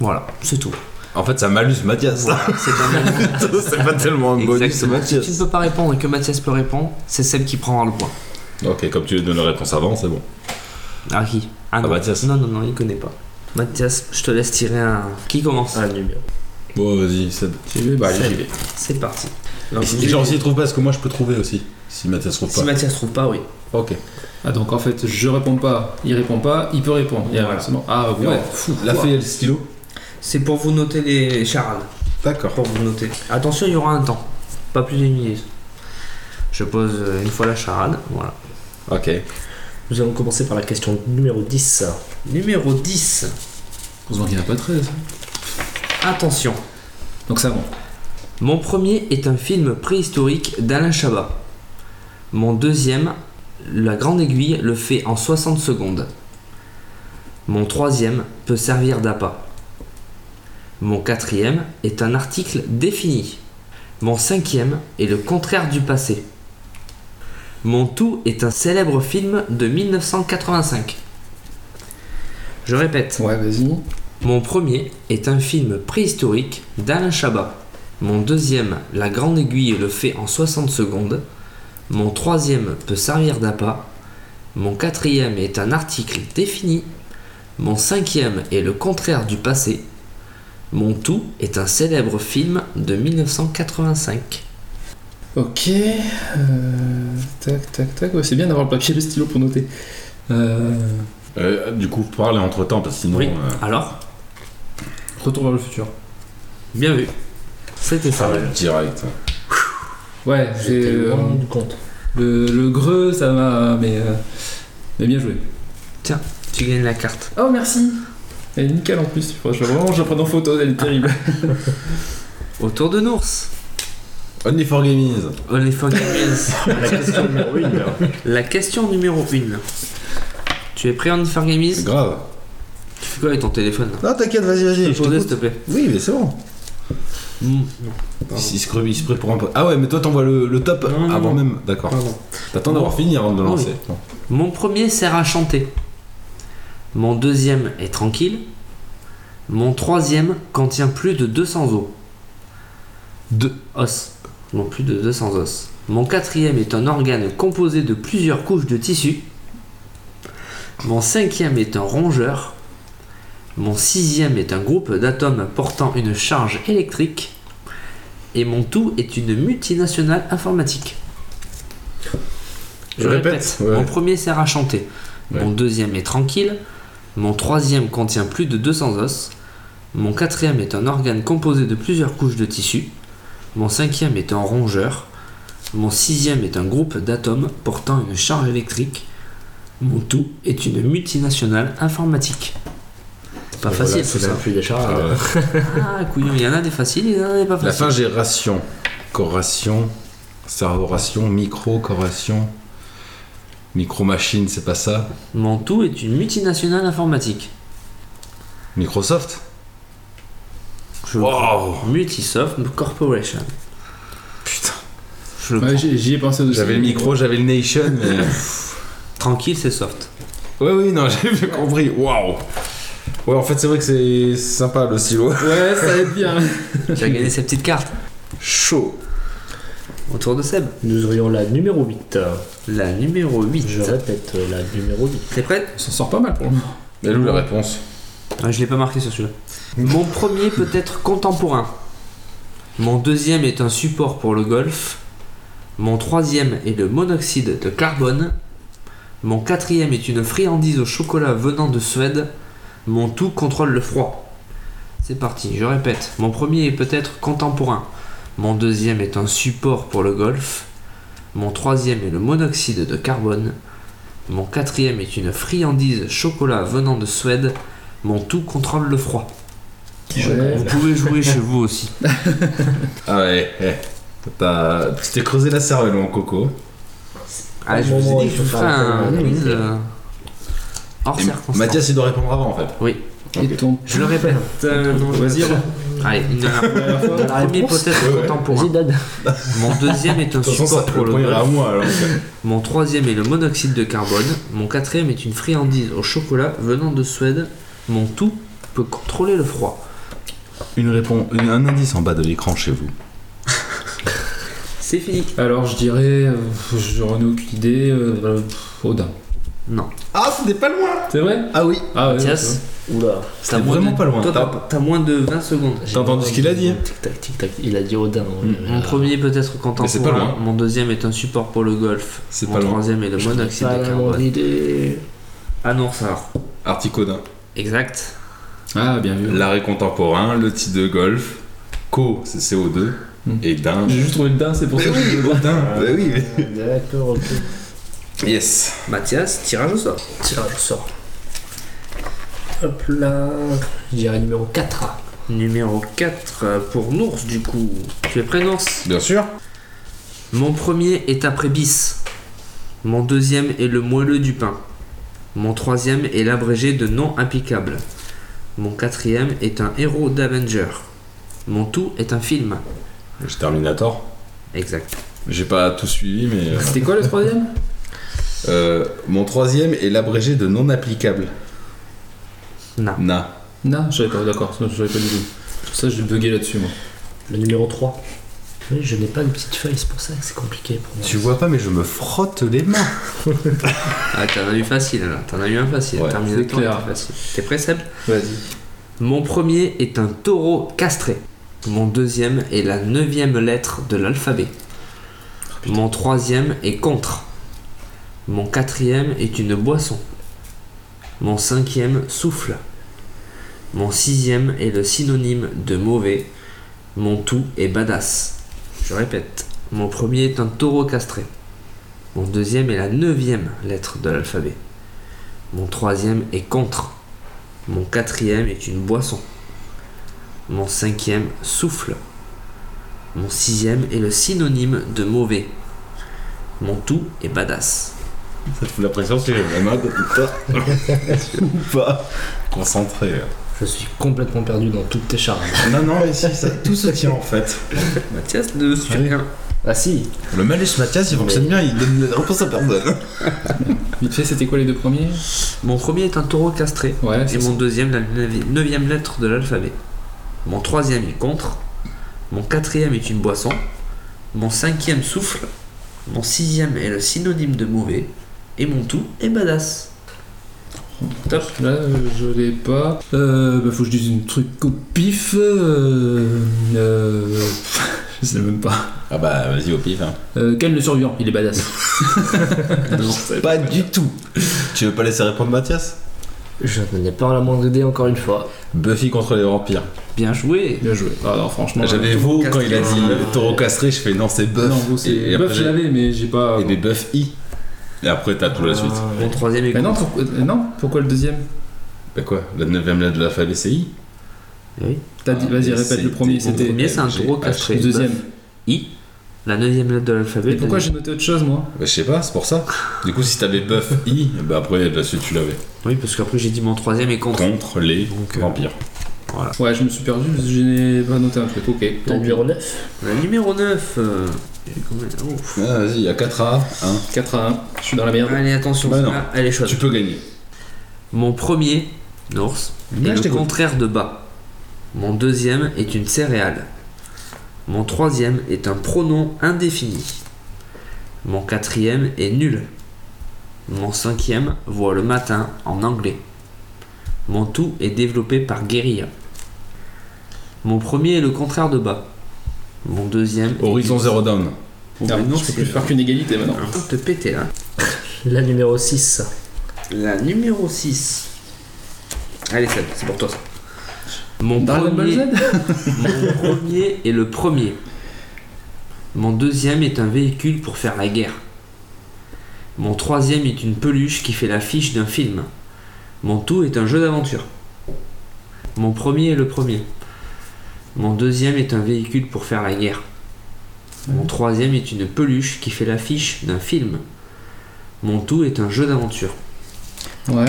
Voilà, c'est tout. En fait, ça m'alluse Mathias. C'est un c'est pas tellement un bonus, c'est Exactement. Si tu ne Mathias. peux pas répondre et que Mathias peut répondre, c'est celle qui prendra le point. Ok, comme tu lui donnes la réponse avant, c'est bon. Ah qui Ah non. Mathias. Non, non, non, il connaît pas. Mathias, je te laisse tirer un. Qui commence Un numéro. Bon, vas-y, c'est Bah, allez, j'y vais. C'est parti. Et genre, s'il trouve pas, est-ce que moi je peux trouver aussi Si Mathias trouve Si pas. Mathias trouve pas, oui. Ok. Ah, donc en fait, je réponds pas, il répond pas, il peut répondre. Il y a inversement. Ah, ouais. Fou, La quoi. feuille et le stylo C'est pour vous noter les charades. D'accord. Pour vous noter. Attention, il y aura un temps. Pas plus d'une minute. Je pose euh, une fois la charade. Voilà. Ok. Nous allons commencer par la question numéro 10. Numéro 10. Heureusement qu'il n'y en a pas 13. Attention. Donc ça, bon. Mon premier est un film préhistorique d'Alain Chabat. Mon deuxième, La Grande Aiguille, le fait en 60 secondes. Mon troisième peut servir d'appât. Mon quatrième est un article défini. Mon cinquième est le contraire du passé. Mon tout est un célèbre film de 1985. Je répète. Ouais, vas-y. Mon premier est un film préhistorique d'Alain Chabat. Mon deuxième, la grande aiguille le fait en 60 secondes. Mon troisième peut servir d'appât. Mon quatrième est un article défini. Mon cinquième est le contraire du passé. Mon tout est un célèbre film de 1985. Ok. euh, tac, tac, tac. Ouais, c'est bien d'avoir le papier et le stylo pour noter. Euh, Euh, du coup, parlez entre temps, parce que sinon. Oui. euh, Alors, retour vers le futur. bien vu. C'était ça ça. va être direct. Ouais, j'ai, J'étais euh, loin du compte. le, le greu, ça m'a. Mais, euh, mais bien joué. Tu gagnes la carte. Oh, merci Elle est nickel en plus. Franchement, vraiment, je la prends en photo, elle est terrible. Autour de Nours. Only for Gaming. Only for <laughs> Gamers. La question numéro 1. la question numéro 1. Tu es prêt en for C'est Gamers grave. Tu fais quoi avec ton téléphone là Non, t'inquiète, vas-y, Je vas-y. te pose, s'il te plaît. Oui, mais c'est bon. Il, il se crée, il se prépare un peu. Ah ouais, mais toi t'envoies le, le top non, avant non. même. D'accord. Pardon. T'attends d'avoir fini avant de le Ah lancer. Mon premier sert à chanter. Mon deuxième est tranquille. Mon troisième contient plus de 200 os. De os. Non, plus de 200 os. Mon quatrième est un organe composé de plusieurs couches de tissu. Mon cinquième est un rongeur. Mon sixième est un groupe d'atomes portant une charge électrique. Et mon tout est une multinationale informatique. Je Je répète, répète, ouais. mon premier sert à chanter. Mon deuxième est tranquille. Mon troisième contient plus de 200 os. Mon quatrième est un organe composé de plusieurs couches de tissu. Mon cinquième est un rongeur. Mon sixième est un groupe d'atomes portant une charge électrique. Mon tout est une multinationale informatique. C'est pas facile tout C'est un puits des charades. Ah ouais. ça. Ah, couillon, il y en a des faciles, il y en a des pas La faciles. fin, j'ai ration. Corration. Servoration. Micro. Corration. Micro-machine, c'est pas ça. Mon tout est une multinationale informatique. Microsoft Je le Wow prends. Multisoft Corporation. Putain. Je le Ah. Ouais, prends. j'y j'y ai pensé aussi. J'avais le micro, j'avais le Nation, <laughs> mais. Tranquille, c'est soft. ouais, oui, non, <laughs> j'ai bien compris. Waouh Ouais, en fait, c'est vrai que c'est sympa le stylo. Ouais, ça aide bien. Tu as <laughs> gagné cette petite carte. Chaud. Autour de Seb. Nous aurions la numéro 8. La numéro 8. Je répète, euh, la numéro 8. T'es prête On s'en sort pas mal pour le moment. Mais où la réponse Ah, je l'ai pas marqué sur celui-là. Mon premier peut être contemporain. Mon deuxième est un support pour le golf. Mon troisième est le monoxyde de carbone. Mon quatrième est une friandise au chocolat venant de Suède. Mon tout contrôle le froid. C'est parti, je répète. Mon premier est peut-être contemporain. Mon deuxième est un support pour le golf. Mon troisième est le monoxyde de carbone. Mon quatrième est une friandise chocolat venant de Suède. Mon tout contrôle le froid. Ouais. Vous pouvez jouer chez vous aussi. Ah ouais, eh. T'as. Tu t'es creusé la cervelle, mon coco. <laughs> Ah, je vous moment ai où dit que il je vous faut ferais faire un appel à quiz la euh, hors Et circonstance. Mathias, il doit répondre avant, en fait. Oui, Et ton. je le répète. euh, non, je- Vas-y, Allez, une dernière fois. dernière fois. Mon premier réponse peut-être Ouais, ouais. contemporain. Mon deuxième est un De toute façon, support ça, pour le le premier est golf. à moi, alors. Mon troisième est le monoxyde de carbone. Mon quatrième est une friandise au chocolat venant de Suède. Mon tout peut contrôler le froid. Une réponse, une- un indice en bas de l'écran chez vous. C'est fini. Alors, je dirais. euh, J'en ai aucune idée. euh, pff, Odin. Non. Ah, c'était pas loin C'est vrai Ah oui Ah ouais. Mathias, Oula. t'as c'était moins vraiment de- pas loin. toi, T'as- t'as- T'as moins de 20 secondes. T'as entendu ce qu'il a dit hein Tic tac, tic tac. Il a dit Odin. Mon premier peut être contemporain. Euh, Mais c'est pas loin. Mon deuxième est un support pour le golf. C'est Mon pas loin. troisième est le monoxyde de carbone. idée. Ah non, ça. alors. Articodin. Exact. Ah, bien vu. L'arrêt contemporain, le titre de golf, co, c'est CO2, Hmm. et d'un. <laughs> J'ai juste trouvé le din, c'est pour ça que je Odin, bah oui. D'accord, ok. Yes. Mathias, tirage au sort. Tiens, je sors. Hop là. Je dirais numéro 4. Numéro 4 pour Nours, du coup. Tu es prêt, Nours Bien sûr. Mon premier est après bis. Mon deuxième est le moelleux du pain. Mon troisième est l'abrégé de non impeccable. Mon quatrième est un héros d'Avenger. Mon tout est un film. J'ai Terminator. Exact. J'ai pas tout suivi, mais. euh, C'était quoi le troisième euh, mon troisième est l'abrégé de non applicable. Na. Na. Non, j'avais pas, d'accord, ça, j'avais pas du tout. Ça, j'ai bugué là-dessus, moi. Le numéro 3. Oui, je n'ai pas de petite feuille, c'est pour ça que c'est compliqué pour moi. Tu vois pas, mais je me frotte les mains. Ah, t'en as eu facile là, t'en as eu un facile. Ouais, Terminator, clair. était facile. T'es prêt, Seb Vas-y. Mon premier est un taureau castré. Mon deuxième est la neuvième lettre de l'alphabet. Mon troisième est contre. Mon quatrième est une boisson. Mon cinquième souffle. Mon sixième est le synonyme de mauvais. Mon tout est badass. Je répète, mon premier est un taureau castré. Mon deuxième est la neuvième lettre de l'alphabet. Mon troisième est contre. Mon quatrième est une boisson. Mon cinquième souffle. Mon sixième est le synonyme de mauvais. Mon tout est badass. Ça te fout la pression sur la main <laughs> Pas concentré. euh. Je suis complètement perdu dans toutes tes charges. Non, non, mais si, ça, tout se tient en fait. Mathias ne suit Allez. rien. Ah si Le malus Mathias, il fonctionne bien, il donne la réponse à personne. Vite fait, c'était quoi les deux premiers Mon premier est un taureau castré. Ouais, Et c'est mon deuxième, la neuvi- neuvième lettre de l'alphabet. Mon troisième est contre. Mon quatrième est une boisson. Mon cinquième souffle. Mon sixième est le synonyme de mauvais. Et mon tout est badass. Top. Là, euh, je l'ai pas. Euh, bah, faut que je dise une truc au pif. Euh, euh, <laughs> je sais même pas. Ah bah vas-y au pif. Hein. Euh, Ken le survivant, il est badass. Pas du tout. Tu veux pas laisser répondre Mathias Je n'en ai pas la moindre idée encore une fois. Buffy contre les vampires. Bien joué. Bien joué. Ah non, franchement. J'avais le vous taureau quand il a castré. dit le taureau castré, je fais non, c'est euh, Buff. Non, vous, c'est. Et- et Buff, après, je l'avais, mais j'ai pas. Et des Buff I. Et après t'as tout la Ah suite. Mon troisième est Mais contre. non, pourquoi- euh, non, pourquoi le deuxième Bah quoi La 9 lettre de l'alphabet c'est I Oui. T'as dit- Ah, Vas-y, mais répète c'est- le premier, Mon c'était. premier, c'est un G, taureau H, castré. Le deuxième. I, la neuvième lettre de l'alphabet. Mais pourquoi la- j'ai noté autre chose, moi Bah je sais pas, c'est pour ça. Du coup si t'avais buff I, bah après la suite tu l'avais. Oui, parce qu'après j'ai dit mon troisième est contre. Contre les Donc, euh, vampires. Ouais, je me suis perdu, parce que je n'ai pas noté un truc. Ok. Le Tant pis. numéro 9 Le numéro 9. euh, il y a combien Ouf. Ah, vas-y, il y a 4 A, 1. 4 à 1. Je suis dans la merde. Allez, attention, Bah non. celle-là, elle est chaude. Tu peux gagner. Mon premier, Norse, est le contraire de bas. Mon deuxième est une céréale. Mon troisième est un pronom indéfini. Mon quatrième est nul. Mon cinquième voit le matin en anglais. Mon tout est développé par guérilla. Mon premier est le contraire de bas. Mon deuxième est- Horizon Zero Dawn. Oh, Ah, mais non, je peux c'est- plus faire qu'une égalité On maintenant. va te péter là. La numéro 6. La numéro 6. Allez, Seb, c'est pour toi ça. Mon Dragon Ball premier, Z mon premier est le premier. Mon deuxième est un véhicule pour faire la guerre. Mon troisième est une peluche qui fait l'affiche d'un film. Mon tout est un jeu d'aventure. Mon premier est le premier. Mon deuxième est un véhicule pour faire la guerre. Mon troisième est une peluche qui fait l'affiche d'un film. Mon tout est un jeu d'aventure. Ouais.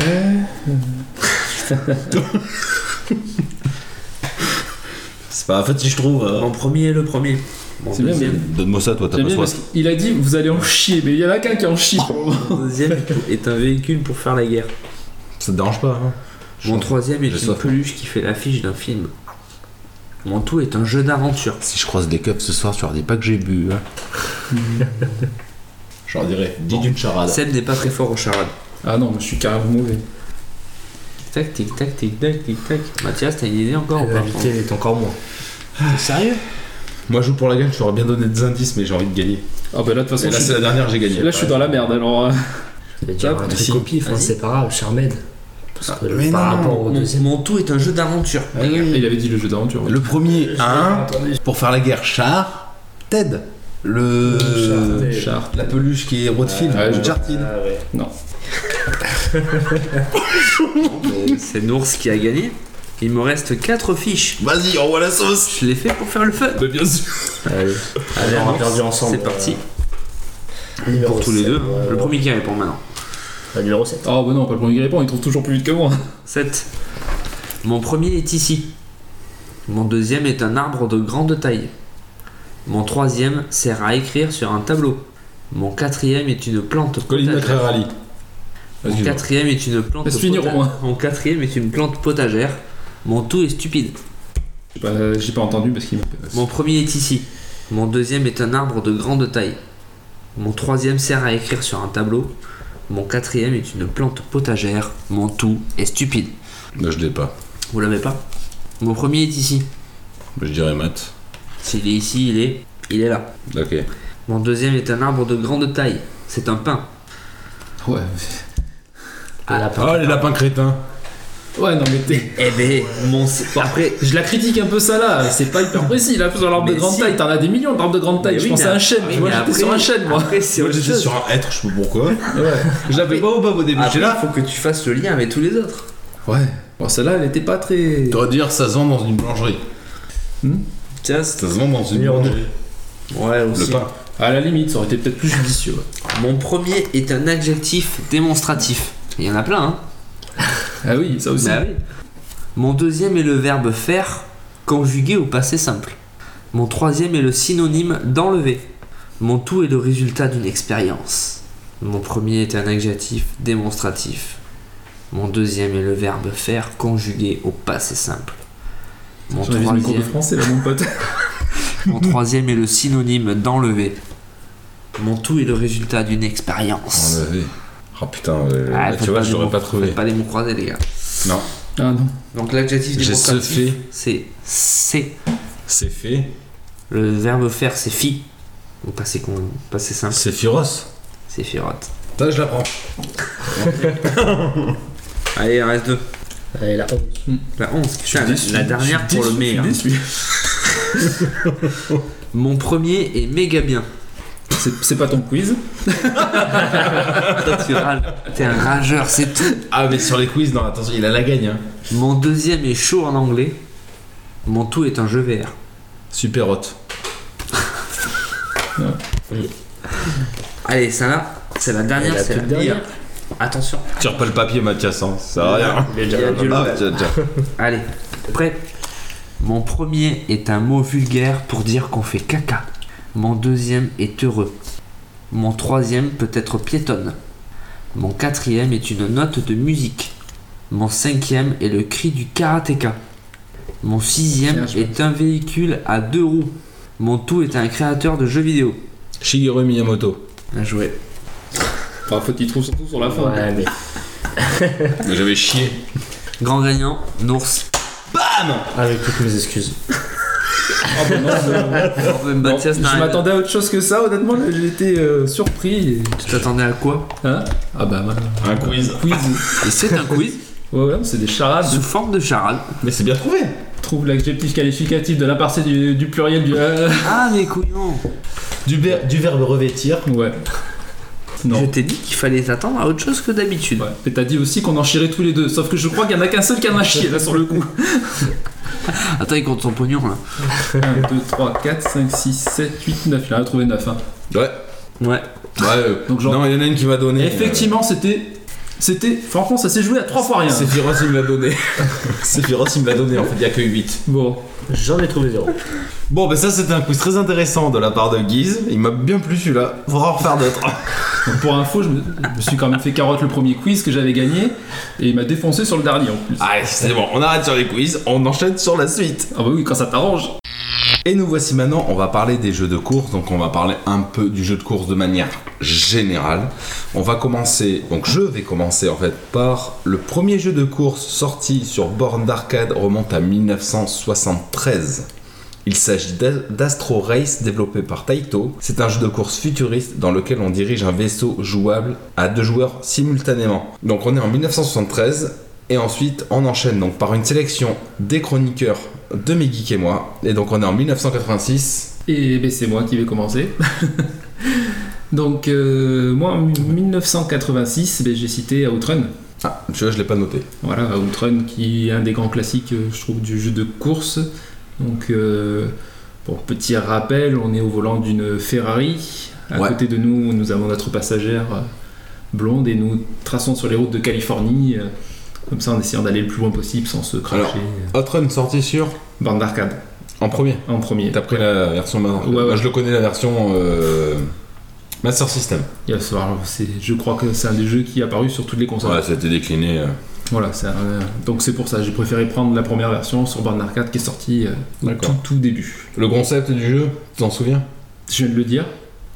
C'est pas facile, je trouve. hein. euh. Mon premier est le premier. Mon C'est bien, deuxième, Donne-moi ça, toi, t'as J'aime pas bien soif. parce qu'il a dit vous allez en chier, mais il y en a qu'un qui en chie. mon deuxième <laughs> est un véhicule pour faire la guerre. Ça te dérange pas, hein Mon troisième est je une soif. peluche qui fait l'affiche d'un film. Mon tout est un jeu d'aventure. Si je croise des cups ce soir, tu leur dis pas que j'ai bu. <laughs> hein. Je leur dirais, dis d'une charade. Seb n'est pas très fort au charade. Ah non, mais je suis carrément mauvais. Tac, tic, tac, tic, tac, tic, tac. Mathias, t'as une idée encore ou pas L'invité est encore moins. Sérieux Moi je joue pour la gagne, je t'aurais bien donné des indices, mais j'ai envie de gagner. Ah bah là, de toute façon, Et là je suis- c'est la dernière, j'ai gagné. là, je suis dans la merde alors. euh, Je vais dire Top, un mais truc si. au pif, hein, Vas-y. c'est pas grave, Charmed. Parce Ah, que mais par non. rapport au mon, deuxième. Ah, mon tout est un jeu d'aventure. Il avait dit le jeu d'aventure. ouais. Le premier, un, pour faire la guerre, char, Ted. Le. Char. La peluche qui est héros de film, ouais, je- Jartine. Ah ouais. Non. C'est Nours qui a gagné. Il me reste 4 fiches. Vas-y, envoie la sauce Je l'ai fait pour faire le fun. Bah, Mais <laughs> bien sûr. Allez, Allez, on a perdu ensemble. C'est parti. euh, numéro Pour tous les sept, deux. hein, ouais, Le ouais. premier qui répond maintenant. La numéro 7. Ah, Oh bah non, pas le premier qui répond, il trouve toujours plus vite que <laughs> moi. 7. Mon premier est ici. Mon deuxième est un arbre de grande taille. Mon troisième sert à écrire sur un tableau. Mon quatrième est une plante Colin potagère. McRae Rally. Mon Excuse-moi. quatrième est une plante Laisse finir, au potagère. moins. Mon quatrième est une plante potagère. Mon tout est stupide. J'ai pas, j'ai pas entendu parce qu'il m'a Mon premier est ici. Mon deuxième est un arbre de grande taille. Mon troisième sert à écrire sur un tableau. Mon quatrième est une plante potagère. Mon tout est stupide. Là, je l'ai pas. Vous l'avez pas Mon premier est ici. Je dirais Matt. S'il est ici, il est. Il est là. Ok. Mon deuxième est un arbre de grande taille. C'est un pin. Ouais. Ah, la Oh, les lapins crétins Ouais, non, mais t'es. Eh ben, mon. Après, <laughs> Je la critique un peu ça là, c'est pas hyper précis là, sur l'arbre de Mais grande si. taille, t'en as des millions d'arbres de grande taille, Mais je oui, pense mais à un après- chêne, oui, tu vois, mais j'étais sur après- un chêne moi. <laughs> après, c'est Moi, autre j'étais chose. sur un être, je sais pas pourquoi. Ah, Je l'avais pas au bas au début, Après, j'étais là. il faut que tu fasses le lien avec tous les autres. Ouais. Bon, celle-là, elle était pas très. Tu dois dire ça se vend dans une boulangerie. Tiens, c'est- Ça se vend dans une Numéro deux. boulangerie. ouais, Le aussi. pain. À la limite, ça aurait été peut-être plus judicieux. ouais. Mon premier est un adjectif démonstratif. Il y en a plein, hein. Ah oui, ça aussi. Bah oui. Mon deuxième est le verbe faire, conjugué au passé simple. Mon troisième est le synonyme d'enlever. Mon tout est le résultat d'une expérience. Mon premier est un adjectif démonstratif. Mon deuxième est le verbe faire, conjugué au passé simple. Mon J'en avais mis cours de troisième, français là, mon pote. mon troisième est le synonyme d'enlever. Mon tout est le résultat d'une expérience. Enlevé. Oh putain, euh, Ah, là, faites tu vois, pas je des l'aurais mots- pas trouvé. faites pas les mots croisés, les gars. Non, Ah non. Donc l'adjectif j'ai ce démonstratif, fait. c'est c'est. C'est fait. Le verbe faire, c'est fi. Ou passé, con... passé simple, C'est féroce. c'est firotte. Ça, je l'apprends. Allez, il en reste deux. Allez, la honte. La 11. Putain, la, la dernière pour le meilleur. Mon premier est méga bien. C'est c'est pas ton quiz. Toi, tu râles. T'es un rageur, c'est tout. Ah, mais sur les quiz, non, attention, il a la gagne. Hein. Mon deuxième est chaud en anglais. Mon tout est un jeu vert. Super hot. Allez, ça là, c'est la dernière, Et la c'est la toute dernière. meilleure. Attention. Tire pas le papier, Mathias, hein. ça sert à rien. Il est déjà Il y a là. du Ah, lourd. ouais, tiens, tiens. Allez, prêt Mon premier est un mot vulgaire pour dire qu'on fait caca. Mon deuxième est heureux. Mon troisième peut être piétonne. Mon quatrième est une note de musique. Mon cinquième est le cri du karatéka. Mon sixième Bien joué. est un véhicule à deux roues. Mon tout est un créateur de jeux vidéo. Shigeru Miyamoto. Bien joué. Enfin, faut qu'il trouve surtout sur la fin. Ouais, mais Mais J'avais chié. Grand gagnant, Nours. avec toutes mes excuses. Ah bah non, <laughs> je- Même Bon, Mathias, je t'as- m'attendais à autre chose que ça, honnêtement, là, j'étais euh, surpris. et- Tu t'attendais à quoi Hein ah bah voilà. Un quiz. Quiz. Et c'est <laughs> un quiz Ouais, ouais, c'est des charades. sous forme de charade. Mais c'est bien trouvé. Trouve l'adjectif qualificatif de l'impartial du, du pluriel du. euh, Ah, mais couillon Du, ver- du verbe revêtir. Ouais. Je Non. t'ai dit qu'il fallait t'attendre à autre chose que d'habitude. Ouais. Et t'as dit aussi qu'on en chirait tous les deux, sauf que je crois qu'il y en a qu'un seul qui en a chié là sur le coup. Attends, il compte son pognon là. 1, 2, 3, 4, 5, 6, 7, 8, 9. Il en a trouvé hein. 9. Ouais. Ouais. Ouais, euh, Donc, genre- non, il y en a une qui m'a donné. Effectivement, c'était. C'était. Franchement, ça s'est joué à 3 fois rien. C'est Firos, il me l'a donné. <laughs> C'est Firos, il me l'a donné, en fait, il y a que 8. <laughs> Bon. J'en ai trouvé zéro. Bon, bah ça, c'était un quiz très intéressant de la part de Guise. Il m'a bien plu celui-là. Faudra en refaire d'autres. Donc, pour info, je me, je me suis quand même fait carotte le premier quiz que j'avais gagné et il m'a défoncé sur le dernier en plus. Allez, c'est bon, on arrête sur les quiz, on enchaîne sur la suite. Ah bah oui, quand ça t'arrange. Et nous voici maintenant, on va parler des jeux de course, donc on va parler un peu du jeu de course de manière générale. On va commencer, donc je vais commencer en fait par le premier jeu de course sorti sur borne d'arcade remonte à 1973. Il s'agit d'A- d'Astro Race développé par Taito. C'est un jeu de course futuriste dans lequel on dirige un vaisseau jouable à deux joueurs simultanément. Donc on est en 1973 et ensuite on enchaîne donc par une sélection des chroniqueurs de Megeek et moi. Et donc on est en 1986. Et ben, c'est moi qui vais commencer. <laughs> Donc, euh, moi en 1986, ben, j'ai cité Outrun. Ah, tu vois, je l'ai pas noté. Voilà, Outrun qui est un des grands classiques, euh, je trouve, du jeu de course. Donc, euh, pour petit rappel, on est au volant d'une Ferrari. À Ouais. côté de nous, nous avons notre passagère euh, blonde et nous traçons sur les routes de Californie, euh, comme ça en essayant d'aller le plus loin possible sans se cracher. euh, Alors. Outrun sorti sur Bande d'arcade en premier. en premier. T'as pris la version maintenant. Ouais, ouais. Moi, je le connais la version euh, Master System. Il va falloir- c'est- je crois que c'est un des jeux qui est apparu sur toutes les consoles. Ouais, ça a été décliné. euh. Voilà, c'est un- euh, donc c'est pour ça, j'ai préféré prendre la première version sur borne d'arcade qui est sortie euh, au D'accord. tout, tout début. Le concept du jeu, tu t'en souviens Je viens de le dire.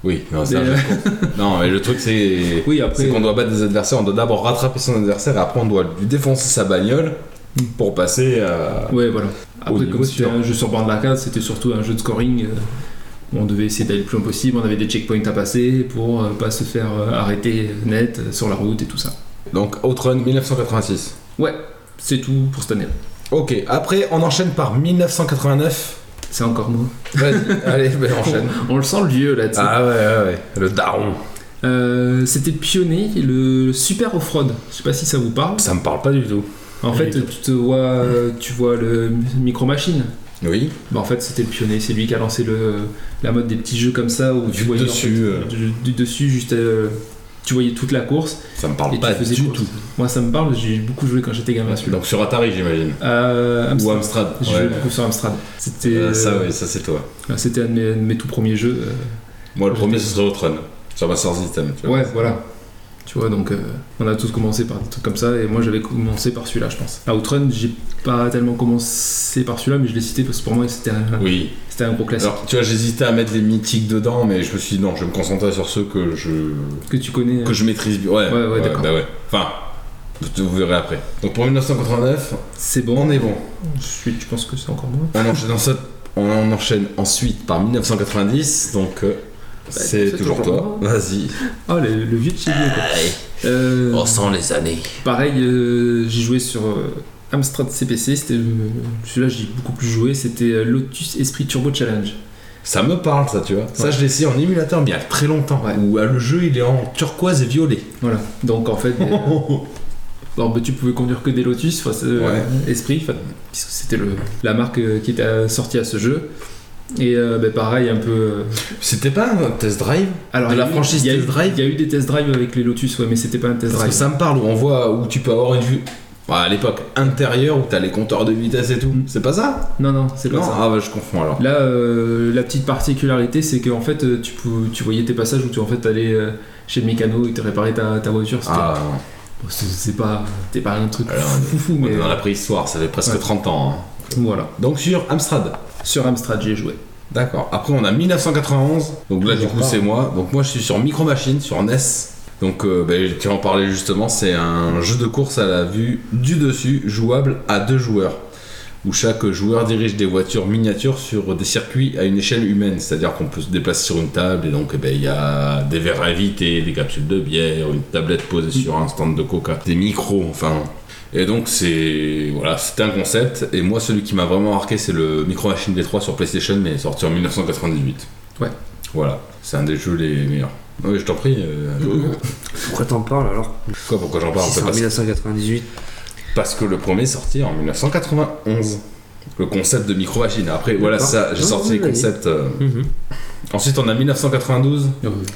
Oui, non, c'est un Mais, jeu de course. Non, mais le truc, c'est. Oui, après. C'est qu'on doit battre des adversaires, on doit d'abord rattraper son adversaire et après on doit lui défoncer sa bagnole pour passer euh, à. Ouais, voilà. Après, niveau comme c'était suivant. un jeu sur borne d'arcade, c'était surtout un jeu de scoring. euh, où on devait essayer d'aller le plus loin possible, on avait des checkpoints à passer pour euh, pas se faire euh, arrêter net euh, sur la route et tout ça. Donc Outrun 1986. Ouais, c'est tout pour cette année. Ok, après on enchaîne par 1989. C'est encore moi. <laughs> Vas-y, allez, ben, enchaîne. On le sent le vieux là, tu sais. Ah ouais, ouais, ouais, le daron. Euh, C'était pionnier, le super off-road. Je sais pas si ça vous parle. Ça me parle pas du tout. En fait, tu te vois, euh, tu vois le micro machine. Oui, Bah, en fait, c'était le pionnier, c'est lui qui a lancé le, la mode des petits jeux comme ça où tu Du voyais en dessus, fait, euh. du, du dessus juste euh, tu voyais toute la course ça me parle et Ah, pas tu faisais du course. tout. Moi, ça me parle, j'ai beaucoup joué quand j'étais gamin celui-là. Donc sur Atari, j'imagine. Euh, Ou Amstrad. Amstrad. J'ai ouais. joué beaucoup sur Amstrad. C'était Euh, ça, euh, oui, ça c'est toi. c'était un de mes, de mes tout premiers jeux. euh, Moi, le je premier, t'ai- ce serait Outrun. Sur Master System. tu vois. Ouais, voilà. Tu vois, donc euh, on a tous commencé par des trucs comme ça, et moi j'avais commencé par celui-là, je pense. Outrun, j'ai pas tellement commencé par celui-là, mais je l'ai cité parce que pour moi c'était un, Oui. c'était un gros classique. Alors, tu vois, j'hésitais à mettre les mythiques dedans, mais je me suis dit non, je vais me concentrer sur ceux que je que tu connais. euh, que je maîtrise bien. Ouais, Ouais, ouais, d'accord. bah ouais. Enfin, vous, vous verrez après. Donc pour 1989, C'est bon. on est bon. Ensuite, tu penses que c'est encore moi On enchaîne, en- on enchaîne ensuite par 1990, donc euh, c'est Bah, c'est toujours toi. toujours Vas-y. Ah, le, le vieux de chez vieux, quoi. Euh, Ah, sent les années. pareil, euh, j'ai joué sur euh, Amstrad CPC, c'était euh, celui-là j'ai beaucoup plus joué, c'était euh, Lotus Esprit Turbo Challenge. Ça me parle, ça, tu vois. Ça, je l'ai essayé en émulateur, mais il y a très longtemps. Ouais. Où euh, le jeu, il est en turquoise et <laughs> violet. Voilà, donc en <laughs> fait. euh, bon, bah, tu pouvais conduire que des Lotus, enfin, c'est, euh, Esprit, enfin, puisque c'était le- la marque euh, qui était euh, sortie à ce jeu. Et euh, bah, pareil, un peu. euh, C'était pas un test drive Alors, De il y la a eu- franchise il y a eu- Test Drive Il y a eu des test drive avec les Lotus, ouais, mais c'était pas un test Parce que drive. ça me parle, où on voit où tu peux avoir une vue. bah, à l'époque, intérieure, où t'as les compteurs de vitesse et tout. C'est Mm. pas ça Non, non, c'est pas Non ça. Ah, bah, je confonds alors. Là, euh, la petite particularité, c'est qu'en fait, euh, tu, pou- tu voyais tes passages où tu en fait, allais euh, chez le mécano et te réparais ta, ta voiture. c'était- Ah, Bon, c'est- c'est pas, c'était pas un truc Alors, foufou, on mais est dans la préhistoire, ça fait presque Ouais. 30 ans. hein. voilà. Donc sur Amstrad. Sur Amstrad, j'ai joué. D'accord. Après, on a 1991. Donc là, du coup, c'est moi. Donc moi, je suis sur Micro Machine, sur NES. Donc euh, ben, tu en parlais justement, c'est un jeu de course à la vue du dessus, jouable à deux joueurs. Où chaque joueur dirige des voitures miniatures sur des circuits à une échelle humaine. C'est-à-dire qu'on peut se déplacer sur une table et donc eh ben, il y a des verres invités, des capsules de bière, une tablette posée sur un stand de coca, des micros, enfin. Et donc c'est voilà, c'était un concept. Et moi, celui qui m'a vraiment marqué, c'est le Micro Machine V3 sur PlayStation, mais sorti en 1998. Ouais. Voilà, c'est un des jeux les meilleurs. Oui, je t'en prie. euh, Pourquoi t'en parles alors Quoi, pourquoi j'en parle Mhm. Si c'est en Ah bah, parce, 1998. parce que le premier est sorti en 1991. Le concept de Micro Machine. Après, voilà, D'accord. ça, j'ai Ah, sorti oui, les oui. Mhm. concepts. euh. Ensuite, on a 1992.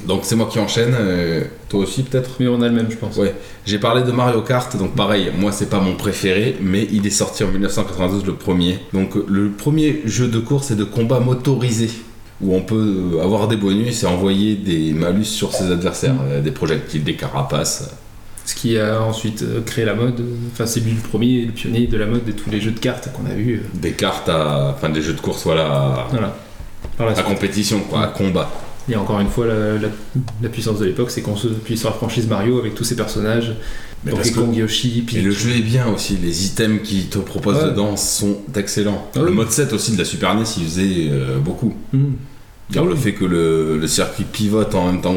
Donc c'est moi qui enchaîne. euh, toi aussi, peut-être. Mais on a le même, je pense. Ouais. J'ai parlé de Mario Kart, donc pareil, moi c'est pas mon préféré, mais il est sorti en 1992 le premier. Donc euh, le premier jeu de course et de combat motorisé, où on peut euh, avoir des bonus et envoyer des malus sur ses adversaires, euh, des projectiles, des carapaces. Ce qui a ensuite euh, créé la mode. Enfin, c'est lui le premier, le pionnier de la mode de tous les jeux de cartes qu'on a eu. des cartes à. Enfin, des jeux de course, voilà. Voilà. Par la À, à suite. compétition, quoi, à combat. Et encore une fois, la, la- la puissance de l'époque, c'est qu'on se appuie sur la franchise Mario avec tous ses personnages. Mais parce Donkey que- Kong, Yoshi, Et Peach. le jeu est bien aussi, les items qu'ils te proposent Ouais. dedans sont excellents. Ah le oui. mode 7 aussi de la Super NES, il faisait euh, beaucoup. Mhm. Car Ah le oui. fait que le, le circuit pivote en même temps,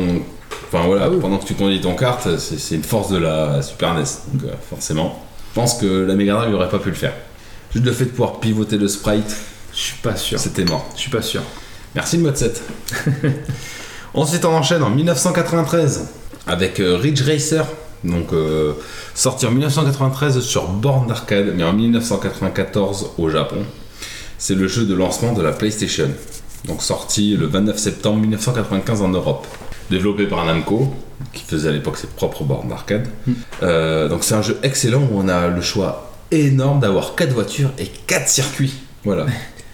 enfin voilà, Ah oui. pendant que tu conduis ton kart, c'est c'est une force de la Super NES. Donc euh, forcément, je pense que la Mega Drive n'aurait pas pu le faire. Juste le fait de pouvoir pivoter le sprite, Je suis pas sûr. c'était mort. Je suis pas sûr. Merci le mode <laughs> 7. Ensuite, on enchaîne en 1993 avec euh, Ridge Racer. Donc, euh, sorti en 1993 sur borne d'arcade, mais en 1994 au Japon. C'est le jeu de lancement de la PlayStation. Donc, sorti le 29 septembre 1995 en Europe. Développé par Namco, qui faisait à l'époque ses propres bornes d'arcade. Euh, donc, c'est un jeu excellent où on a le choix énorme d'avoir 4 voitures et 4 circuits. Voilà.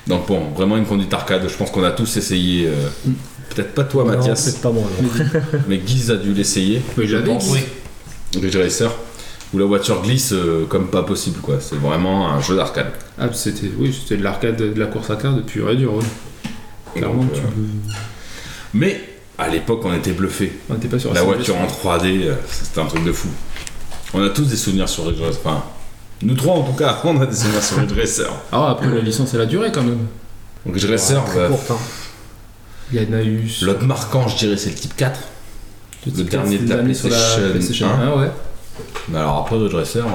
Donc, bon, vraiment une conduite arcade. Je pense qu'on a tous essayé. euh, Peut-être pas toi, Mathias. c'est pas moi. non. Mais Guise a dû l'essayer. Mais j'avais. Ridge Racer. où la voiture glisse euh, comme pas possible, quoi. C'est vraiment un jeu d'arcade. Ah, c'était oui, c'était de l'arcade, de la course à carte de pure et dure. ouais. Et Clairement, donc, tu euh, Mais à l'époque, on était bluffés. on était pas sur La SNES. voiture en 3D, euh, c'était un truc de fou. On a tous des souvenirs sur Ridge Racer. Enfin, nous trois en tout cas, <laughs> on a des souvenirs sur Ridge Racer. Ah, après la licence, elle a duré quand même. Ridge Racer, bah, hein. Pourtant. Il y en a eu. l'autre marquant, je dirais, c'est le type 4. Petit le test dernier de la d'amener sur PlayStation PlayStation 1. 1, ouais. Mais alors après, Ridge Racer, euh,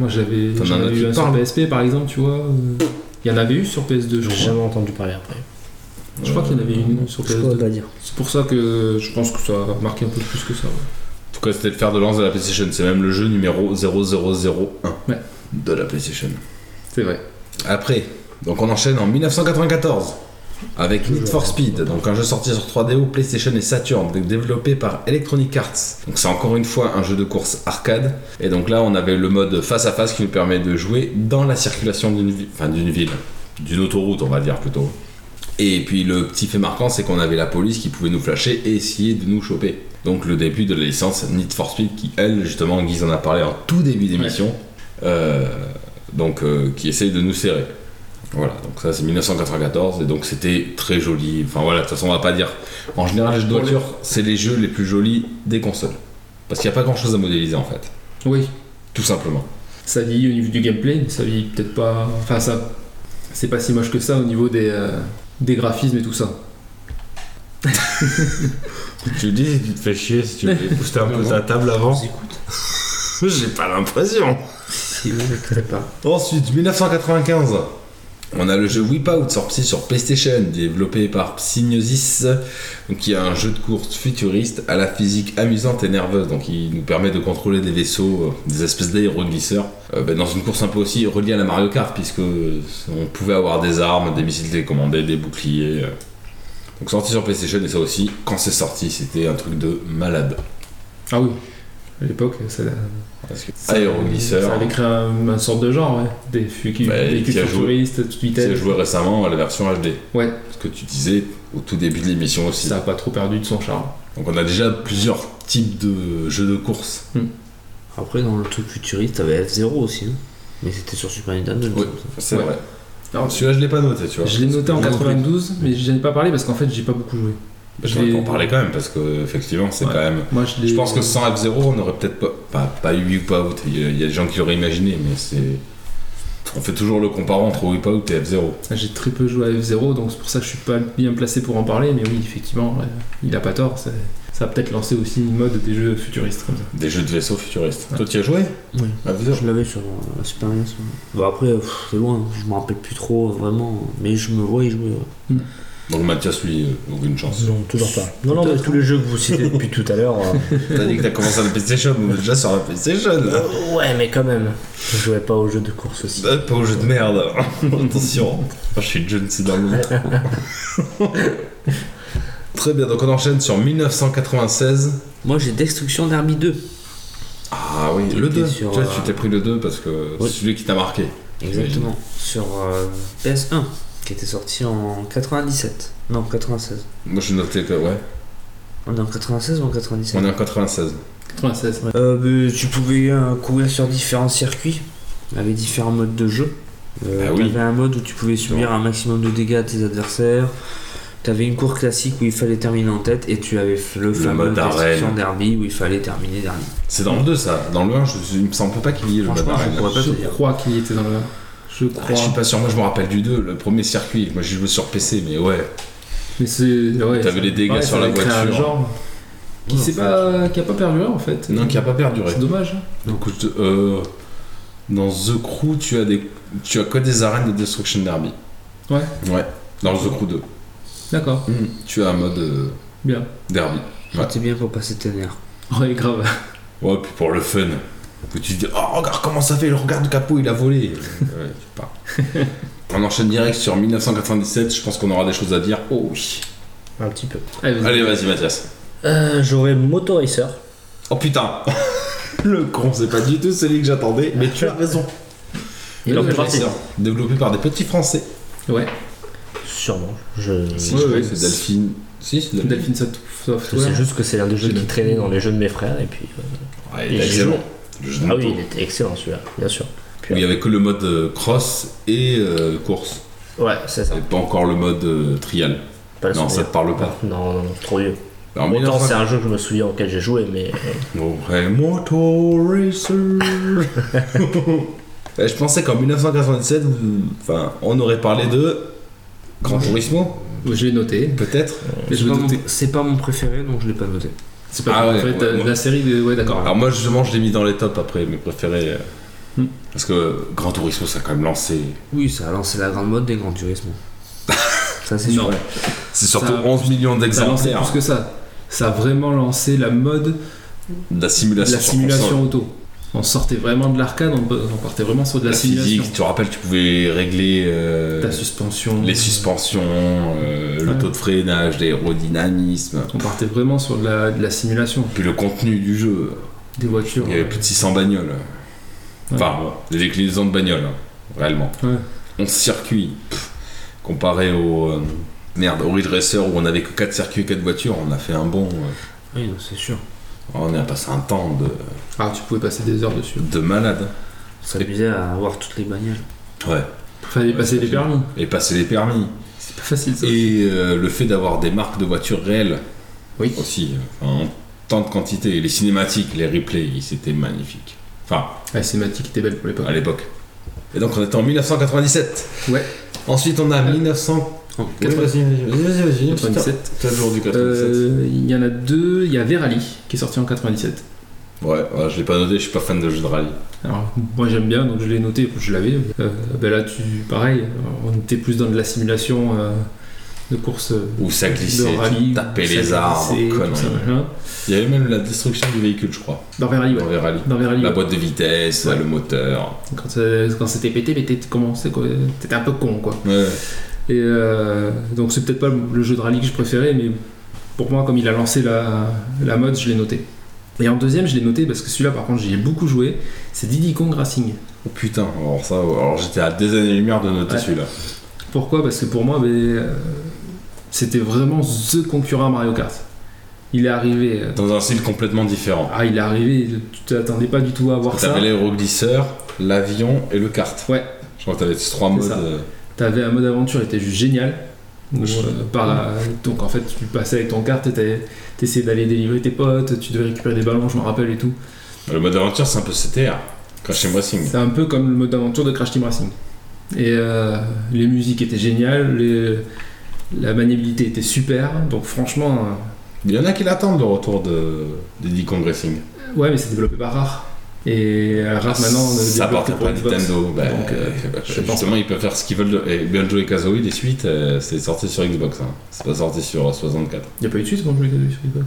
Moi j'avais T'en as j'en un avais autre eu qui un sur PSP par exemple, tu vois. euh, Il y en avait eu sur PS2, je J'ai crois. jamais entendu parler après. Je crois qu'il y en avait une sur Je pourrais PS2. pas dire. C'est pour ça que je pense que ça a marqué un peu plus que ça. ouais. En tout cas, c'était le fer de lance de la PlayStation. C'est même le jeu numéro 0001 Ouais. de la PlayStation. C'est vrai. Après, donc on enchaîne en 1994 avec Need for Speed, donc un jeu sorti sur 3DO, PlayStation et Saturn, donc développé par Electronic Arts. Donc c'est encore une fois un jeu de course arcade, et donc là on avait le mode face à face qui nous permet de jouer dans la circulation d'une ville, enfin d'une ville, d'une autoroute on va dire plutôt. Et puis le petit fait marquant c'est qu'on avait la police qui pouvait nous flasher et essayer de nous choper. Donc le début de la licence Need for Speed qui elle justement Guise en a parlé en tout début d'émission, euh, donc euh, qui essaye de nous serrer. Voilà, donc ça c'est 1994 et donc c'était très joli. Enfin voilà, de toute façon on va pas dire. En général, les jeux de voiture, c'est les jeux les plus jolis des consoles. Parce qu'il n'y a pas grand chose à modéliser en fait, Oui, tout simplement. ça vieillit au niveau du gameplay, mais ça vieillit peut-être pas. Enfin, ça. C'est pas si moche que ça au niveau des, euh, des graphismes et tout ça. Tu le dis si tu te fais chier, si tu <laughs> veux booster un peu ta table avant. J'ai pas l'impression. Si vous ne connaissez pas. Ensuite, 1995, on a le jeu Wipeout sorti sur PlayStation, développé par Psygnosis, donc qui est un jeu de course futuriste à la physique amusante et nerveuse. Donc il nous permet de contrôler des vaisseaux, euh, des espèces d'aéroglisseurs, euh, ben, dans une course un peu aussi reliée à la Mario Kart, puisque euh, on pouvait avoir des armes, des missiles télécommandés, des boucliers. euh. Donc sorti sur PlayStation et ça aussi, quand c'est sorti, c'était un truc de malade. Ah oui, à l'époque, ça. Parce que ça- aéroglisseur, Ça avait créé un, un sorte de genre, ouais. Des fucu- Bah, véhicules qui a joué- futuristes, toute c'est vitesse. joué récemment à la version HD. Ouais, ce que tu disais au tout début de l'émission aussi. ça a pas trop perdu de son charme. Donc on a déjà plusieurs types de jeux de course. Après, dans le truc futuriste, t'avais F0 aussi. hein. Mais c'était sur Super Nintendo. il me Oui. semble, ça. C'est Ouais. vrai. Alors, Celui-là je l'ai pas noté, tu vois. Je l'ai noté en Je l'ai 92, mais j'en ai pas parlé parce qu'en fait, j'ai pas beaucoup joué. Je vais en parler quand même parce que effectivement c'est Ouais. quand même. Moi, je l'ai. Je pense que sans F0 on aurait peut-être pas, pas, pas eu Wipeout. Il y a- il y a des gens qui l'auraient imaginé, mais c'est. On fait toujours le comparant entre Wipeout et F0. J'ai très peu joué à F0, donc c'est pour ça que je suis pas bien placé pour en parler, mais oui, effectivement, ouais, il a pas tort. Ça, ça a peut-être lancé aussi une mode des jeux futuristes comme ça. Des jeux de vaisseaux futuristes. Toi tu y as joué Oui. À F0 Je l'avais sur euh, la Super NES. ouais. Bah après, euh, pff, c'est loin, hein. je me rappelle plus trop euh, vraiment, mais je me vois euh, y jouer. ouais. Donc Mathias lui, euh, aucune chance. Non, toujours pas. Non, non, mais tous les jeux que vous citez depuis tout à l'heure. euh, T'as dit que t'as commencé à la PlayStation, on est déjà sur la PlayStation hein. là. Euh, Ouais, mais quand même. Je jouais pas aux jeux de course aussi. Euh, Pas au jeu de merde. <laughs> Attention. Je suis John Cena. Très bien, donc on enchaîne sur 1996. Moi j'ai Destruction d'Army 2. Ah oui, Qui le était 2. sur, tu vois, euh, tu t'es pris le 2 parce que Oui. c'est celui qui t'a marqué. Exactement. Sur euh, PS1, qui était sorti en 97. Non, 96. Moi je notais que, ouais, On est en 96 ou en 97 on est en 96. 96, ouais. Euh, ben, tu pouvais euh, courir sur différents circuits avec différents modes de jeu. Euh, Bah oui. T'avais un mode où tu pouvais subir un maximum de dégâts à tes adversaires. T'avais une course classique où il fallait terminer en tête et tu avais le fameux mode d'arène. destruction derby où il fallait terminer dernier. C'est dans le 2 ça. Dans le 1, je, il me semble pas qu'il y ait le Franchement, Badarène. je pourrais pas te Je dire. crois qu'il était dans le. Je crois. Ah, je suis pas sûr, moi je me rappelle du 2, le premier circuit. Moi j'ai joué sur PC, mais ouais. Mais c'est. Ouais, T'avais ça- les dégâts ouais, sur ça la avait créé un voiture. genre qui, Ouais, s'est en fait. pas... qui a pas perduré en fait. Non, qui a pas perduré. C'est dommage. hein. Donc, je te- euh, dans The Crew, tu as, des, tu as que des arènes de Destruction Derby. Ouais. Ouais, Mm. dans The Crew 2. D'accord, Tu as un mode euh, bien. <laughs> derby. Ouais. C'était bien pour passer tes nerfs. Ouais, grave. Ouais, puis pour le fun. Que tu te dis, oh, regarde comment ça fait, le regard de capot, il a volé. Euh, ouais, tu <laughs> pars. On enchaîne direct sur 1997, je pense qu'on aura des choses à dire. Oh oui. Un petit peu. Allez, vas-y. Allez, vas-y, Mathias. Euh, J'aurais Motoracer. Oh putain <laughs> Le con, c'est pas du tout celui que j'attendais, mais tu as raison. Il en fait partie. Racer, Développé par des petits français. Ouais, Sûrement. Je, Si, Ouais, je crois ouais, que c'est c'est- Delphine. Si, c'est Delphine. Delphine Soft- je sais Software. juste que c'est l'un des jeux J'ai qui le- traînait dans les jeux de mes frères. Et puis. euh, Ouais, Et il a j'y excellent. joue. Le jeu de Ah moto. oui, il était excellent celui-là, bien sûr. Où il n'y avait que le mode euh, cross et euh, course. Ouais, c'est ça. Et pas encore le mode euh, trial. Pas le non, ça souvenir. te parle pas. Non, non, non, trop vieux. Alors, Autant 1900 c'est un jeu que je me souviens auquel j'ai joué, mais Oh, ouais, Moto Racer Ouais, Je pensais qu'en 1997, vous- enfin, on aurait parlé de Gran Turismo, Je l'ai noté. peut-être. Mais je C'est me pas mon- doutais. C'est pas mon préféré, donc je l'ai pas noté. C'est pas Ah en ouais, fait, ouais, euh, moi- la série. de- Ouais, d'accord. Alors moi justement, je l'ai mis dans les tops après, mes préférés. euh, Hmm. Parce que Gran Turismo, ça a quand même lancé. Oui, ça a lancé la grande mode des grands turismes. ça, c'est sûr. Non, C'est surtout Ça- 11 millions ça a lancé hein. d'exemplaires plus que ça. Ça a vraiment lancé la mode de la de simulation. la sur simulation console. auto. On sortait vraiment de l'arcade, on on partait vraiment sur de la, La, simulation. physique, tu te rappelles, tu pouvais régler euh, La suspension. les suspensions, euh, le Ouais. taux de freinage, l'aérodynamisme. On partait vraiment sur de la, de la simulation Puis le contenu du jeu, des voitures. il y avait plus de 600 bagnoles. Enfin, bon, des déclinaisons de bagnoles, hein, réellement. Ouais. 11 circuits, pff, comparé au. euh, merde, au Ridge Racer où on avait que 4 circuits et 4 voitures, on a fait un bon. euh, Oui, non, c'est sûr. on a passé un temps de, Ah, tu pouvais passer des heures dessus. de malade. On s'amusait à avoir toutes les bagnoles. Ouais. Fallait passer les permis. Et passer les permis. C'est pas facile ça. Et euh, le fait d'avoir des marques de voitures réelles. Oui. Aussi, enfin, en tant de quantité. Et les cinématiques, les replays, c'était magnifique. Enfin, La cinématique était belle pour l'époque. à l'époque. Et donc on était en 1997. Ouais. Euh, Ensuite on a 1900. quatre- vas-y, vas-y, vas-y, vas-y, 97. putain, le jour du 97. Euh, Il y en a deux. Il y a Verali qui est sorti en 97. Ouais, ouais, je l'ai pas noté, je suis pas fan de jeux de rallye. Alors, moi j'aime bien, donc je l'ai noté, je l'avais. Euh, ben là, tu, pareil, on était plus dans de la simulation euh, de course euh, Où ça glissait, de tu rallye, tapais où ça les arbres, glissait, tout conneries. ça, machin. Il y avait même la destruction du véhicule, je crois, Dans Verali, ouais. dans les rallyes. Dans Verali, La ouais. boîte de vitesse, Ouais. le moteur. Quand, ça- quand c'était pété, mais t'étais, comment, c'est quoi, t'étais un peu con, quoi. Ouais. Et euh, donc, c'est peut-être pas le jeu de rallye que je préférais, mais pour moi, comme il a lancé la, la mode, je l'ai noté. Et en deuxième, je l'ai noté parce que celui-là, par contre, j'y ai beaucoup joué. C'est Diddy Kong Racing. Oh putain, alors ça, alors j'étais à des années-lumière de noter Ouais. celui-là. Pourquoi Parce que pour moi, ben, euh, c'était vraiment THE concurrent à Mario Kart. Il est arrivé. euh, Dans un style complètement différent. ah, il est arrivé, tu t'attendais pas du tout à voir ça. T'avais l'aéroglisseur, l'avion et le kart. Ouais. Je crois que t'avais ces trois modes. ça. euh, T'avais un mode aventure qui était juste génial. Où, euh, par la- Donc en fait, tu passais avec ton kart, t'étais- t'essayais d'aller délivrer tes potes, tu devais récupérer des ballons, je m'en rappelle et tout. Le mode aventure, c'est un peu CTR. Crash Team Racing. C'est un peu comme le mode d'aventure de Crash Team Racing. Et euh, les musiques étaient géniales, les- la maniabilité était super. Donc franchement, euh, Il y en a qui l'attendent le retour de Diddy Kong Racing. Ouais, mais c'est développé par Rare. Et euh, Rare maintenant. ne ça développe appartient que pour pas à Xbox. Nintendo. Bah, Donc, euh, bah, je pense justement, ils peuvent faire ce qu'ils veulent. De... Et Banjo et Kazooie, les suites, euh, c'est sorti sur Xbox. hein. C'est pas sorti sur euh, 64. Il n'y a pas eu de suite quand je l'ai sur Xbox.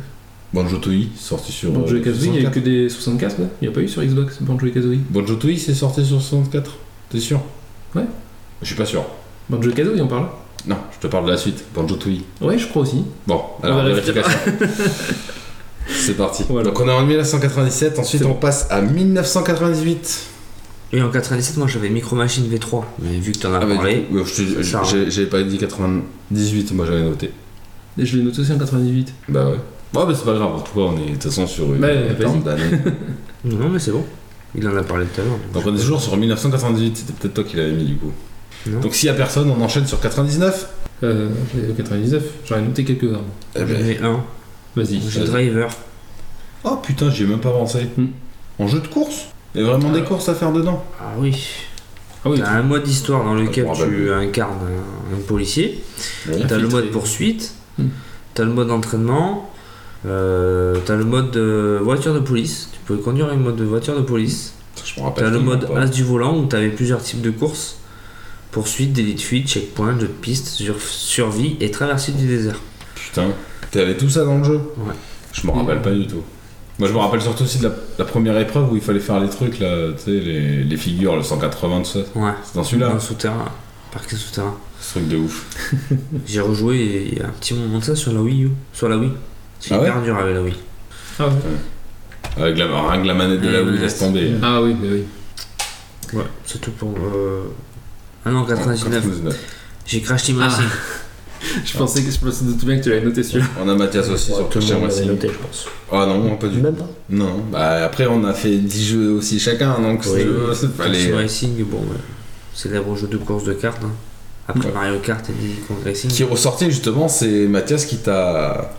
Banjo Tooie, sorti sur. Banjo euh, et Kazooie, il n'y a eu 64. que des 64, ouais. Il n'y a pas eu sur Xbox Banjo et Kazooie. Banjo Tooie, c'est sorti sur 64. T'es sûr Ouais. Je suis pas sûr. Banjo et Kazooie, on parle Non, je te parle de la suite. Banjo Tooie. Ouais, je crois aussi. Bon, alors va vérifier. vérification. <laughs> C'est parti. Voilà. Donc on est en 1997, ensuite C'est on passe à 1998. Et en 97, moi j'avais Micro Machine V3. Mais vu que t'en as bah, parlé, du coup, euh, je te- ça, hein. j'ai- J'avais pas dit 98, moi j'avais noté. Et je l'ai noté aussi en 98. Bah ouais. Ouais, mais c'est pas grave, en tout cas on est de toute façon sur une Bah, bande d'années. Non, non, mais c'est bon. Il en a parlé tout à l'heure. Donc on est toujours sur 1998, c'était peut-être toi qui l'avais mis du coup. Non. Donc s'il y a personne, on enchaîne sur 99 Euh, j'ai- 99, j'en ai noté quelques-uns. Eh J'en ben, ai un. Vas-y. J'ai Driver. Oh putain, j'y ai même pas pensé. Hmm. En jeu de course Il y a vraiment des courses à faire dedans Ah oui. Ah oui, T'as un mode histoire dans lequel Ah, je me rappelle. tu incarnes un, un policier. Oui. T'as le Infiltré. mode poursuite. Hmm. T'as le mode entraînement. euh, t'as le mode euh, voiture de police. Tu pouvais conduire une mode de voiture de police. Je me rappelle. T'as le tellement mode pas. as du volant où t'avais plusieurs types de courses. Poursuite, délit de fuite, checkpoint, jeu de piste, sur- survie et traversée du désert. Putain, t'avais tout ça dans le jeu Ouais. Je me rappelle pas du tout. Moi, je me rappelle surtout aussi de la, la première épreuve où il fallait faire les trucs, là, tu sais, les, les figures, le 180, tout ça. Ouais. C'est dans celui-là, Un souterrain. Parquet souterrain. ce truc de ouf. J'ai rejoué il y a un petit moment de ça sur la Wii U. Sur la Wii. C'est Ah ouais hyper dur avec la Wii. ah, ouais. Avec la, rien que la manette de la Wii, laisse tomber. ah oui, mais oui. C'est tout pour. Euh... Ah non, 99. J'ai Crash Team Ah. Racing. Je pensais que je pensais tout bien que tu l'avais noté celui-là. On a Mathias aussi sur euh, Tout le Prochain monde l'avait Racing. noté, je pense. Ah non, pas du tout. Même pas. Non, bah après on a fait 10 jeux aussi chacun, donc si Oui. tu veux, c'est pas les- Prochain Racing, bon, ouais. célèbre jeu de course de cartes. hein. Après Mario Kart et Diddy Kong Racing, Qui qui, est ressorti justement, c'est Mathias qui t'a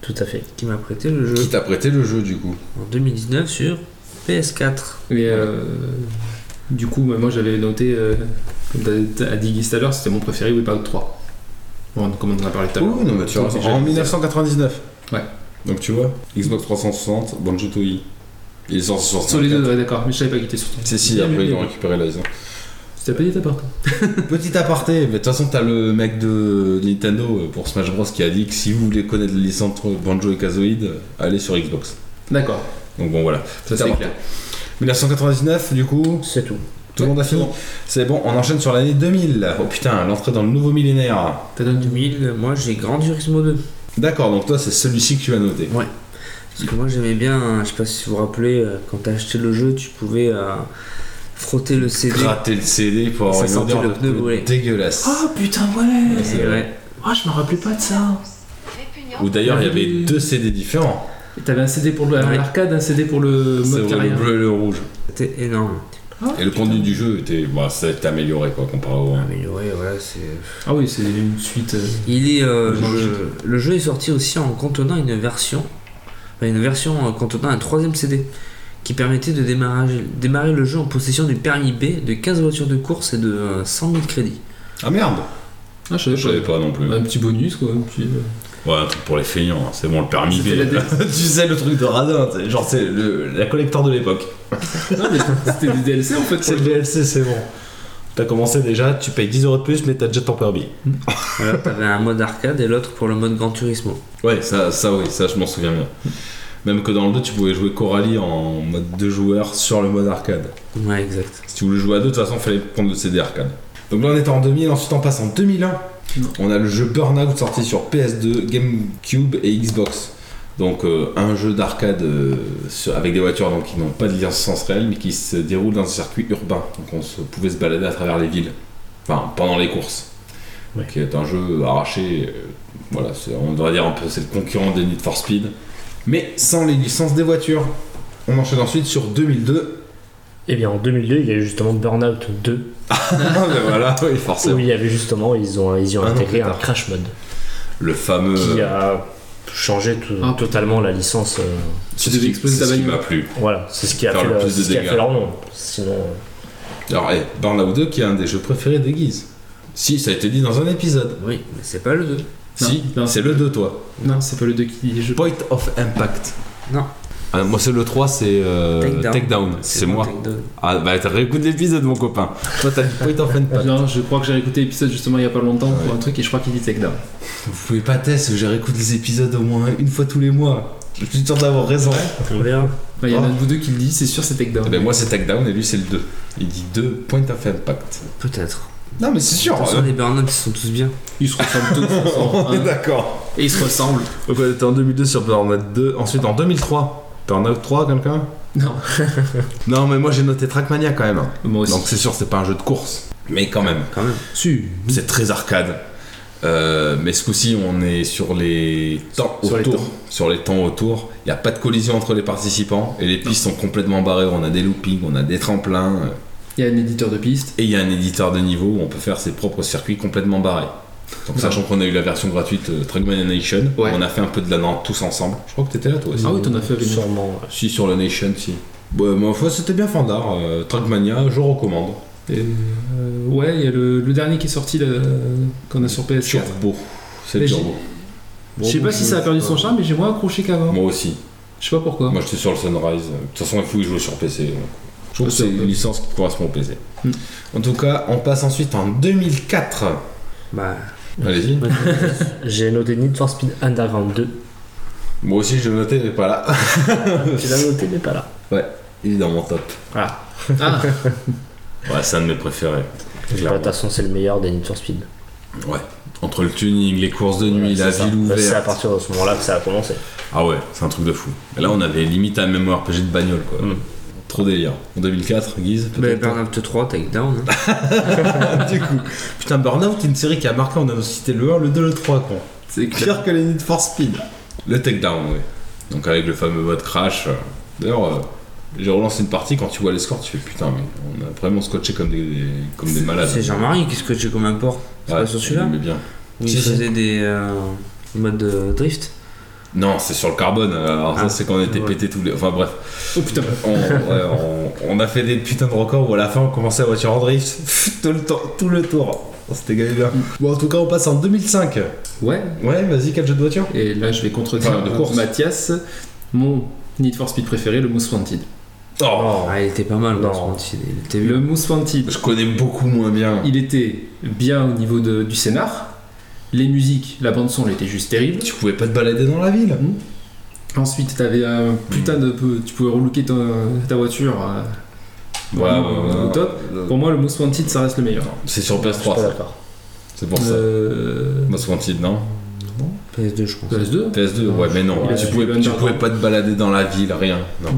Tout à fait. m'a prêté le qui jeu t'a prêté le jeu du coup. en 2019 sur PS4. Mais euh, du coup, bah, moi j'avais noté, euh, comme t'as- t'as dit Guy tout à l'heure, c'était mon préféré Wipeout 3. Bon, comme on en a parlé tout à l'heure. Oui, non, mais tu vois, Déjà- en 1999. Ouais. Donc tu vois, Xbox 360, Banjo Tooie. Ils sont sortis Sur les deux, ouais, d'accord, mais je savais pas qu'il était sur ton. Si, si, Bien, après bien, ils bien. ont récupéré la licence. Tu t'as pas dit ta part. <laughs> Petit aparté, mais de toute façon, t'as le mec de Nintendo euh, pour Smash Bros qui a dit que si vous voulez connaître la licence entre Banjo et Kazooie, euh, allez sur Xbox. D'accord, Donc bon, voilà. ça Petit c'est aparté. clair. 1999, du coup, C'est tout. tout le monde a fini. C'est bon, on enchaîne sur l'année 2000. Oh putain, l'entrée dans le nouveau millénaire. T'as donné 2000, moi j'ai Grand Turismo 2. D'accord, donc toi, c'est celui-ci que tu as noté. Parce que moi j'aimais bien, hein, je sais pas si vous vous rappelez, euh, quand t'as acheté le jeu, tu pouvais euh, frotter le CD. Gratter le CD pour avoir Ça une sentait odeur le de pneu brûlé. dégueulasse. Oh, putain, ouais Et ouais. Ah, je me rappelais pas de ça Ou d'ailleurs, il y Il y avait avait eu- deux CD différents. Et T'avais un CD pour le- Ouais. l'arcade, un CD pour le C'est mode vrai, le carrière. bleu et le rouge. c'était énorme. Et le contenu du jeu était, bah, ça a été amélioré quoi, comparé au. Amélioré, voilà, c'est. euh, Ah oui, c'est une suite. euh, Il est, euh, Le jeu. le, le jeu est sorti aussi en contenant une version, enfin, une version euh, contenant un troisième CD qui permettait de démarrer, démarrer le jeu en possession du permis B, de 15 voitures de course et de euh, 100 000 crédits. Ah merde Ah, je Je savais savais pas. pas non plus. Un petit bonus quoi. un petit, euh, Ouais, un truc pour les feignants, hein. c'est bon, le permis C'était la B. <laughs> tu sais, le truc de radin, tu sais, genre c'est le, la collector de l'époque. Non, mais c'était des DLC en fait. pour C'est le DLC, c'est bon. T'as commencé déjà, tu payes 10 euros de plus, mais t'as déjà ton permis. Voilà, t'avais un mode arcade et l'autre pour le mode Grand Turismo. Ouais, ça, ça oui, ça je m'en souviens bien. Même que dans le 2, tu pouvais jouer Coralie en mode 2 joueurs sur le mode arcade. Ouais, exact. Si tu voulais jouer à deux, de toute façon, il fallait prendre le CD arcade. Donc là, on était en 2000, ensuite on passe en 2001. On a le jeu Burnout sorti sur PS2, GameCube et Xbox. Donc euh, un jeu d'arcade euh, sur- avec des voitures donc, qui n'ont pas de licence réelle, mais qui se déroule dans un circuit urbain. Donc on se- pouvait se balader à travers les villes, enfin pendant les courses. Ouais. Qui est un jeu arraché, euh, voilà, c'est- on devrait dire un peu c'est le concurrent des Need for Speed, mais sans les licences des voitures. On enchaîne ensuite sur 2002. Eh bien, en 2002, il y a eu justement Burnout 2, <laughs> Ah, ben voilà, oui, forcément. où il y avait justement, ils ont, ils y ont Un an intégré Ah plus un tard. Euh. crash mode Le fameux. qui a changé tout- Ah. totalement la licence. euh, Tu devais exploser C'est ta ce qui bagnole. m'a plu. voilà, c'est ce qui a Faire fait, le la- plus de c'est ce qui a dégâts. fait leur nom. Sinon, euh, Alors, eh, Burnout 2 qui est un des jeux préférés de Guise. Si, ça a été dit dans un épisode. Oui, mais c'est pas le 2. si, non. c'est le 2, toi. Non, c'est pas le 2 qui. Je... Point of Impact. Non. Ah, moi, c'est le 3, c'est euh, Takedown. Takedown. C'est moi. Takedown. Ah, bah, t'as réécouté l'épisode, mon copain. Toi, t'as dit Point of Impact. Non, je crois que j'ai écouté l'épisode justement il y a pas longtemps Ah pour un truc et je crois qu'il dit Tekda. Vous pouvez pas tester, je réécoute les épisodes au moins une fois tous les mois. Je suis sûr d'avoir raison. on verra. Bah, Il y en Oh. a un de vous deux qui le dit, c'est sûr c'est Tekda. Ah. Eh ben, moi, c'est Takedown et lui, c'est le 2. Il dit 2 Point of Impact. Peut-être. Non, mais c'est sûr. De toute façon, euh, les Burnout, ils sont tous bien. Ils se ressemblent tous. ils se on ressemblent, est hein. <laughs> d'accord. Et ils se ressemblent. Donc, on était en 2002 sur Burnout 2. Ensuite, en 2003. Burnout 3, quelqu'un Non. <laughs> Non, mais moi, j'ai noté Trackmania quand même. Moi aussi. Donc, c'est sûr, c'est pas un jeu de course. Mais quand même, Quand même. c'est très arcade. Euh, mais ce coup-ci, on est sur les temps Sur les autour. temps. sur les temps autour. Il n'y a pas de collision entre les participants et les pistes sont complètement barrées. On a des loopings, on a des tremplins. euh, Il y a un éditeur de piste. Et il y a un éditeur de niveau où on peut faire ses propres circuits complètement barrés. Donc, sachant qu'on a eu la version gratuite euh, Trackmania Nation, Ouais. on a fait un peu de la Nantes tous ensemble. Je crois que t'étais là toi aussi. Ah oui, t'en as fait avec nous. Sûrement. Si, sur la Nation, si. Ouais, mais enfin, c'était bien fandard. euh, Trackmania, je recommande. Et, euh, ouais, il y a le, le dernier qui est sorti là, euh, qu'on a sur PS4. Turbo. C'est Mais Turbo. Je sais pas si ça a perdu son charme, mais j'ai moins accroché qu'avant. Moi aussi. Je sais pas pourquoi. Moi, j'étais sur le Sunrise. De toute façon, il faut que je joue sur PC. donc. Je trouve que c'est une licence qui correspond au PC. Ah, Hmm. En tout cas, on passe ensuite en 2004. Bah, Allez-y. J'ai noté Need for Speed Underground 2. <laughs> Moi aussi, je le notais, mais pas là. Tu l'as noté, mais pas là. Il est dans mon top. Ah. Ah. Ouais, c'est un de mes préférés. De Clairement. toute façon, c'est le meilleur des Need for Speed. Ouais. Entre le tuning, les courses de nuit, Ouais, la c'est ça. ville Bah, C'est à ouverte. partir de ce moment-là que ça a commencé. Ah ouais, c'est un truc de fou. Et là, on avait limite un même RPG de bagnole, quoi. Trop délire. En 2004, Guise Mais peut-être ben, Bah, Burnout 3, Takedown. hein. du coup, putain, Burnout, une série qui a marqué, on a cité le 1, le 2, le 3, quoi. C'est clair. Pire que les Need for Speed. Le takedown, oui. Donc avec le fameux mode crash. euh, D'ailleurs, euh, j'ai relancé une partie, quand tu vois les scores, tu fais putain, mais on a vraiment scotché comme des, des- comme des malades. C'est Jean-Marie, qu'est-ce que j'ai comme import C'est pas sur celui-là Mais bien. Où il Mm-hmm. Si, si. faisait des euh, modes de drift Non, c'est sur le carbone. euh, Alors ça, Ah, c'est qu'on était ouais. pété tous les. Enfin bref, Oh putain. on, ouais, on- on a fait des putains de records où à la fin on commençait à voiture en drift tout le temps, tout le tour. On s'était gavé bien. Bon, en tout cas, on passe en 2005. Ouais. Ouais, vas-y, quel jeu de voiture Et là, je vais contredire Enfin, de course. Mathias. Mon Need for Speed préféré, le Moose Wanted. Oh, Ah, il était pas mal, Non. non Il était Le bien. Moose Wanted, je connais beaucoup moins bien. il était bien au niveau de- du scénar. Les musiques, la bande son, elle était juste terrible. Tu pouvais pas te balader dans la ville. Mm. Ensuite, t'avais un putain de peu, tu pouvais relooker ta, ta voiture. euh, vraiment, euh, au top. Pour moi, le Moose Wanted, ça reste le meilleur. C'est sur Je suis PS3, pas ça. d'accord. c'est pour ça. Euh, Most Wanted, non PS2, je pense. PS2 PS2, ouais, mais non. Il a tu suivi pouvais, le tu underground. pouvais pas te balader dans la ville, rien. Non.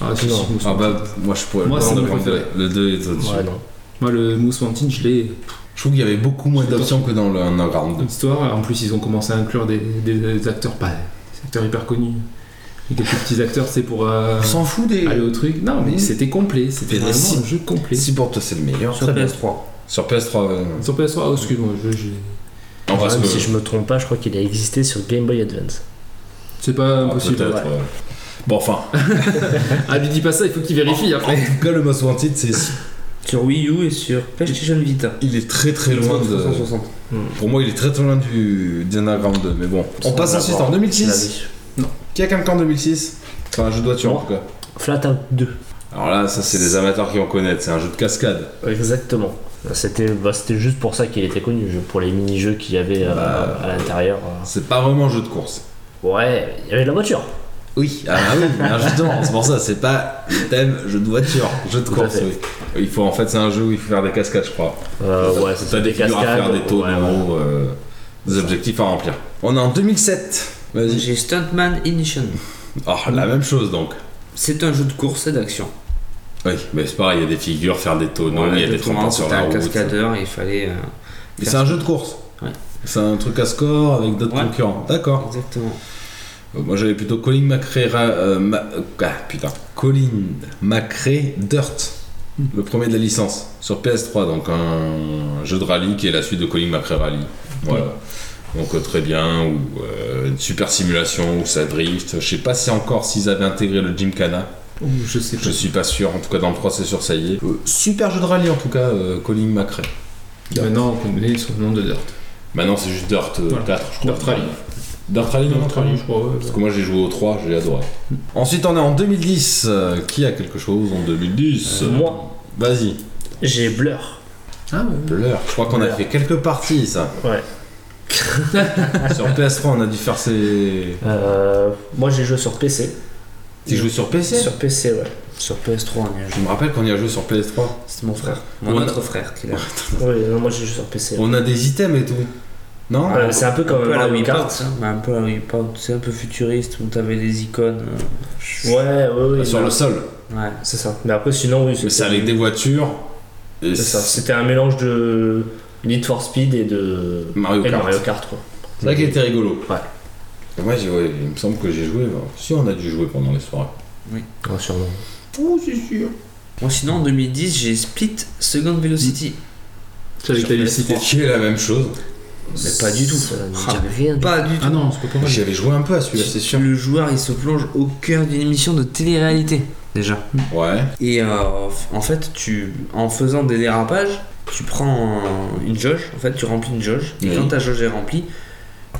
Ah, si, si, Moose Ah Wanted. bah, moi je pourrais. Moi, non, c'est le mon grand préféré. deux- Le 2 est au-dessus. Ouais, non. Moi, le Moose Wanted, je l'ai. Je trouve qu'il y avait beaucoup moins d'options que dans le Underground 2. Histoire, en plus, ils ont commencé à inclure des, des acteurs, pas des acteurs hyper connus. Des plus petits acteurs, c'est pour. euh, fout des. aller au truc. Non, mais c'était complet. C'était Et vraiment Mm. si- un jeu complet. Si pour toi c'est le meilleur. Sur PS3. Sur PS3, ouais. Sur PS3, oh, excuse-moi, je- je- En vrai, Même c'est- si je me trompe pas, je crois qu'il a existé sur Game Boy Advance. c'est pas Ah, impossible. peut-être, ouais. Bon, enfin, <laughs> Ah, lui dis pas ça, il faut qu'il vérifie Oh. après. En tout cas, le Most Wanted, c'est. Sur Wii U et sur PlayStation Vita. il est très très loin de. 360. Pour moi, il est très très loin du du Underground 2, mais bon. On passe ensuite en 2006. Qui a quelqu'un en 2006 Enfin, un jeu de voiture en tout cas. Flatout 2. Alors là, ça c'est les amateurs qui en connaissent, c'est un jeu de cascade. Exactement. C'était bah, c'était juste pour ça qu'il était connu, je- pour les mini-jeux qu'il y avait euh, Bah, à l'intérieur. euh. C'est pas vraiment un jeu de course. Ouais, il y avait de la voiture. Oui, ah oui, bien justement, c'est pour ça, c'est pas le thème jeu de voiture, jeu de Tout à course, fait. oui. Il faut, en fait, c'est un jeu où il faut faire des cascades, je crois. Euh, ouais, T'as c'était des des figures cascades. à faire, des taux, ouais, en ouais. gros, euh, des objectifs à remplir. On est en 2007. Vas-y. J'ai Stuntman Ignition. Ah, la même chose donc. C'est un jeu de course et d'action. Oui, mais c'est pareil, il y a des figures, faire des tonneaux, Voilà, il y a des exactement, tremplins sur c'était la un route. cascadeur, il fallait. euh, Mais c'est un jeu de course. Ouais. C'est un truc à score avec d'autres Ouais. concurrents. D'accord. Exactement. Euh, Moi j'avais plutôt Colin McRae. Ra- euh, Ma- euh, ah, putain. Colin McRae Dirt. Le premier de la licence sur PS3, donc un jeu de rallye qui est la suite de Colin McRae Rally. Voilà. Donc euh, très bien, ou euh, une super simulation où ça drift. Je sais pas si encore s'ils avaient intégré le Gymkhana. Ouh, je sais pas. Je suis pas sûr, en tout cas dans le 3 c'est sûr, ça y est. Euh, super jeu de rallye en tout cas, euh, Colin McRae. Maintenant, on connaît son nom de Dirt. Maintenant c'est juste Dirt euh, Voilà. 4, je crois. Dirt Rally. Dirt Rally, non Notre ami, je crois. ouais. Parce que moi j'ai joué au 3, j'ai adoré. Ensuite on est en 2010. euh, qui a quelque chose en 2010 Euh, Moi, Vas-y. j'ai Blur. Ah, ouais. Blur. Je crois qu'on a Blur. fait quelques parties ça. Ouais. <laughs> sur PS3 on a dû faire ces... Euh, moi, j'ai joué sur PC. Tu joues sur PC Sur PC, ouais. Sur PS3, on y a Je joué. me rappelle qu'on y a joué sur PS3. C'est mon frère. On Mon a- autre frère qui l'a. joué. Ouais, non, moi, j'ai joué sur PC. On a des items et tout. Non Euh, c'est un peu Un comme peu à la Mario Wii Part, Kart. hein, mais un peu à la Wii Part, c'est un peu futuriste où t'avais des icônes. euh, Ouais, ouais, ouais. Sur mais- le sol. Ouais. C'est ça. Mais après, sinon, oui. Mais c'était- c'est avec des voitures. Et C'est ça. C'était un mélange de Need for Speed et de Mario et de Kart. Mario Kart, quoi. C'est ça qui était rigolo. Ouais. Et Moi, j'ai- ouais, il me semble que j'ai joué. bon. Si, on a dû jouer pendant les soirées. Ouais, Ah, sûrement. Bon, sinon, en 2010, j'ai Split Second Velocity. C'est avec la C'était qui est la même chose. Mais pas du tout. Ça ne Ah, dit rien. Pas du tout. Ah non, c'est pas pareil. J'y avais joué un peu à celui-là, c'est sûr. Le joueur, il se plonge au cœur d'une émission de télé-réalité, déjà. Ouais. Et euh, en fait, tu, en faisant des dérapages, tu prends un- une jauge, en fait, tu remplis une jauge, et Oui. quand ta jauge est remplie,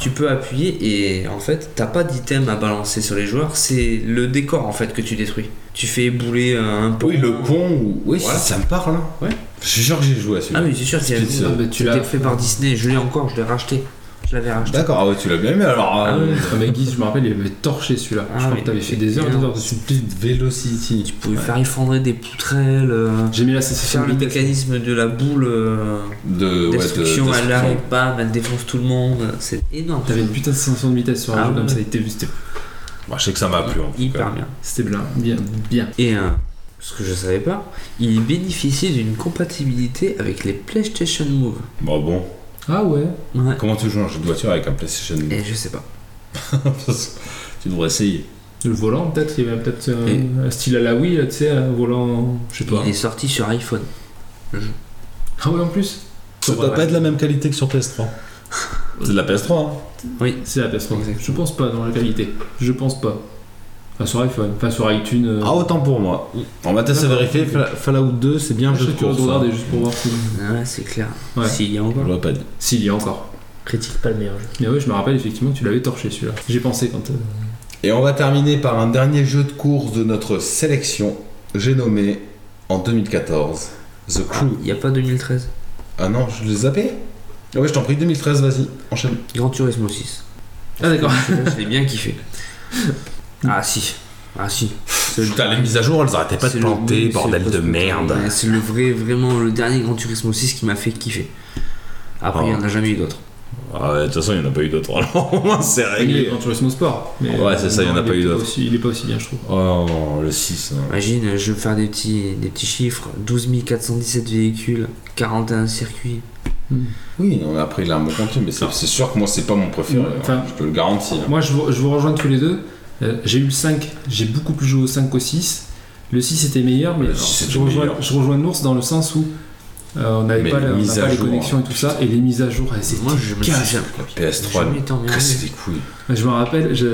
tu peux appuyer et en fait, t'as pas d'item à balancer sur les joueurs, c'est le décor en fait que tu détruis. Tu fais ébouler euh, un pont. Oui, le pont. ou- Oui, Voilà. ça me parle. hein. Ouais. Je suis sûr que j'ai joué à celui-là. Ah oui, c'est sûr, c'est Split, euh, mais tu l'as- C'était fait par Disney, je l'ai encore, je l'ai racheté. Je l'avais racheté. D'accord, ah ouais, tu l'as bien aimé alors. Ah euh, oui. Ah, mais Guise, je me rappelle, il avait torché celui-là. Ah, je crois mais- que t'avais fait des heures et des heures dessus. Split Velocity. Tu pouvais faire effondrer des poutrelles, euh, J'ai mis la sensation faire de le vitesse. mécanisme de la boule, euh, De, ouais, de- destruction, elle destruction. arrive, bam, elle défonce tout le monde, c'est énorme. T'avais une putain de sensation de vitesse sur un Ah, jeu comme ouais. ça, il était- c'était Bah, je sais que ça m'a plu. en tout cas. Hyper bien. c'était bien, bien, bien. Et euh, ce que je savais pas, il bénéficie d'une compatibilité avec les PlayStation Move. Bon, bon. Ah ouais Ouais. Comment tu joues un jeu de voiture avec un PlayStation <laughs> Et je sais pas. Tu devrais essayer. Le volant, peut-être, il y avait peut-être un, Et- un style à la Wii, là, tu sais, un volant. Je sais pas. Il est sorti sur iPhone. Ah ouais, en plus Ça Ouais, doit ouais. pas être la même qualité que sur <laughs> PS3. C'est de la PS3. hein. C'est la PS3. Exactement. Je pense pas dans la qualité. Je pense pas. Enfin, sur iPhone, enfin sur iTunes. euh, Ah, autant pour moi. On va tester à vérifier. Fla- Fallout 2, c'est bien un je jeu sais de que tu course. regardes hein. juste pour voir si- Ouais, c'est clair. Ouais. S'il y a Je encore. l'aurais pas dit. s'il y a encore. Critique pas le meilleur jeu. Mais ouais, je me rappelle effectivement que tu l'avais torché celui-là. J'ai pensé quand. euh, Et on va terminer par un dernier jeu de course de notre sélection. J'ai nommé en 2014 The Crew. Il n'y a pas 2013. Ah non, je l'ai zappé Ah Ouais, je t'en prie, 2013, vas-y, enchaîne. Grand Turismo 6. Ah d'accord. <laughs> Celui-là, je l'ai <laughs> bien kiffé. Ah si. Ah si. Putain, les mises à jour, elles arrêtaient pas C'est de le- planter, c'est bordel pas- de merde. Ouais, C'est le vrai, vraiment le dernier Grand Turismo 6 qui m'a fait kiffer. Après, Oh. il n'y en a jamais eu d'autres. Ah ouais, de toute façon, il n'y en a pas eu d'autres. <laughs> Alors, au moins, c'est Il est réglé. Grand Turismo Sport. mais, Ouais, c'est ça, euh, il y en a non, pas est eu d'autres. aussi- Il est pas aussi bien, je trouve. Oh, le 6. hein. Imagine, je veux faire des petits, des petits chiffres 12 417 véhicules, 41 circuits. Oui, non, mais après, il a un bon contenu, mais c'est c'est sûr que moi, c'est pas mon préféré. hein. Enfin, je te le garantis. hein. Moi, je vous, je vous rejoins tous les deux. Euh, j'ai eu le 5, j'ai beaucoup plus joué au 5 qu'au 6. Le 6 était meilleur, mais Le alors, 6 était je, rejoins, Ah, meilleur. je rejoins Nours dans le sens où euh, on n'avait Mais pas, les la- on n'a mises à pas les jour, connexions et tout ça, et les mises à jour, elles étaient Moi, je me suis casses. jamais- La PS3, jamais été emmerdé. casser les couilles. Je me rappelle, je,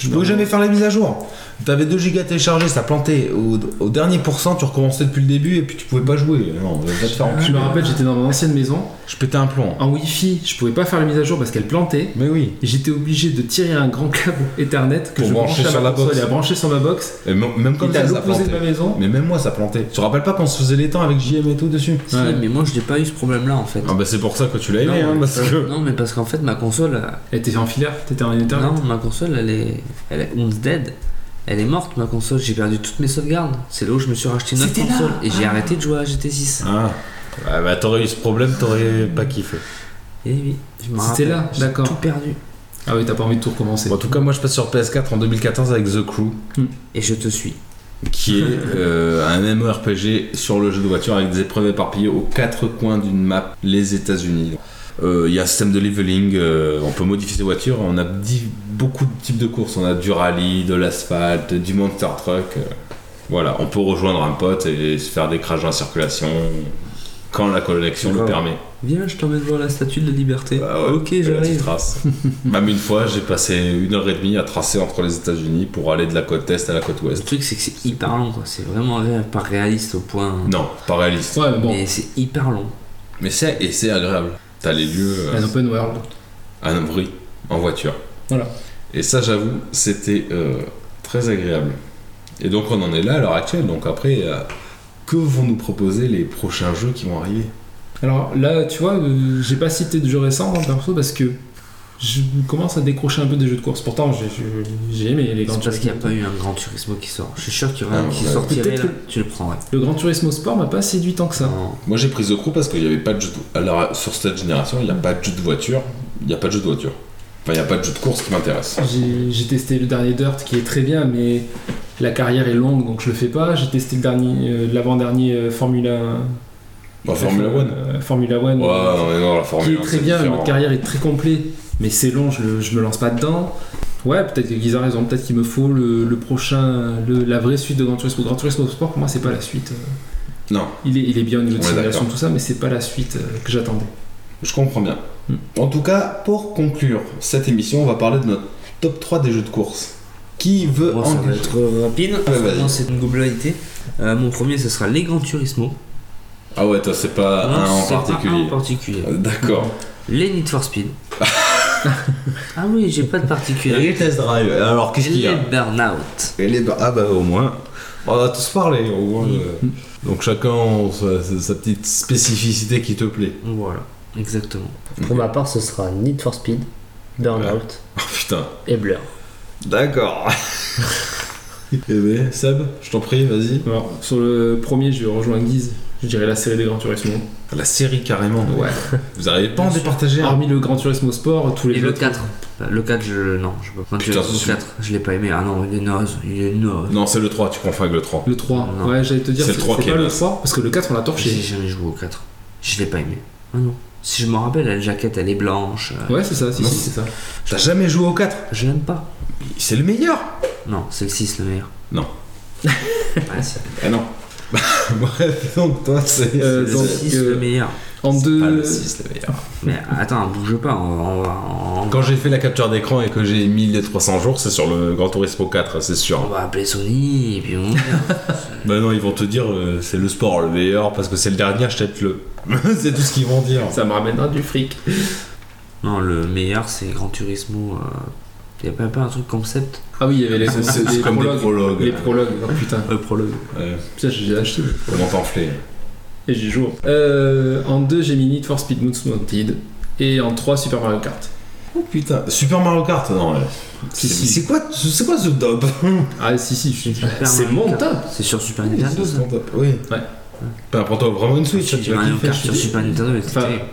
Je pouvais jamais faire la mise à jour. T'avais 2 gigas téléchargés, ça plantait. Au, au dernier pourcent, tu recommençais depuis le début et puis tu pouvais pas jouer. Non, va te faire je enculer. me rappelle, j'étais dans mon ancienne maison. Je pétais un plomb. hein. En Wi-Fi, je pouvais pas faire la mise à jour parce qu'elle plantait. Mais oui. Et J'étais obligé de tirer un grand câble Ethernet que Pour je brancher branchais à sur ma la console box. et à brancher sur ma box. Et m- même Comme comme était ça, à ça l'opposé de ma plantait. maison. Mais même moi, ça plantait. Tu te rappelles pas qu'on se faisait les temps avec JM et tout dessus Si, Ouais. mais moi, je n'ai pas eu ce problème-là en fait. Ah bah c'est pour ça que tu l'as aimé, Non, hein, parce <laughs> que... Non, mais parce qu'en fait, ma console, euh, Elle était en filaire, t'étais en Ethernet. Non, ma console, elle est, elle est once dead. Elle est morte, ma console. J'ai perdu toutes mes sauvegardes. C'est là où je me suis racheté une autre console et j'ai arrêté de jouer à GT6. Ah, Ouais, bah t'aurais eu ce problème, t'aurais pas kiffé. Et Eh oui, je me C'était rappelle, là, j'ai d'accord. Tout perdu. Ah oui, t'as pas envie de tout recommencer. Bon, Bah, en tout cas, moi je passe sur PS4 en 2014 avec The Crew, Et je te suis. qui est euh, un MMORPG sur le jeu de voiture avec des épreuves éparpillées aux quatre coins d'une map, les États-Unis. Euh, Il y a un système de leveling, euh, on peut modifier ses voitures, on a di- beaucoup de types de courses, on a du rallye, de l'asphalte, du monster truck. euh, voilà, on peut rejoindre un pote et se faire des crashs en circulation quand la connexion le Bravo. permet. Viens, je t'emmène voir la statue de la liberté. Bah ouais, ok, elle a des j'arrive. traces. <laughs> Même une fois, j'ai passé une heure et demie à tracer entre les États-Unis pour aller de la côte est à la côte Le ouest. truc, c'est que c'est hyper long, quoi. C'est vraiment ré- pas réaliste au point. hein. Non, pas réaliste. Ouais, mais bon, Mais c'est hyper long. Mais c'est et c'est agréable. T'as les lieux euh, un open world. un bruit en voiture. Voilà. Et ça, j'avoue, c'était euh, très agréable. Et donc on en est là à l'heure actuelle. Donc après, euh, que vont nous proposer les prochains jeux qui vont arriver Alors là, tu vois, euh, j'ai pas cité de jeux récents en perso parce que je commence à décrocher un peu des jeux de course. Pourtant, j'ai j'ai- j'ai aimé les grands C'est parce qu'il n'y a Turismo. pas eu un grand Turismo qui sort. Je suis sûr qu'il y aurait Ah, un qui ouais. sortirait Peut-être là. Tu le prendrais. Le Grand Turismo Sport m'a pas séduit tant que ça. Non. Moi, j'ai pris The Crew parce qu'il n'y avait pas de jeu de... Alors, sur cette génération, il n'y a pas de jeu de voiture. Il n'y a pas de jeu de voiture. Enfin, il n'y a pas de jeu de course qui m'intéresse. J'ai j'ai testé le dernier Dirt qui est très bien, mais la carrière est longue donc je le fais pas. J'ai testé le dernier, euh, l'avant-dernier euh, Formula 1. Dans Formula One Euh, Formula One. Ouais, non, mais non, la qui Formule est 1, très c'est bien, différent. notre carrière est très complet, mais c'est long, je, le- je me lance pas dedans. Ouais, peut-être que Guiz a raison, peut-être qu'il me faut le, le prochain, le- la vraie suite de Grand Turismo. Grand Turismo Sport, pour moi, c'est pas la suite. euh. Non. Il est, il est bien au niveau On de est simulation, d'accord. tout ça, mais c'est pas la suite euh, que j'attendais. Je comprends bien. En tout cas, pour conclure cette émission, on va parler de notre top 3 des jeux de course. Qui veut en Moi, ça va être euh, rapide. Ah, vas-y. Moi, c'est une globalité. Euh, mon premier, ce sera les Grand Turismo. Ah ouais, toi, c'est pas Non, un en c'est pas un en particulier. Euh, particulier. D'accord. Les Need <laughs> for Speed. ah oui, j'ai pas de particulier. test drive. Alors, Et Les Burnout. Et les bar- Ah bah, au moins. On va tous parler, au moins. euh. Donc, chacun sa, sa- sa petite spécificité qui te plaît. Voilà, exactement. Pour ma part, ce sera Need for Speed, Burnout Oh putain. et Blur. D'accord. Eh ben, Seb, je t'en prie, vas-y. Alors, sur le premier, je rejoins Guise, je dirais la série des Grand Turismo. La série carrément. Ouais. Vous arrivez pas à en départager. hein. Hormis le Grand Turismo Sport, tous les Et jeux le de- 4. Le 4, je. Non, je peux pas. Putain, le c'est- 4, je l'ai pas aimé. Ah non, il est naze. Il est Ah. naze. Non, c'est le 3, tu confonds avec le 3. Le 3, Non. ouais, j'allais te dire, C'est c'est le 3 c'est qui pas est le naze. 3, parce que le 4, on l'a J'ai torché. jamais joué au 4. Je l'ai pas aimé. Ah non. Si je me rappelle, la jaquette, elle est blanche. euh, Ouais, c'est ça, si, Non. si, c'est ça. T'as jamais joué au 4 Je l'aime pas. C'est le meilleur Non, c'est le 6 le meilleur. Non. <laughs> Ouais, c'est Ah non. <laughs> Bref, donc toi, c'est. Euh, le donc, 6 euh, le meilleur. En c'est pas le deux. 6 le meilleur. Mais attends, bouge pas. On va. On va, on va- Quand j'ai fait la capture d'écran et que j'ai mis les 300 jours, c'est sur le Grand Turismo 4, c'est on sûr. va appeler Sony et puis on <laughs> Bah non, ils vont te dire euh, c'est le sport le meilleur parce que c'est le <laughs> dernier, achète-le. c'est tout ce qu'ils vont dire. Ça me ramènera du fric. Non, le meilleur c'est Gran Turismo. Euh... Y'a pas, pas un truc concept Ah oui, il y avait les, C'est- c'est les comme des prologues. prologues. Les prologues, oh putain. Le prologue. Ouais, Putain, j'ai acheté. comment t'enfler Et j'y joue. Euh, en 2, j'ai mis Need for Speed Moons Wanted. Et en 3, Super Mario Kart. Oh, Putain, Super Mario Kart, non. ouais. Si, C'est si. c'est quoi, c'est quoi ce top Ah, si, si, je- Super <laughs> c'est Mario mon Kart. top. C'est sur Super <laughs> Nintendo ça Son top, Oui. Ouais. Bah, prends-toi vraiment une Switch, tu Super vas hein. Mario kiffer. Kart je te sur dis. Super Nintendo, mais Enfin, c'était-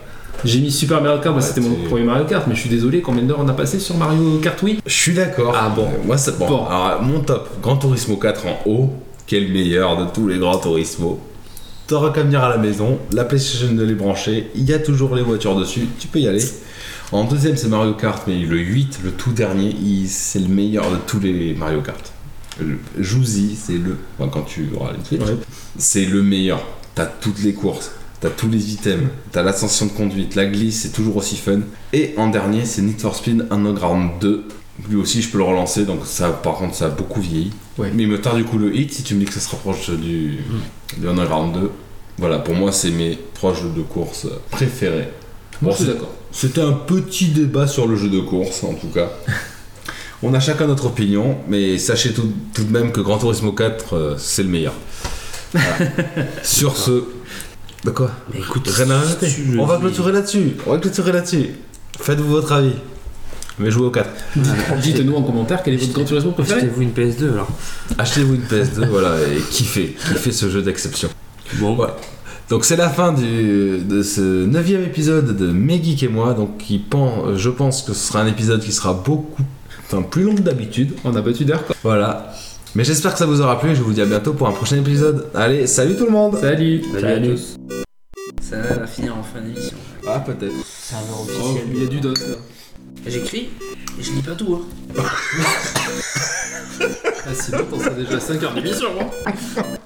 J'ai mis Super Mario Kart, bah, Ouais, c'était mon t'es- premier Mario Kart, mais je suis désolé, combien d'heures on a passé sur Mario Kart Wii Je suis d'accord. Ah bon. Euh, Moi, c'est bon. Bon. Alors, mon top, Grand Turismo 4 en haut. Quel meilleur de tous les Grand Turismo. T'auras qu'à venir à la maison, la PlayStation de les brancher, il y a toujours les voitures dessus, tu peux y aller. En deuxième, c'est Mario Kart, mais le 8, le tout dernier, il- c'est le meilleur de tous les Mario Kart. Le- Jouzy, c'est le. enfin, quand tu auras les Switch, Ouais. c'est le meilleur. T'as toutes les courses, t'as tous les items, t'as l'ascension de conduite, la glisse, c'est toujours aussi fun. Et en dernier, c'est Need for Speed Underground 2. Lui aussi, je peux le relancer, donc ça, par contre, ça a beaucoup vieilli. Ouais. Mais il me tarde du coup le hit si tu me dis que ça se rapproche du, Mm. du Underground 2. Voilà, pour moi, c'est mes trois jeux de course préférés. Bon, Moi, je suis c'est- d'accord. <laughs> c'était un petit débat sur le jeu de course, en tout <laughs> cas. On a chacun notre opinion, mais sachez tout, tout de même que Gran Turismo 4, euh, c'est le meilleur. <laughs> Voilà. sur ce. De Bah quoi Mais écoute, Rien à rajouter. si je On va dis- clôturer là-dessus. On va clôturer là-dessus. Faites-vous votre avis. Mais jouez au 4. Dites-nous en commentaire quel est votre Grand Turismo préféré. Achetez-vous une PS2 alors. Achetez-vous une PS2, <laughs> voilà, et kiffez. Kiffez ce jeu d'exception. Bon, Ouais. Donc c'est la fin du, de ce neuvième épisode de Mes Geeks et moi. Donc qui pen- je pense que ce sera un épisode qui sera beaucoup enfin, plus long que d'habitude. On a battu d'heure, quoi. Voilà. Mais j'espère que ça vous aura plu et je vous dis à bientôt pour un prochain épisode. Allez, salut tout le monde Salut Salut à tous. Ça va finir en fin d'émission. Ah peut-être. Serveur Oh, officiel. il y a du dos, là. J'écris et je lis pas tout. <laughs> Hein. Ah, sinon, on serait déjà à 5 heures d'émission, moi.